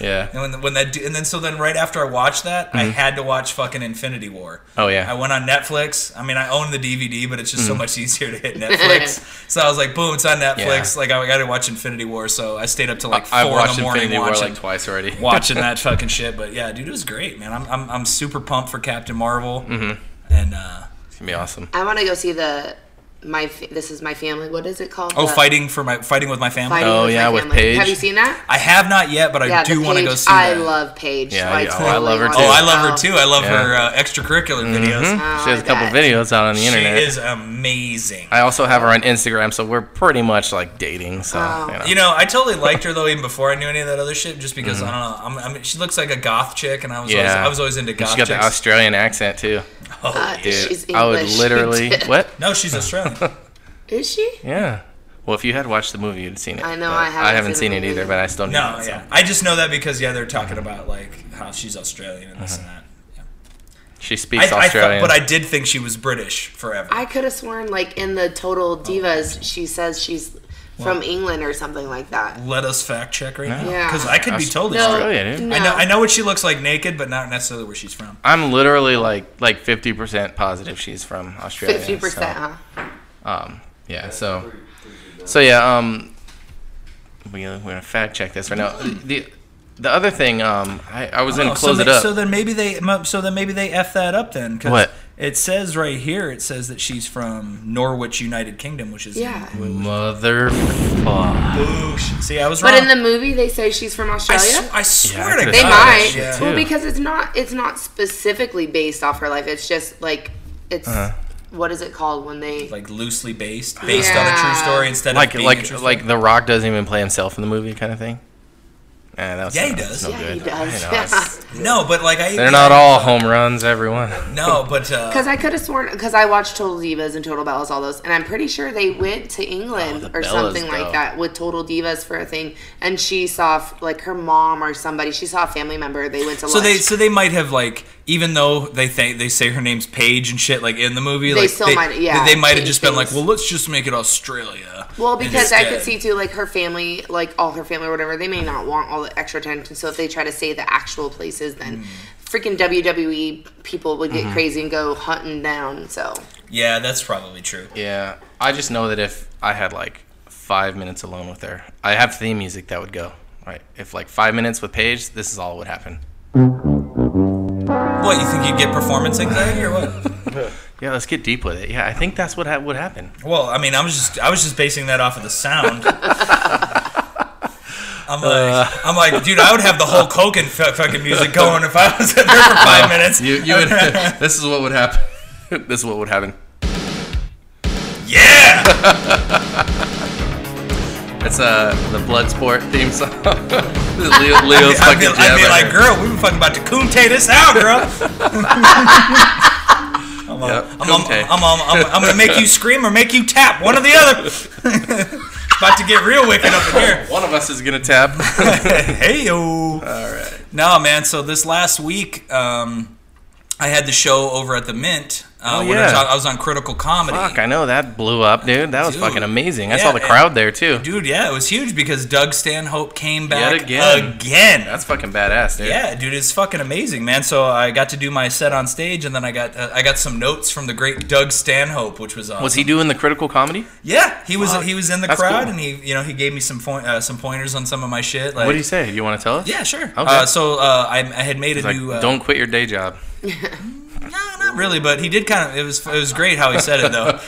Speaker 2: yeah.
Speaker 3: And when, when that du- and then so then right after I watched that, I had to watch fucking Infinity War.
Speaker 2: Mm-hmm. Oh, yeah. Mm-hmm.
Speaker 3: I went on Netflix. I mean, I own the DVD, but it's just so much easier to hit Netflix. so I was like, boom, it's on Netflix. Like I got to watch Infinity War. So I stayed up till like four
Speaker 2: I've
Speaker 3: in
Speaker 2: watched
Speaker 3: the morning
Speaker 2: Infinity War
Speaker 3: watching.
Speaker 2: like twice already.
Speaker 3: watching that fucking shit. But yeah, dude, it was great, man. I'm I'm, I'm super pumped for Captain Marvel.
Speaker 2: Mm-hmm.
Speaker 3: And uh,
Speaker 2: It's gonna be awesome.
Speaker 4: I want to go see the my. Fa- This is my family. What is it called?
Speaker 3: oh,
Speaker 4: The-
Speaker 3: fighting for my fighting with my family.
Speaker 4: Fighting
Speaker 2: Oh,
Speaker 4: My
Speaker 2: yeah, with
Speaker 4: Family.
Speaker 2: Paige.
Speaker 4: Have you seen that?
Speaker 3: I have not yet, but I
Speaker 4: yeah,
Speaker 3: do
Speaker 4: the
Speaker 3: want to go
Speaker 4: Paige-
Speaker 3: see.
Speaker 4: I
Speaker 3: that.
Speaker 4: love Paige.
Speaker 2: Yeah,
Speaker 4: so I,
Speaker 2: yeah, oh,
Speaker 4: totally
Speaker 2: I love her
Speaker 4: want
Speaker 2: too.
Speaker 4: to
Speaker 3: Oh, I
Speaker 4: go.
Speaker 3: love her too. I love her
Speaker 2: Yeah.
Speaker 3: uh, extracurricular videos.
Speaker 4: Oh,
Speaker 2: Mm-hmm. She has
Speaker 4: I
Speaker 2: a couple
Speaker 4: bet.
Speaker 2: videos out on the internet.
Speaker 3: She is amazing.
Speaker 2: I also have her on Instagram, so we're pretty much like dating. So
Speaker 4: Wow.
Speaker 2: you know.
Speaker 3: You know, I totally liked her though, even before I knew any of that other shit. Just because I don't know, I'm, I mean, she looks like a goth chick, and I was always,
Speaker 2: Mm-hmm. yeah,
Speaker 3: I was always into
Speaker 2: And
Speaker 3: goth
Speaker 2: She got the
Speaker 3: chicks. Oh,
Speaker 2: Australian accent too.
Speaker 4: Uh,
Speaker 2: Dude,
Speaker 4: she's English.
Speaker 2: I would literally what?
Speaker 3: no, she's Australian.
Speaker 4: Is she?
Speaker 2: Yeah. Well, if you had watched the movie, you'd seen it.
Speaker 4: I know,
Speaker 2: but
Speaker 4: I haven't
Speaker 2: seen,
Speaker 4: seen the
Speaker 2: it either,
Speaker 4: movie.
Speaker 2: but I still know.
Speaker 3: no, yeah, I just know that because yeah, they're talking about like how she's Australian and this
Speaker 2: Uh-huh.
Speaker 3: and that.
Speaker 2: She
Speaker 3: I,
Speaker 2: speaks
Speaker 3: I thought,
Speaker 2: Australian.
Speaker 3: but I did think she was British forever.
Speaker 4: I could have sworn, like in the
Speaker 2: Oh,
Speaker 4: Total Divas, she says she's from England or something like that.
Speaker 3: Let us fact check right now
Speaker 4: Yeah.
Speaker 3: because I could be
Speaker 2: Aus-
Speaker 3: totally
Speaker 2: No.
Speaker 3: wrong.
Speaker 2: Australia, dude.
Speaker 4: no.
Speaker 3: I know, I know what she looks like naked, but not necessarily where she's from.
Speaker 2: I'm literally like like 50% positive she's from Australia.
Speaker 4: Fifty percent,
Speaker 2: so,
Speaker 4: huh?
Speaker 2: um, yeah. So. So yeah. Um. We uh, we're gonna fact check this right now. The the other thing. Um. I, I was gonna
Speaker 3: Oh,
Speaker 2: close
Speaker 3: so,
Speaker 2: it
Speaker 3: may-
Speaker 2: up.
Speaker 3: so then maybe they mo- so then maybe they f that up then 'cause
Speaker 2: What?
Speaker 3: it says right here it says that she's from Norwich, United Kingdom, which is
Speaker 4: Yeah.
Speaker 2: Motherfuck.
Speaker 3: Ooh, sh- see, I was wrong.
Speaker 4: But in the movie, they say she's from
Speaker 3: I,
Speaker 4: Australia.
Speaker 3: s- I swear
Speaker 2: I
Speaker 3: to
Speaker 2: could've
Speaker 3: God,
Speaker 4: They
Speaker 2: Oh,
Speaker 4: might.
Speaker 2: shit.
Speaker 4: Well,
Speaker 2: Too.
Speaker 4: because it's not it's not specifically based off her life. It's just like it's
Speaker 2: Uh-huh.
Speaker 4: what is it called when they
Speaker 3: like loosely based, based on a
Speaker 4: Yeah.
Speaker 3: true story instead
Speaker 2: Like
Speaker 3: of being a
Speaker 2: like
Speaker 3: true story.
Speaker 2: like The Rock doesn't even play himself in the movie kind of thing. Eh, that was
Speaker 3: Yeah, he
Speaker 2: no-
Speaker 3: does.
Speaker 2: No
Speaker 4: yeah
Speaker 2: good.
Speaker 4: he does.
Speaker 2: I know, it's-
Speaker 3: no, but like I
Speaker 2: They're not all home runs, everyone.
Speaker 3: no, but uh,
Speaker 4: Because I could have sworn because I watched Total Divas and Total Bellas all those, and I'm pretty sure they went to England
Speaker 2: Oh, the
Speaker 4: or something
Speaker 2: Bellas, though.
Speaker 4: like that with Total Divas for a thing, and she saw f- like her mom or somebody. She saw a family member. They went to
Speaker 3: So
Speaker 4: lunch.
Speaker 3: they so they might have like even though they think they say her name's Paige and shit like in the movie
Speaker 4: They
Speaker 3: like
Speaker 4: still might- yeah,
Speaker 3: they might have
Speaker 4: change
Speaker 3: just been like
Speaker 4: things.
Speaker 3: well let's just make it Australia
Speaker 4: well, because I could
Speaker 3: instead."
Speaker 4: see too, like her family, like all her family or whatever, they may not want all the extra attention. So if they try to say the actual places, then
Speaker 3: Hmm.
Speaker 4: freaking WWE people would
Speaker 2: Mm-hmm.
Speaker 4: get crazy and go hunting down. So
Speaker 3: yeah that's probably true
Speaker 2: Yeah, I just know that if I had like five minutes alone with her, I have theme music that would go right. If like five minutes with Paige, this is all would happen.
Speaker 3: what you think you'd get performance anxiety or what
Speaker 2: Yeah, let's get deep with it. Yeah, I think that's what ha- would happen.
Speaker 3: well I mean I was just I was just basing that off of the sound I'm like
Speaker 2: Uh.
Speaker 3: I'm like dude I would have the whole Hogan fu- fucking music going if I was in there for five minutes
Speaker 2: You, you would, this is what would happen. this is what would happen.
Speaker 3: yeah
Speaker 2: It's uh the Bloodsport theme song. Leo, Leo's
Speaker 3: I'd
Speaker 2: fucking
Speaker 3: be, I'd be
Speaker 2: jam right
Speaker 3: like
Speaker 2: here.
Speaker 3: girl we were fucking about to kunte this out girl.
Speaker 2: Yep,
Speaker 3: I'm, I'm,
Speaker 2: Kunte.
Speaker 3: I'm, I'm, I'm, I'm gonna make you scream or make you tap one or the other. About to get real wicked up in here.
Speaker 2: One of us is gonna tap.
Speaker 3: hey yo. All right. No, man. So this last week, um, I had the show over at the Mint. Uh,
Speaker 2: Oh,
Speaker 3: when I, was
Speaker 2: yeah.
Speaker 3: on, I was on Critical Comedy.
Speaker 2: Fuck, I know that blew up, dude. That was
Speaker 3: Dude.
Speaker 2: fucking amazing. I
Speaker 3: Yeah,
Speaker 2: saw the
Speaker 3: and-
Speaker 2: crowd there too.
Speaker 3: Dude, yeah, it was huge because Doug Stanhope came back
Speaker 2: Yet again.
Speaker 3: again.
Speaker 2: That's fucking badass, dude.
Speaker 3: yeah, dude, it's fucking amazing, man. So I got to do my set on stage, and then I got uh, I got some notes from the great Doug Stanhope, which was awesome.
Speaker 2: Was he doing the critical comedy?
Speaker 3: Yeah, he was he was in the
Speaker 2: That's
Speaker 3: crowd,
Speaker 2: cool.
Speaker 3: and he you know he gave me some point, uh, some pointers on some of my shit. Like,
Speaker 2: What do you say? You want to tell us?
Speaker 3: Yeah, sure. Uh,
Speaker 2: Okay.
Speaker 3: so uh, I, I had made a
Speaker 2: He's like,
Speaker 3: new. Uh,
Speaker 2: don't quit your day job.
Speaker 3: No, not really, but he did kind of. It was it was great how he said it though.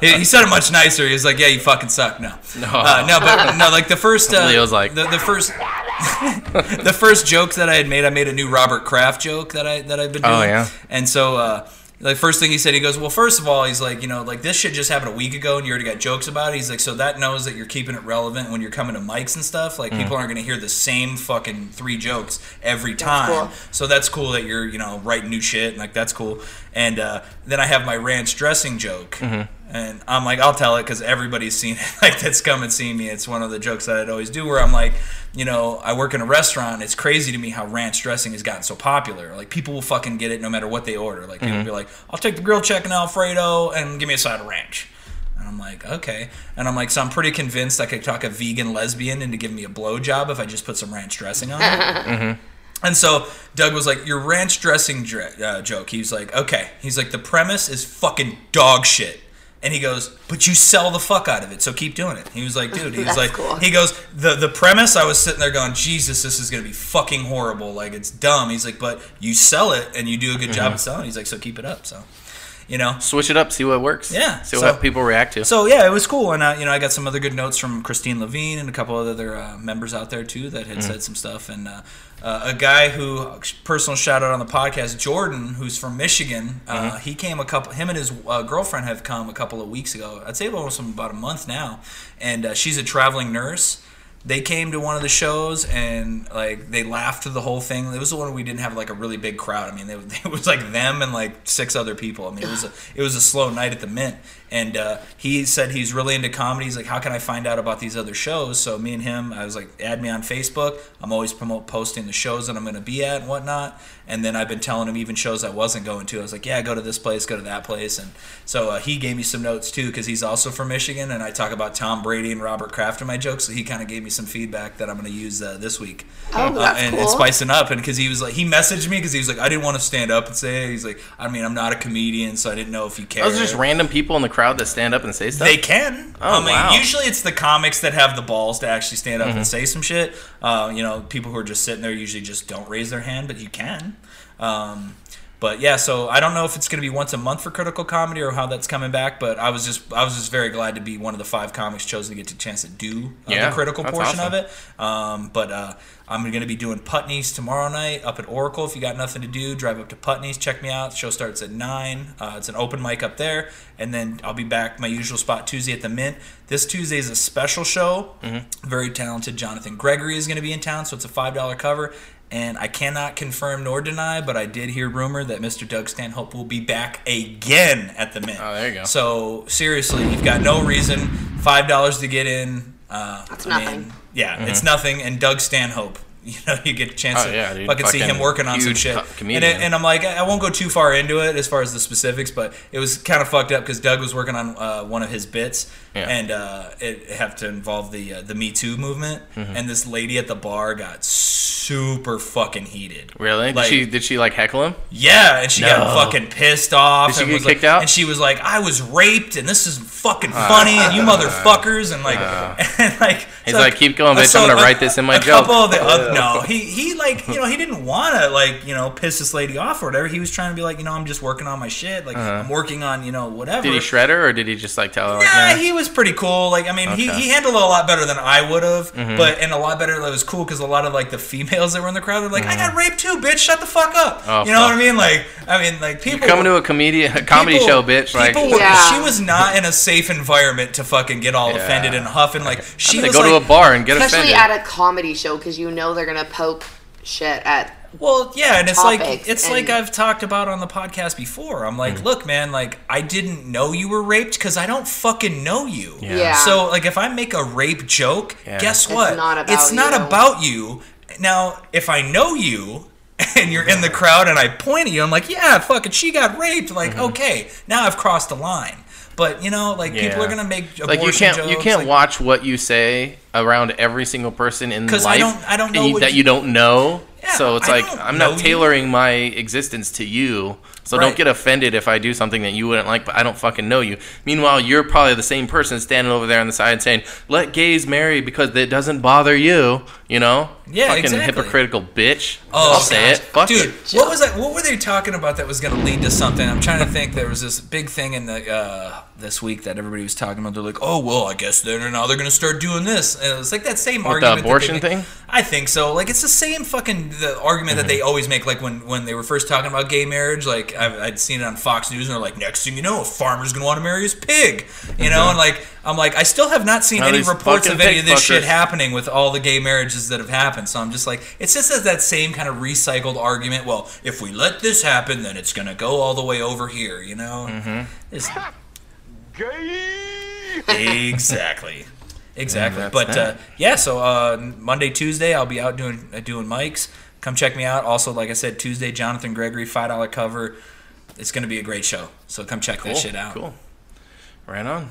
Speaker 3: he, he said it much nicer. He was like, "Yeah, you fucking suck." No, no, uh, no, but no, like the first. Uh,
Speaker 2: Leo's like-
Speaker 3: the, the first. the first joke that I had made, I made a new Robert Kraft joke that I that I've been doing.
Speaker 2: Oh, yeah.
Speaker 3: And so, uh, like first thing he said, he goes, "Well, first of all, he's like, you know, like this shit just happened a week ago, and you already got jokes about it." He's like, "So that knows that you're keeping it relevant when you're coming to mics and stuff.
Speaker 2: Mm.
Speaker 3: Like people aren't going to hear the same fucking three jokes every time.
Speaker 4: cool.
Speaker 3: So that's cool that you're you know writing new shit, and like that's cool. And uh, then I have my ranch dressing joke."
Speaker 2: Mm-hmm.
Speaker 3: And I'm like, I'll tell it because everybody's seen it. Like, that's come and seen me. It's one of the jokes that I'd always do where I'm like, you know, I work in a restaurant. It's crazy to me how ranch dressing has gotten so popular. Like, people will fucking get it no matter what they order. Like, people be like, I'll take the grilled chicken Alfredo and give me a side of ranch. And I'm like, okay. And I'm like, so I'm pretty convinced I could talk a vegan lesbian into giving me a blowjob if I just put some ranch dressing on it. And so Doug was like, "Your ranch dressing dre- uh, joke." He's like, "Okay." He's like, "The premise is fucking dog shit." And he goes, "But you sell the fuck out of it, so keep doing it." He was like, "Dude," he was
Speaker 4: That's
Speaker 3: like,
Speaker 4: cool.
Speaker 3: "He goes the the premise." I was sitting there going, "Jesus, this is gonna be fucking horrible. Like it's dumb." He's like, "But you sell it, and you do a good job at selling." it." He's like, "So keep it up." So, you know,
Speaker 2: Switch it up. See what works.
Speaker 3: Yeah,
Speaker 2: See
Speaker 3: so-
Speaker 2: what people react to.
Speaker 3: so yeah, it was cool, and uh, you know, I got some other good notes from Christine Levine and a couple of other uh, members out there too that had said some stuff, and uh, uh, a guy who personal shout out on the podcast, Jordan, who's from Michigan. Uh, He came a couple. Him and his uh, girlfriend have come a couple of weeks ago. I'd say almost about a month now, and uh, she's a traveling nurse they came to one of the shows and like they laughed through the whole thing. It was the one we didn't have like a really big crowd. I mean, they, it was like them and like six other people. I mean, it was a, it was a slow night at the Mint. And uh, he said he's really into comedy. He's like, how can I find out about these other shows? So me and him, I was like, add me on Facebook. I'm always promote posting the shows that I'm going to be at and whatnot. And then I've been telling him even shows I wasn't going to. I was like, yeah, go to this place, go to that place. And so uh, he gave me some notes too because he's also from Michigan. And I talk about Tom Brady and Robert Kraft in my jokes. So he kind of gave me some feedback that I'm going to use uh, this week.
Speaker 4: Oh,
Speaker 3: Uh,
Speaker 4: that's
Speaker 3: and,
Speaker 4: cool.
Speaker 3: and spicing up. And because he was like, he messaged me because he was like, I didn't want to stand up and say, it." he's like, I mean, I'm not a comedian, so I didn't know if you care.
Speaker 2: Those are just random people in the crowd that stand up and say stuff.
Speaker 3: They can.
Speaker 2: Oh,
Speaker 3: I mean,
Speaker 2: wow. Mm-hmm.
Speaker 3: usually it's the comics that have the balls to actually stand up and say some shit. Uh, you know, people who are just sitting there usually just don't raise their hand, but you can. Um, but yeah, so I don't know if it's going to be once a month for critical comedy or how that's coming back. But I was just I was just very glad to be one of the five comics chosen to get the chance to do uh,
Speaker 2: Yeah,
Speaker 3: the critical
Speaker 2: that's
Speaker 3: portion of
Speaker 2: awesome.
Speaker 3: it. Um, but uh, I'm going to be doing Putney's tomorrow night up at Oracle. If you got nothing to do, drive up to Putney's, check me out. show starts at nine. Uh, it's an open mic up there, and then I'll be back my usual spot Tuesday at the Mint. This Tuesday is a special show.
Speaker 2: Mm-hmm.
Speaker 3: Very talented Jonathan Gregory is going to be in town, so it's a five dollar cover. And I cannot confirm nor deny, but I did hear rumor that Mr. Doug Stanhope will be back again at the Mint.
Speaker 2: Oh, there you go.
Speaker 3: So seriously, you've got no reason. Five dollars to get in. Uh,
Speaker 4: That's
Speaker 3: I mean,
Speaker 4: nothing.
Speaker 3: yeah, it's nothing. And Doug Stanhope, you know, you get a chance
Speaker 2: Mm-hmm. Oh,
Speaker 3: to
Speaker 2: yeah, dude.
Speaker 3: fucking see him
Speaker 2: Fucking
Speaker 3: working on some
Speaker 2: huge
Speaker 3: shit.
Speaker 2: co- comedian.
Speaker 3: And, it, and I'm like, I I won't go too far into it as far as the specifics, but it was kind of fucked up because Doug was working on uh, one of his bits,
Speaker 2: Yeah.
Speaker 3: and uh, it have to involve the uh, the Me Too movement.
Speaker 2: Mm-hmm.
Speaker 3: And this lady at the bar got super fucking heated.
Speaker 2: really?
Speaker 3: Like-
Speaker 2: did she did she like heckle him?
Speaker 3: yeah, and she got
Speaker 2: No.
Speaker 3: fucking pissed off.
Speaker 2: Did she
Speaker 3: and
Speaker 2: get
Speaker 3: was like-
Speaker 2: kicked out? Ah.
Speaker 3: And she was like, "I was raped, and this is fucking funny, and you motherfuckers." And like, and like,
Speaker 2: He's
Speaker 3: so-
Speaker 2: like, "Keep going, bitch. I'm
Speaker 3: so
Speaker 2: gonna
Speaker 3: a-
Speaker 2: write this in my
Speaker 3: a
Speaker 2: joke."
Speaker 3: Couple of the other, no, he he like you know he didn't want to like you know piss this lady off or whatever. He was trying to be like, you know, I'm just working on my shit. Like I'm working on you know whatever.
Speaker 2: Uh-huh. Did he shred her or did he just like tell her? Like,
Speaker 3: Yeah,
Speaker 2: "Nah"?
Speaker 3: he was pretty cool. Like, I mean, he,
Speaker 2: Okay. Mm-hmm.
Speaker 3: he handled it a lot better than I would have, but and a lot better. That was cool because a lot of like the females that were in the crowd, they're like, "I got raped too, bitch. Shut the fuck up."
Speaker 2: Mm-hmm. Oh,
Speaker 3: you know what I
Speaker 2: fuck.
Speaker 3: mean? Like, I mean, like people
Speaker 2: Come to a comedian a comedy
Speaker 3: people-
Speaker 2: show, bitch. Like,
Speaker 3: people were,
Speaker 4: Yeah.
Speaker 3: she was not in a safe environment to fucking get all
Speaker 2: Yeah.
Speaker 3: offended and huff and like she
Speaker 2: I'm gonna
Speaker 3: was
Speaker 2: go
Speaker 3: like,
Speaker 2: to a bar and get
Speaker 4: Especially
Speaker 2: offended.
Speaker 4: at a comedy show because you know they're gonna poke shit at
Speaker 3: Well, yeah, and it's like
Speaker 4: topics
Speaker 3: it's
Speaker 4: and-
Speaker 3: like I've talked about on the podcast before. I'm
Speaker 2: Hmm.
Speaker 3: like, look, man, like I didn't know you were raped because I don't fucking know you.
Speaker 2: Yeah.
Speaker 4: Yeah.
Speaker 3: So like, if I make a rape joke,
Speaker 2: Yeah.
Speaker 3: guess
Speaker 4: It's
Speaker 3: what?
Speaker 4: not about
Speaker 3: It's not
Speaker 4: you.
Speaker 3: about you. Now, if I know you and you're in the crowd and I point at you, I'm like, yeah, fucking, she got raped. Like,
Speaker 2: Mm-hmm.
Speaker 3: okay, now I've crossed the line. But you know, like
Speaker 2: Yeah.
Speaker 3: people are gonna make
Speaker 2: like
Speaker 3: abortion
Speaker 2: you can't
Speaker 3: jokes,
Speaker 2: you can't
Speaker 3: like-
Speaker 2: watch what you say around every single person in
Speaker 3: 'Cause
Speaker 2: life
Speaker 3: I don't- I don't know
Speaker 2: and you-
Speaker 3: what
Speaker 2: that
Speaker 3: you-
Speaker 2: you don't know.
Speaker 3: Yeah,
Speaker 2: so it's
Speaker 3: I
Speaker 2: like
Speaker 3: don't
Speaker 2: I'm
Speaker 3: know
Speaker 2: not
Speaker 3: you.
Speaker 2: tailoring my existence to you. So
Speaker 3: Right.
Speaker 2: don't get offended if I do something that you wouldn't like, but I don't fucking know you. Meanwhile, you're probably the same person standing over there on the side saying, "Let gays marry because it doesn't bother you." You know?
Speaker 3: Yeah,
Speaker 2: Fucking
Speaker 3: exactly.
Speaker 2: hypocritical bitch.
Speaker 3: Oh,
Speaker 2: I'll say it. Fuck
Speaker 3: gosh. dude.
Speaker 2: it.
Speaker 3: What was that? What were they talking about that was going to lead to something? I'm trying to think. There was this big thing in the uh, this week that everybody was talking about. They're like, oh well, I guess they're now they're going to start doing this. And it's like that same
Speaker 2: the
Speaker 3: argument. that they
Speaker 2: abortion
Speaker 3: make-
Speaker 2: thing?
Speaker 3: I think so. Like it's the same fucking the
Speaker 2: Mm-hmm.
Speaker 3: argument that they always make. Like when when they were first talking about gay marriage, like I've, I'd seen it on Fox News, and they're like, next thing you know, a farmer's going to want to marry his pig. You know, and like I'm like, I still have not seen
Speaker 2: Mm-hmm. Now
Speaker 3: any
Speaker 2: these
Speaker 3: reports of
Speaker 2: fucking
Speaker 3: any
Speaker 2: pig
Speaker 3: of this shit
Speaker 2: fuckers.
Speaker 3: happening happening with all the gay marriages that have happened. So I'm just like, it's just as that same kind of recycled argument. Well, if we let this happen, then it's gonna go all the way over here, you know? Mm-hmm. exactly, exactly.
Speaker 2: that's
Speaker 3: but uh,
Speaker 2: that.
Speaker 3: yeah, so uh, Monday, Tuesday, I'll be out doing uh, doing mics. Come check me out. Also, like I said, Tuesday, Jonathan Gregory, five dollar cover. It's gonna be a great show. So come check that shit out.
Speaker 2: Cool. Right on.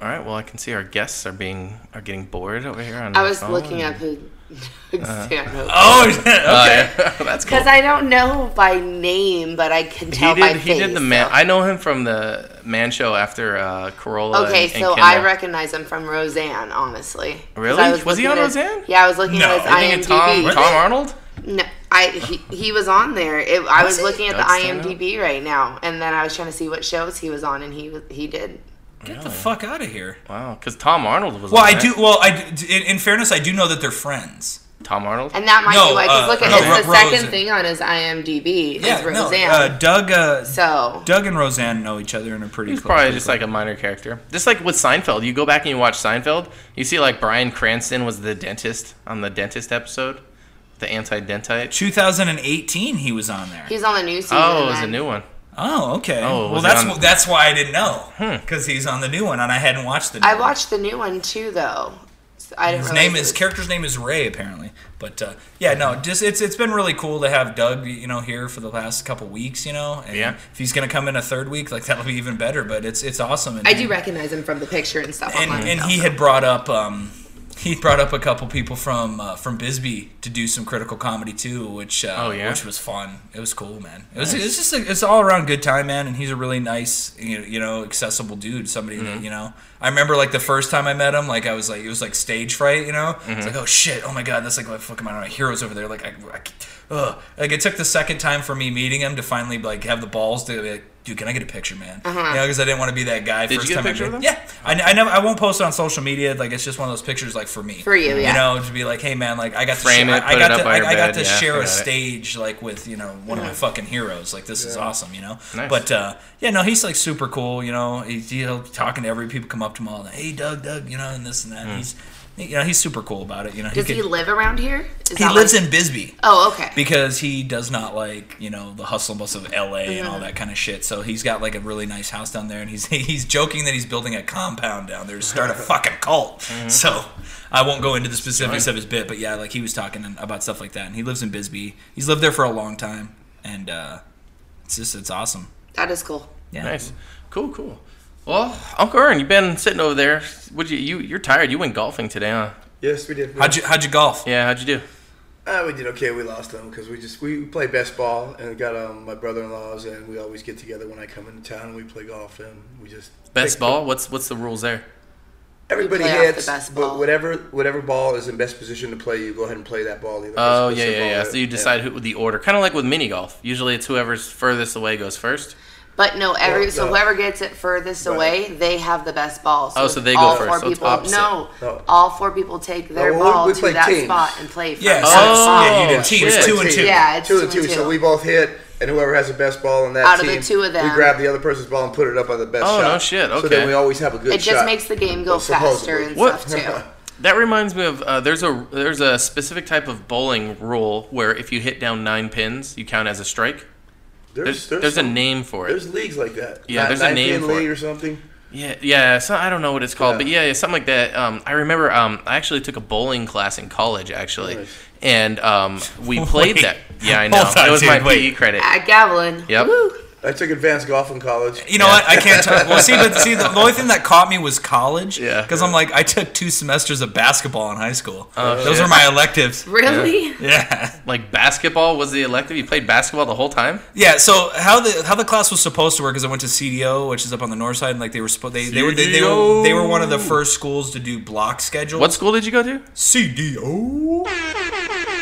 Speaker 2: All right. Well, I can see our guests are being are getting bored over here. On
Speaker 4: I
Speaker 2: their
Speaker 4: was
Speaker 2: phone.
Speaker 4: looking up who Stan Hope
Speaker 3: Oh, okay.
Speaker 2: That's cool.
Speaker 4: because I don't know by name, but I can
Speaker 2: He
Speaker 4: tell by
Speaker 2: did.
Speaker 4: face.
Speaker 2: He did the man.
Speaker 4: so-
Speaker 2: I know him from the Man Show after uh, Corolla.
Speaker 4: Okay,
Speaker 2: and, and
Speaker 4: so I
Speaker 2: Kimmel.
Speaker 4: recognize him from Roseanne, honestly. 'Cause
Speaker 2: Really?
Speaker 4: I
Speaker 2: Was he
Speaker 4: looking
Speaker 2: on
Speaker 4: at his-
Speaker 2: Roseanne?
Speaker 4: Yeah, I was looking
Speaker 3: No.
Speaker 4: at his
Speaker 3: You
Speaker 2: You think it's Tom,
Speaker 4: IMDb.
Speaker 2: Tom Arnold.
Speaker 4: No, I he, he was on there. It, I was
Speaker 3: he?
Speaker 4: looking at the
Speaker 2: That's stand-up.
Speaker 4: IMDb right now, and then I was trying to see what shows he was on, and he was he did.
Speaker 3: Get the fuck out of here.
Speaker 2: Wow, because Tom Arnold was.
Speaker 3: Well,
Speaker 2: on
Speaker 3: I
Speaker 2: that.
Speaker 3: do. Well, I do- in, in fairness, I do know that they're friends.
Speaker 2: Tom Arnold.
Speaker 4: And that might
Speaker 3: No,
Speaker 4: be why. Because
Speaker 3: uh,
Speaker 4: look at
Speaker 3: no,
Speaker 4: it's the
Speaker 3: Ro- Roseanne.
Speaker 4: second thing on his IMDb is Roseanne.
Speaker 3: no. Uh, Doug. Uh,
Speaker 4: so
Speaker 3: Doug and Roseanne know each other and are pretty.
Speaker 2: He's
Speaker 3: close.
Speaker 2: probably
Speaker 3: pretty
Speaker 2: just
Speaker 3: close.
Speaker 2: like a minor character. Just like with Seinfeld, you go back and you watch Seinfeld, you see like Brian Cranston was the dentist on the dentist episode, the anti-dentite.
Speaker 3: 2018. He was on there.
Speaker 4: he was on the new season.
Speaker 2: Oh, it was a
Speaker 4: then.
Speaker 2: new one.
Speaker 3: Oh, okay.
Speaker 2: Oh,
Speaker 3: well,
Speaker 2: was it
Speaker 3: that's
Speaker 2: on- Hmm.
Speaker 3: wh- that's why I didn't know because he's on the new one and I hadn't watched the. New
Speaker 4: I
Speaker 3: one.
Speaker 4: watched the new one too, though. So I didn't
Speaker 3: His
Speaker 4: realize
Speaker 3: name
Speaker 4: it
Speaker 3: is
Speaker 4: was-
Speaker 3: character's name is Ray apparently, but uh, yeah, no, just it's it's been really cool to have Doug, you know, here for the last couple weeks, you know, and
Speaker 2: Yeah.
Speaker 3: if he's gonna come in a third week, like that'll be even better. But it's it's awesome. And,
Speaker 4: I do recognize him from the picture and stuff
Speaker 3: and,
Speaker 4: online.
Speaker 3: and
Speaker 4: so.
Speaker 3: he had brought up um, he brought up a couple people from uh, from Bisbee to do some critical comedy too, which uh,
Speaker 2: Oh, yeah?
Speaker 3: which was fun. It was cool, man. It was it's just a, it's all around good time, man. And he's a really nice, you know, you know accessible dude. Somebody
Speaker 2: Mm-hmm.
Speaker 3: that you know. I remember like the first time I met him, like I was like it was like stage fright, you know. It's
Speaker 2: Mm-hmm.
Speaker 3: like oh shit, oh my god, that's like like fucking my heroes over there. Like I, I can't- ugh. like it took the second time for me meeting him to finally like have the balls to be like, dude, can I get a picture, man? You know, because I didn't want to be that guy.
Speaker 2: Did you
Speaker 3: first
Speaker 2: get a
Speaker 3: time I
Speaker 2: picture
Speaker 3: met-
Speaker 2: with him?
Speaker 3: Yeah, I, I never I won't post it on social media. Like it's just one of those pictures like for me.
Speaker 4: For you, yeah.
Speaker 3: You know, to be like, hey man, like I got
Speaker 2: Frame
Speaker 3: to share,
Speaker 2: it,
Speaker 3: I, I
Speaker 2: put it
Speaker 3: got
Speaker 2: up
Speaker 3: to
Speaker 2: by
Speaker 3: I,
Speaker 2: your
Speaker 3: I
Speaker 2: bed,
Speaker 3: got to
Speaker 2: yeah,
Speaker 3: share
Speaker 2: I
Speaker 3: a
Speaker 2: got it.
Speaker 3: stage like with you know one of my fucking heroes. Like this is awesome, you know.
Speaker 2: Nice.
Speaker 3: But uh, yeah, no, he's like super cool. You know, he, he'll be talking to every people come up to him all, hey Doug, Doug, you know, and this and
Speaker 2: Hmm.
Speaker 3: that. He's you know he's super cool about it. You know,
Speaker 4: Does
Speaker 3: could-
Speaker 4: he live around here? Is
Speaker 3: he
Speaker 4: that
Speaker 3: lives
Speaker 4: like-
Speaker 3: in Bisbee
Speaker 4: Oh, okay.
Speaker 3: because he does not like you know the hustle and bustle of LA and all that kind of shit. So he's got like a really nice house down there, and he's he's joking that he's building a compound down there to start a fucking cult. So I won't go into the specifics of his bit, but yeah, like he was talking about stuff like that, and he lives in Bisbee. He's lived there for a long time, and uh, it's just it's awesome.
Speaker 4: that is cool.
Speaker 3: Yeah.
Speaker 2: Nice. Cool. Cool. Well, Uncle Ern, you've been sitting over there. Would you? You you're tired. You went golfing today, huh?
Speaker 5: Yes, we did.
Speaker 3: How'd you how'd you golf?
Speaker 2: Yeah. How'd you do?
Speaker 5: Uh, we did okay. We lost them because we just we play best ball and got um, my brother-in-laws and we always get together when I come into town and we play golf and we just
Speaker 2: Best ball. What's what's the rules there?
Speaker 5: Everybody
Speaker 4: play off the
Speaker 5: hits,
Speaker 4: best
Speaker 5: but
Speaker 4: ball.
Speaker 5: whatever whatever ball is in best position to play, you go ahead and play that ball. Either
Speaker 2: Oh yeah,
Speaker 5: That's- that's the
Speaker 2: yeah,
Speaker 5: ball
Speaker 2: yeah.
Speaker 5: that-
Speaker 2: So you decide who the order, kind of like with mini golf. Usually it's whoever's furthest away goes first.
Speaker 4: But no, every
Speaker 5: Well,
Speaker 4: so
Speaker 5: no.
Speaker 4: whoever gets it furthest
Speaker 5: Right.
Speaker 4: away, they have the best ball.
Speaker 2: Oh, so they go
Speaker 4: all
Speaker 2: first,
Speaker 4: Four
Speaker 2: so it's
Speaker 4: people,
Speaker 2: opposite.
Speaker 4: No,
Speaker 5: No.
Speaker 4: all four people take their
Speaker 5: well, we-
Speaker 4: ball
Speaker 5: we
Speaker 4: to
Speaker 5: play
Speaker 4: that
Speaker 5: teams.
Speaker 4: spot and play. From
Speaker 3: Yeah,
Speaker 4: that
Speaker 3: so it's-
Speaker 2: Oh,
Speaker 4: spot.
Speaker 3: yeah, you did teams,
Speaker 2: shit.
Speaker 3: two and two.
Speaker 4: Yeah, it's
Speaker 5: two and two. So we both hit, and whoever has the best ball in that
Speaker 4: Out of the
Speaker 5: team,
Speaker 4: two of them.
Speaker 5: we grab the other person's ball and put it up on the best
Speaker 2: Oh,
Speaker 5: shot.
Speaker 2: no shit,
Speaker 5: So
Speaker 2: okay.
Speaker 5: then we always have a good
Speaker 4: It
Speaker 5: shot.
Speaker 4: just makes the game go
Speaker 5: Supposedly.
Speaker 4: faster and
Speaker 2: What?
Speaker 4: stuff too.
Speaker 2: That reminds me of uh, there's a there's a specific type of bowling rule where if you hit down nine pins, you count as a strike. There's there's, a
Speaker 5: some-
Speaker 2: name for it.
Speaker 5: There's leagues like that.
Speaker 2: Yeah, there's a name
Speaker 5: pin
Speaker 2: for it.
Speaker 5: league or something.
Speaker 2: Yeah, yeah. So I don't know what it's called,
Speaker 5: Yeah.
Speaker 2: but yeah, yeah, something like that. Um, I remember um, I actually took a bowling class in college actually,
Speaker 5: Nice.
Speaker 2: and um, we played
Speaker 3: Wait.
Speaker 2: that. Yeah, I know.
Speaker 3: Hold on,
Speaker 2: it was
Speaker 3: dude,
Speaker 2: my
Speaker 3: wait.
Speaker 2: PE credit.
Speaker 4: At Gavelin.
Speaker 2: Yep.
Speaker 4: Woo.
Speaker 5: I took advanced golf in college.
Speaker 3: You know what? I can't talk. Well, see, but see, the, the only thing that caught me was college.
Speaker 2: Yeah.
Speaker 3: Because I'm like, I took two semesters of basketball in high school. Those
Speaker 2: Oh, shit.
Speaker 3: were my electives.
Speaker 4: Really?
Speaker 3: Yeah.
Speaker 2: Like basketball was the elective. You played basketball the whole time.
Speaker 3: Yeah. So how the how the class was supposed to work is I went to CDO, which is up on the north side, and like they were supposed they, they were they, they were they were one of the first schools to do block schedules.
Speaker 2: What school did you go to?
Speaker 3: CDO?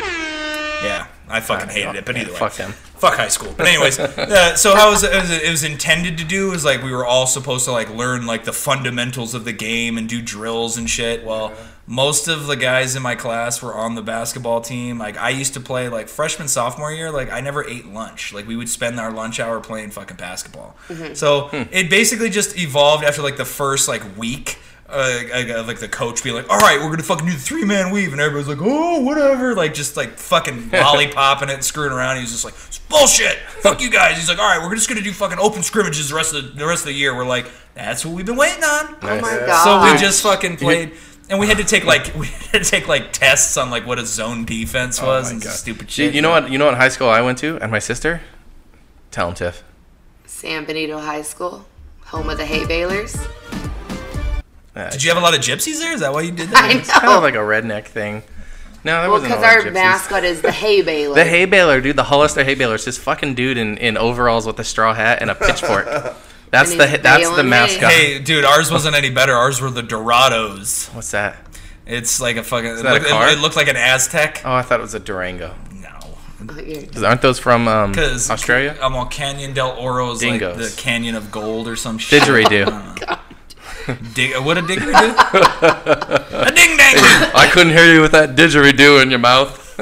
Speaker 3: Yeah. I fucking hated it, but either way,
Speaker 2: Fuck them.
Speaker 3: fuck high school. But anyways, uh, so how was it, was it was intended to do is like we were all supposed to like learn like the fundamentals of the game and do drills and shit. Well, most of the guys in my class were on the basketball team. Like I used to play like freshman sophomore year. Like I never ate lunch. Like we would spend our lunch hour playing fucking basketball. So it basically just evolved after like the first like week. Uh, like, uh, like the coach being like, "All right, we're gonna fucking do the three man weave," and everybody's like, "Oh, whatever." Like just like fucking lollipopping it and screwing around. He was just like, "It's "Bullshit, fuck you guys." He's like, "All right, we're just gonna do fucking open scrimmages the rest of the, the rest of the year." We're like, "That's what we've been waiting on."
Speaker 4: Oh my
Speaker 3: So
Speaker 4: god.
Speaker 3: we just fucking played, and we had to take like we had to take like tests on like what a zone defense was
Speaker 2: Oh my
Speaker 3: and
Speaker 2: God.
Speaker 3: stupid
Speaker 2: You,
Speaker 3: shit.
Speaker 2: you know what? You know what high school I went to, and my sister. Tell him, Tiff.
Speaker 4: San Benito High School, home of the hay balers.
Speaker 2: Uh,
Speaker 3: Did you have a lot of gypsies there? Is that why you did
Speaker 4: I
Speaker 3: that?
Speaker 2: kind of
Speaker 4: know.
Speaker 2: like a redneck thing. No, that
Speaker 4: Well,
Speaker 2: wasn't
Speaker 4: because
Speaker 2: all our
Speaker 4: our
Speaker 2: gypsies.
Speaker 4: mascot is the hay baler.
Speaker 2: The hay baler, dude, the Hollister hay baler. It's this fucking dude in, in overalls with a straw hat and a pitchfork. That's
Speaker 4: And
Speaker 2: the
Speaker 4: he's
Speaker 2: that's the
Speaker 4: baling
Speaker 2: mascot.
Speaker 3: Hey, dude, ours wasn't any better. Ours were the Dorados.
Speaker 2: What's that?
Speaker 3: It's like a fucking. It
Speaker 2: that a
Speaker 3: looked, it-
Speaker 2: car?
Speaker 3: it looked like an Aztec.
Speaker 2: Oh, I thought it was a Durango.
Speaker 3: No.
Speaker 2: Is- Aren't those from um,
Speaker 3: Because
Speaker 2: Australia?
Speaker 3: I'm on Canyon del Oro is like
Speaker 2: Dingoes.
Speaker 3: the Canyon of Gold or some shit.
Speaker 2: Didgeridoo.
Speaker 3: Dig- what a digger do? a ding dang.
Speaker 2: I couldn't hear you with that didgeridoo in your mouth.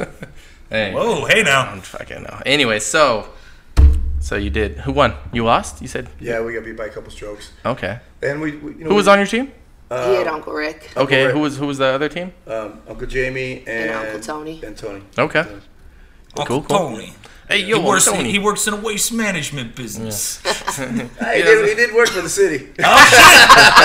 Speaker 2: hey,
Speaker 3: Whoa, hey now.
Speaker 2: don't fucking know. Anyway, so so you did. Who won? You lost? You said
Speaker 5: Yeah, we got beat by a couple strokes.
Speaker 2: okay.
Speaker 5: And we, we you know,
Speaker 2: Who was
Speaker 5: we-
Speaker 2: on your team?
Speaker 4: he had Uncle Rick.
Speaker 2: Okay.
Speaker 5: Rick.
Speaker 2: Who was who was the other team?
Speaker 5: um, Uncle Jamie and,
Speaker 4: Uncle Tony.
Speaker 5: and Tony.
Speaker 2: Okay.
Speaker 3: Uncle
Speaker 2: Cool, cool.
Speaker 3: Tony.
Speaker 2: Hey,
Speaker 3: He
Speaker 2: yo,
Speaker 3: works,
Speaker 2: Tony.
Speaker 3: he works in a waste management business.
Speaker 5: Hey, he, did, he did work for the city.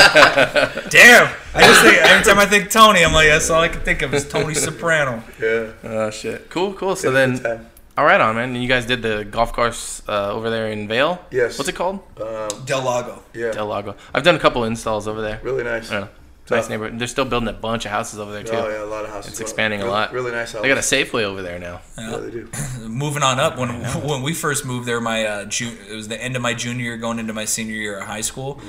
Speaker 3: Damn. I just think, every time I think Tony, I'm like, that's all I can think of is Tony Soprano.
Speaker 5: yeah.
Speaker 2: Oh shit. Cool, cool. So
Speaker 5: It was a
Speaker 2: then,
Speaker 5: good time.
Speaker 2: all right, on man. And you guys did the golf course uh, over there in Vale.
Speaker 5: Yes.
Speaker 2: What's it called?
Speaker 3: Del Lago.
Speaker 5: Yeah.
Speaker 2: Del Lago. I've done a couple installs over there.
Speaker 5: Really nice.
Speaker 2: Yeah.
Speaker 5: Tough.
Speaker 2: Nice neighborhood. They're still building a bunch of houses over there too.
Speaker 5: Oh yeah, a lot of houses.
Speaker 2: It's
Speaker 5: going up.
Speaker 2: expanding a
Speaker 5: Really-
Speaker 2: lot.
Speaker 5: Really nice house.
Speaker 2: They got a Safeway over there now.
Speaker 5: Yeah, they do.
Speaker 3: moving on up when when we first moved there my uh ju- it was the end of my junior year going into my senior year of high school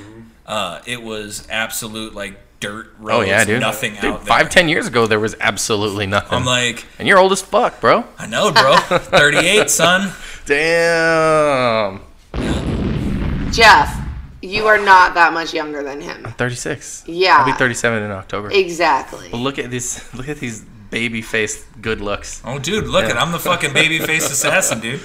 Speaker 3: uh it was absolute like dirt
Speaker 2: Oh
Speaker 3: roads
Speaker 2: yeah, dude.
Speaker 3: nothing
Speaker 2: Dude,
Speaker 3: out there
Speaker 2: five, ten years ago, there was absolutely nothing.
Speaker 3: i'm like
Speaker 2: and you're old as fuck, bro.
Speaker 3: i know bro 38 son
Speaker 2: Damn.
Speaker 4: Jeff, you are not that much younger than him.
Speaker 2: 36.
Speaker 4: Yeah.
Speaker 2: I'll be 37 in October.
Speaker 4: Exactly.
Speaker 2: But look at these. Look at these baby-faced good looks.
Speaker 3: oh dude look at i'm the fucking baby faced assassin dude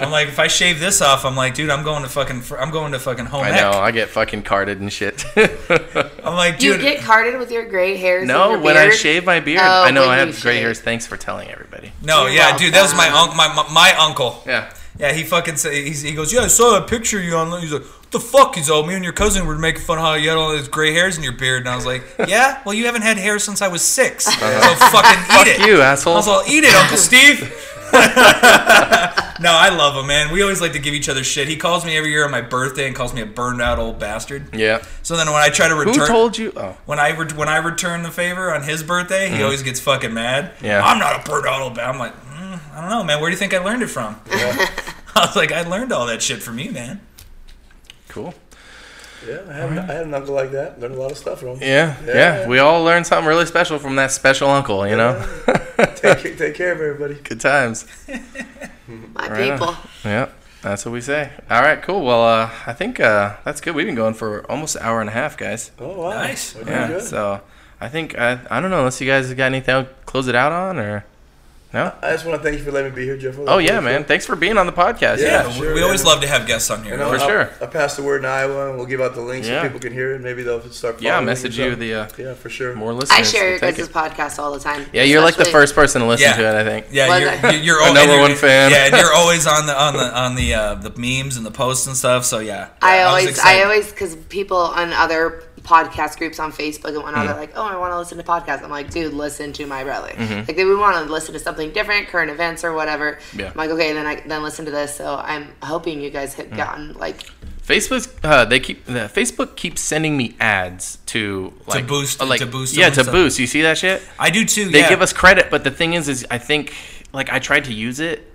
Speaker 3: i'm like if i shave this off i'm like dude i'm going to fucking fr- i'm going to fucking home
Speaker 2: I
Speaker 3: ec.
Speaker 2: know. I get fucking carded and shit.
Speaker 3: i'm like
Speaker 4: you
Speaker 3: dude
Speaker 4: get carded with your gray hairs. and
Speaker 2: No,
Speaker 4: your
Speaker 2: when I
Speaker 4: beard?
Speaker 2: shave my beard,
Speaker 4: Oh,
Speaker 2: I know
Speaker 4: when
Speaker 2: I
Speaker 4: you
Speaker 2: have gray
Speaker 4: shave.
Speaker 2: hairs. Thanks for telling everybody.
Speaker 3: no
Speaker 4: You're
Speaker 3: yeah dude that was my uncle
Speaker 4: welcome.
Speaker 3: my, my my uncle
Speaker 2: Yeah.
Speaker 3: Yeah, he fucking say he's, he goes, yeah, I saw that picture of you on. He's like, what the fuck? He's all me and your cousin were making fun of how you had all those gray hairs in your beard, and I was like, yeah, well, you haven't had hair since I was 6 so fucking eat it.
Speaker 2: Uh-huh. You asshole.
Speaker 3: I was all eat it, Uncle Steve. no, I love him, man. We always like to give each other shit. He calls me every year on my birthday and calls me a burned out old bastard.
Speaker 2: yeah.
Speaker 3: So then when I try to
Speaker 2: Who
Speaker 3: return,
Speaker 2: told you? Oh,
Speaker 3: when I re- when I return the favor on his birthday, he always gets fucking mad.
Speaker 2: Yeah.
Speaker 3: I'm not a bird owl, but I'm like, mm, I don't know, man. Where do you think I learned it from? I was like, I learned all that shit from you, man.
Speaker 2: cool.
Speaker 5: Yeah, I had, I had an uncle like that. Learned a lot of stuff from him.
Speaker 2: Yeah, yeah. We all learned something really special from that special uncle, you know?
Speaker 5: Take, care- take care of everybody.
Speaker 2: Good times.
Speaker 4: my
Speaker 2: Right on.
Speaker 4: people.
Speaker 2: Yeah, that's what we say. All right, cool. Well, uh, I think uh, that's good. We've been going for almost an hour and a half, guys.
Speaker 5: Oh wow.
Speaker 3: Nice.
Speaker 5: We're doing
Speaker 2: Yeah,
Speaker 5: good.
Speaker 2: so I think, I, I don't know, unless you guys got anything to close it out on or. No?
Speaker 5: I just want to thank you for letting me be here, Jeff.
Speaker 2: Oh yeah, man. Thanks for being on the podcast.
Speaker 5: Yeah.
Speaker 2: Yeah.
Speaker 3: Yeah,
Speaker 5: sure,
Speaker 3: we always
Speaker 5: yeah.
Speaker 3: love to have guests on here.
Speaker 5: And I'll,
Speaker 2: For
Speaker 5: I'll-
Speaker 2: sure.
Speaker 5: I'll pass the word in Iowa, and we'll give out the link
Speaker 2: Yeah.
Speaker 5: so people can hear it. Maybe they'll start.
Speaker 2: Yeah,
Speaker 5: following
Speaker 2: message
Speaker 5: or
Speaker 2: you
Speaker 5: something.
Speaker 2: the uh,
Speaker 5: Yeah, for sure.
Speaker 2: more listeners.
Speaker 4: I share your
Speaker 2: will take
Speaker 4: guys'
Speaker 2: it.
Speaker 4: podcast all the time.
Speaker 2: Yeah, you're like the
Speaker 4: especially-
Speaker 2: first person to listen
Speaker 3: Yeah.
Speaker 2: to it. I think.
Speaker 3: Yeah,
Speaker 4: Was I?
Speaker 3: you're, you're, you're
Speaker 2: Our
Speaker 3: al-
Speaker 2: number
Speaker 3: and you're-
Speaker 2: one fan.
Speaker 3: Yeah, and you're always on the on the on the uh, the memes and the posts and stuff. So yeah,
Speaker 4: I
Speaker 3: was
Speaker 4: always, I,
Speaker 3: excited.
Speaker 4: always, because people on other podcast groups on Facebook and whatnot,
Speaker 2: Mm-hmm.
Speaker 4: they're like, "Oh, I want to listen to podcasts." I'm like, "Dude, listen to my brother."
Speaker 2: Mm-hmm.
Speaker 4: Like they would want to listen to something different, current events or whatever.
Speaker 2: Yeah.
Speaker 4: I'm like, okay, then I then listen to this. So I'm hoping you guys
Speaker 2: Mm.
Speaker 4: have gotten like
Speaker 2: Facebook, uh, they keep the Facebook keeps sending me ads to like
Speaker 3: boost-
Speaker 2: uh, like,
Speaker 3: to boost
Speaker 2: yeah
Speaker 3: them
Speaker 2: to
Speaker 3: and stuff.
Speaker 2: boost. You see that shit?
Speaker 3: I do too.
Speaker 2: They
Speaker 3: yeah.
Speaker 2: give us credit, but the thing is, is I think like I tried to use it,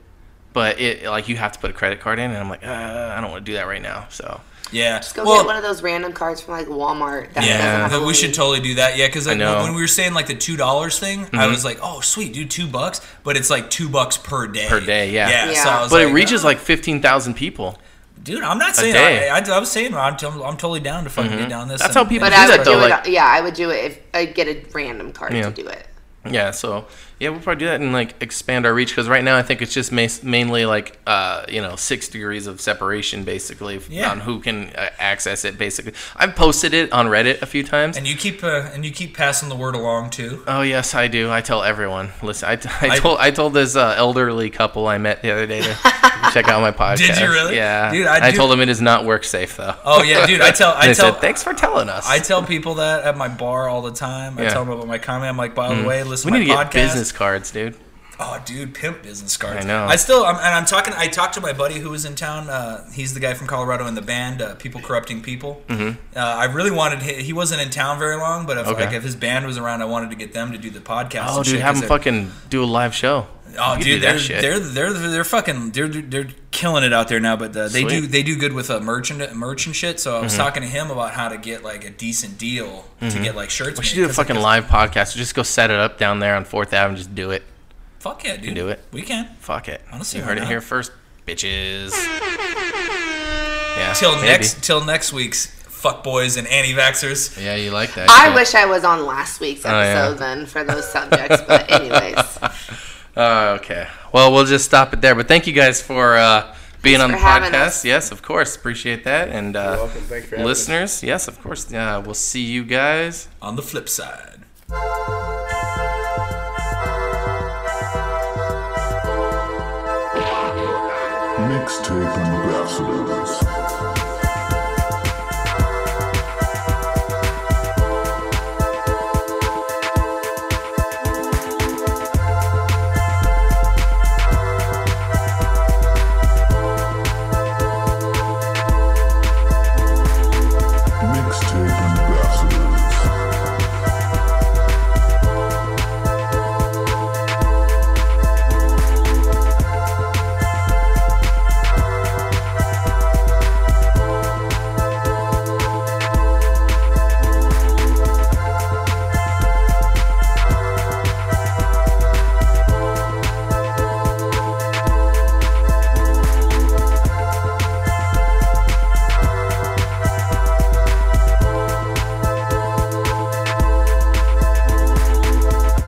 Speaker 2: but it like you have to put a credit card in, and I'm like, uh, I don't want to do that right now. So
Speaker 3: yeah.
Speaker 4: go
Speaker 3: well,
Speaker 4: get one of those random cards from like Walmart. That
Speaker 2: Yeah.
Speaker 4: yeah,
Speaker 3: That we should totally do that. Yeah, because like,
Speaker 2: know. Mm-hmm.
Speaker 3: when when we were saying like the two dollars thing, I was like, oh sweet, do two bucks, but it's like two bucks per day.
Speaker 2: Per day, yeah.
Speaker 3: Yeah.
Speaker 4: Yeah.
Speaker 3: So I was
Speaker 2: but it
Speaker 3: like,
Speaker 2: reaches
Speaker 3: oh,
Speaker 2: like fifteen thousand people.
Speaker 3: dude, I'm not saying
Speaker 2: day. Mm-hmm.
Speaker 3: I, I, I was saying I'm, t- I'm totally down to fucking get down this.
Speaker 2: That's
Speaker 3: and-
Speaker 2: how people
Speaker 4: But
Speaker 2: do
Speaker 4: I
Speaker 2: that
Speaker 4: would
Speaker 2: though.
Speaker 4: do
Speaker 2: like
Speaker 4: it. Yeah, I would do it if I get a random card
Speaker 2: Yeah.
Speaker 4: to do it.
Speaker 2: Yeah, so yeah, we'll probably do that and like expand our reach because right now I think it's just mas- mainly like uh, you know six degrees of separation basically f-
Speaker 3: Yeah.
Speaker 2: on who can uh, access it. Basically, I've posted it on Reddit a few times.
Speaker 3: And you keep uh, and you keep passing the word along too.
Speaker 2: oh yes, I do. I tell everyone. Listen, I, I told I told this uh, elderly couple I met the other day to check out my podcast.
Speaker 3: Did you really?
Speaker 2: Yeah,
Speaker 3: Dude, I
Speaker 2: I,
Speaker 3: do-
Speaker 2: told them it is not work safe though.
Speaker 3: Oh yeah, dude. I tell I
Speaker 2: they
Speaker 3: tell
Speaker 2: said thanks for telling us.
Speaker 3: I tell people that at my bar all the time. I
Speaker 2: Yeah. Mm-hmm.
Speaker 3: tell them about my comedy. I'm like, by the way, listen
Speaker 2: we need
Speaker 3: to
Speaker 2: to
Speaker 3: my
Speaker 2: get
Speaker 3: podcast.
Speaker 2: business cards, dude.
Speaker 3: Oh, dude, pimp business cards.
Speaker 2: I know.
Speaker 3: I still, I'm, and I'm talking. I talked to my buddy who was in town. Uh, he's the guy from Colorado in the band, uh, People Corrupting People. Mm-hmm. Uh, I really wanted. He, he wasn't in town very long, but if
Speaker 2: Okay.
Speaker 3: like if his band was around, I wanted to get them to do the podcast.
Speaker 2: Oh,
Speaker 3: and
Speaker 2: dude,
Speaker 3: shit,
Speaker 2: have
Speaker 3: 'cause
Speaker 2: them
Speaker 3: they're-
Speaker 2: fucking do a live show.
Speaker 3: Oh,
Speaker 2: You could do
Speaker 3: dude,
Speaker 2: that
Speaker 3: they're,
Speaker 2: shit.
Speaker 3: they're they're they're fucking they're they're killing it out there now. But uh, they do
Speaker 2: Sweet. Mm-hmm.
Speaker 3: they do good with uh, merchant merchant shit. So I was talking to him about how to get like a decent deal to get like shirts.
Speaker 2: We should do a fucking live podcast. Just go set it up down there on Fourth Avenue. Just do it.
Speaker 3: Fuck yeah, dude.
Speaker 2: do it.
Speaker 3: We can.
Speaker 2: Fuck it.
Speaker 3: Honestly,
Speaker 2: you
Speaker 3: why
Speaker 2: heard it
Speaker 3: not?
Speaker 2: here first, bitches. Yeah.
Speaker 3: Till
Speaker 2: maybe.
Speaker 3: next till next week's fuck boys and anti vaxxers.
Speaker 2: Yeah, you like that.
Speaker 4: I
Speaker 2: shit.
Speaker 4: wish I was on last week's
Speaker 2: Oh, yeah.
Speaker 4: episode then for those subjects. But anyways.
Speaker 2: Uh, okay. Well, we'll just stop it there. But thank you guys for uh, being on the
Speaker 4: for having
Speaker 2: podcast.
Speaker 4: us.
Speaker 2: Yes, of course. Appreciate that. And uh,
Speaker 5: welcome. Thanks for having us.
Speaker 2: listeners, yes, of course. Uh, we'll see you guys.
Speaker 3: On the flip side.
Speaker 1: Mixtape ambassadors.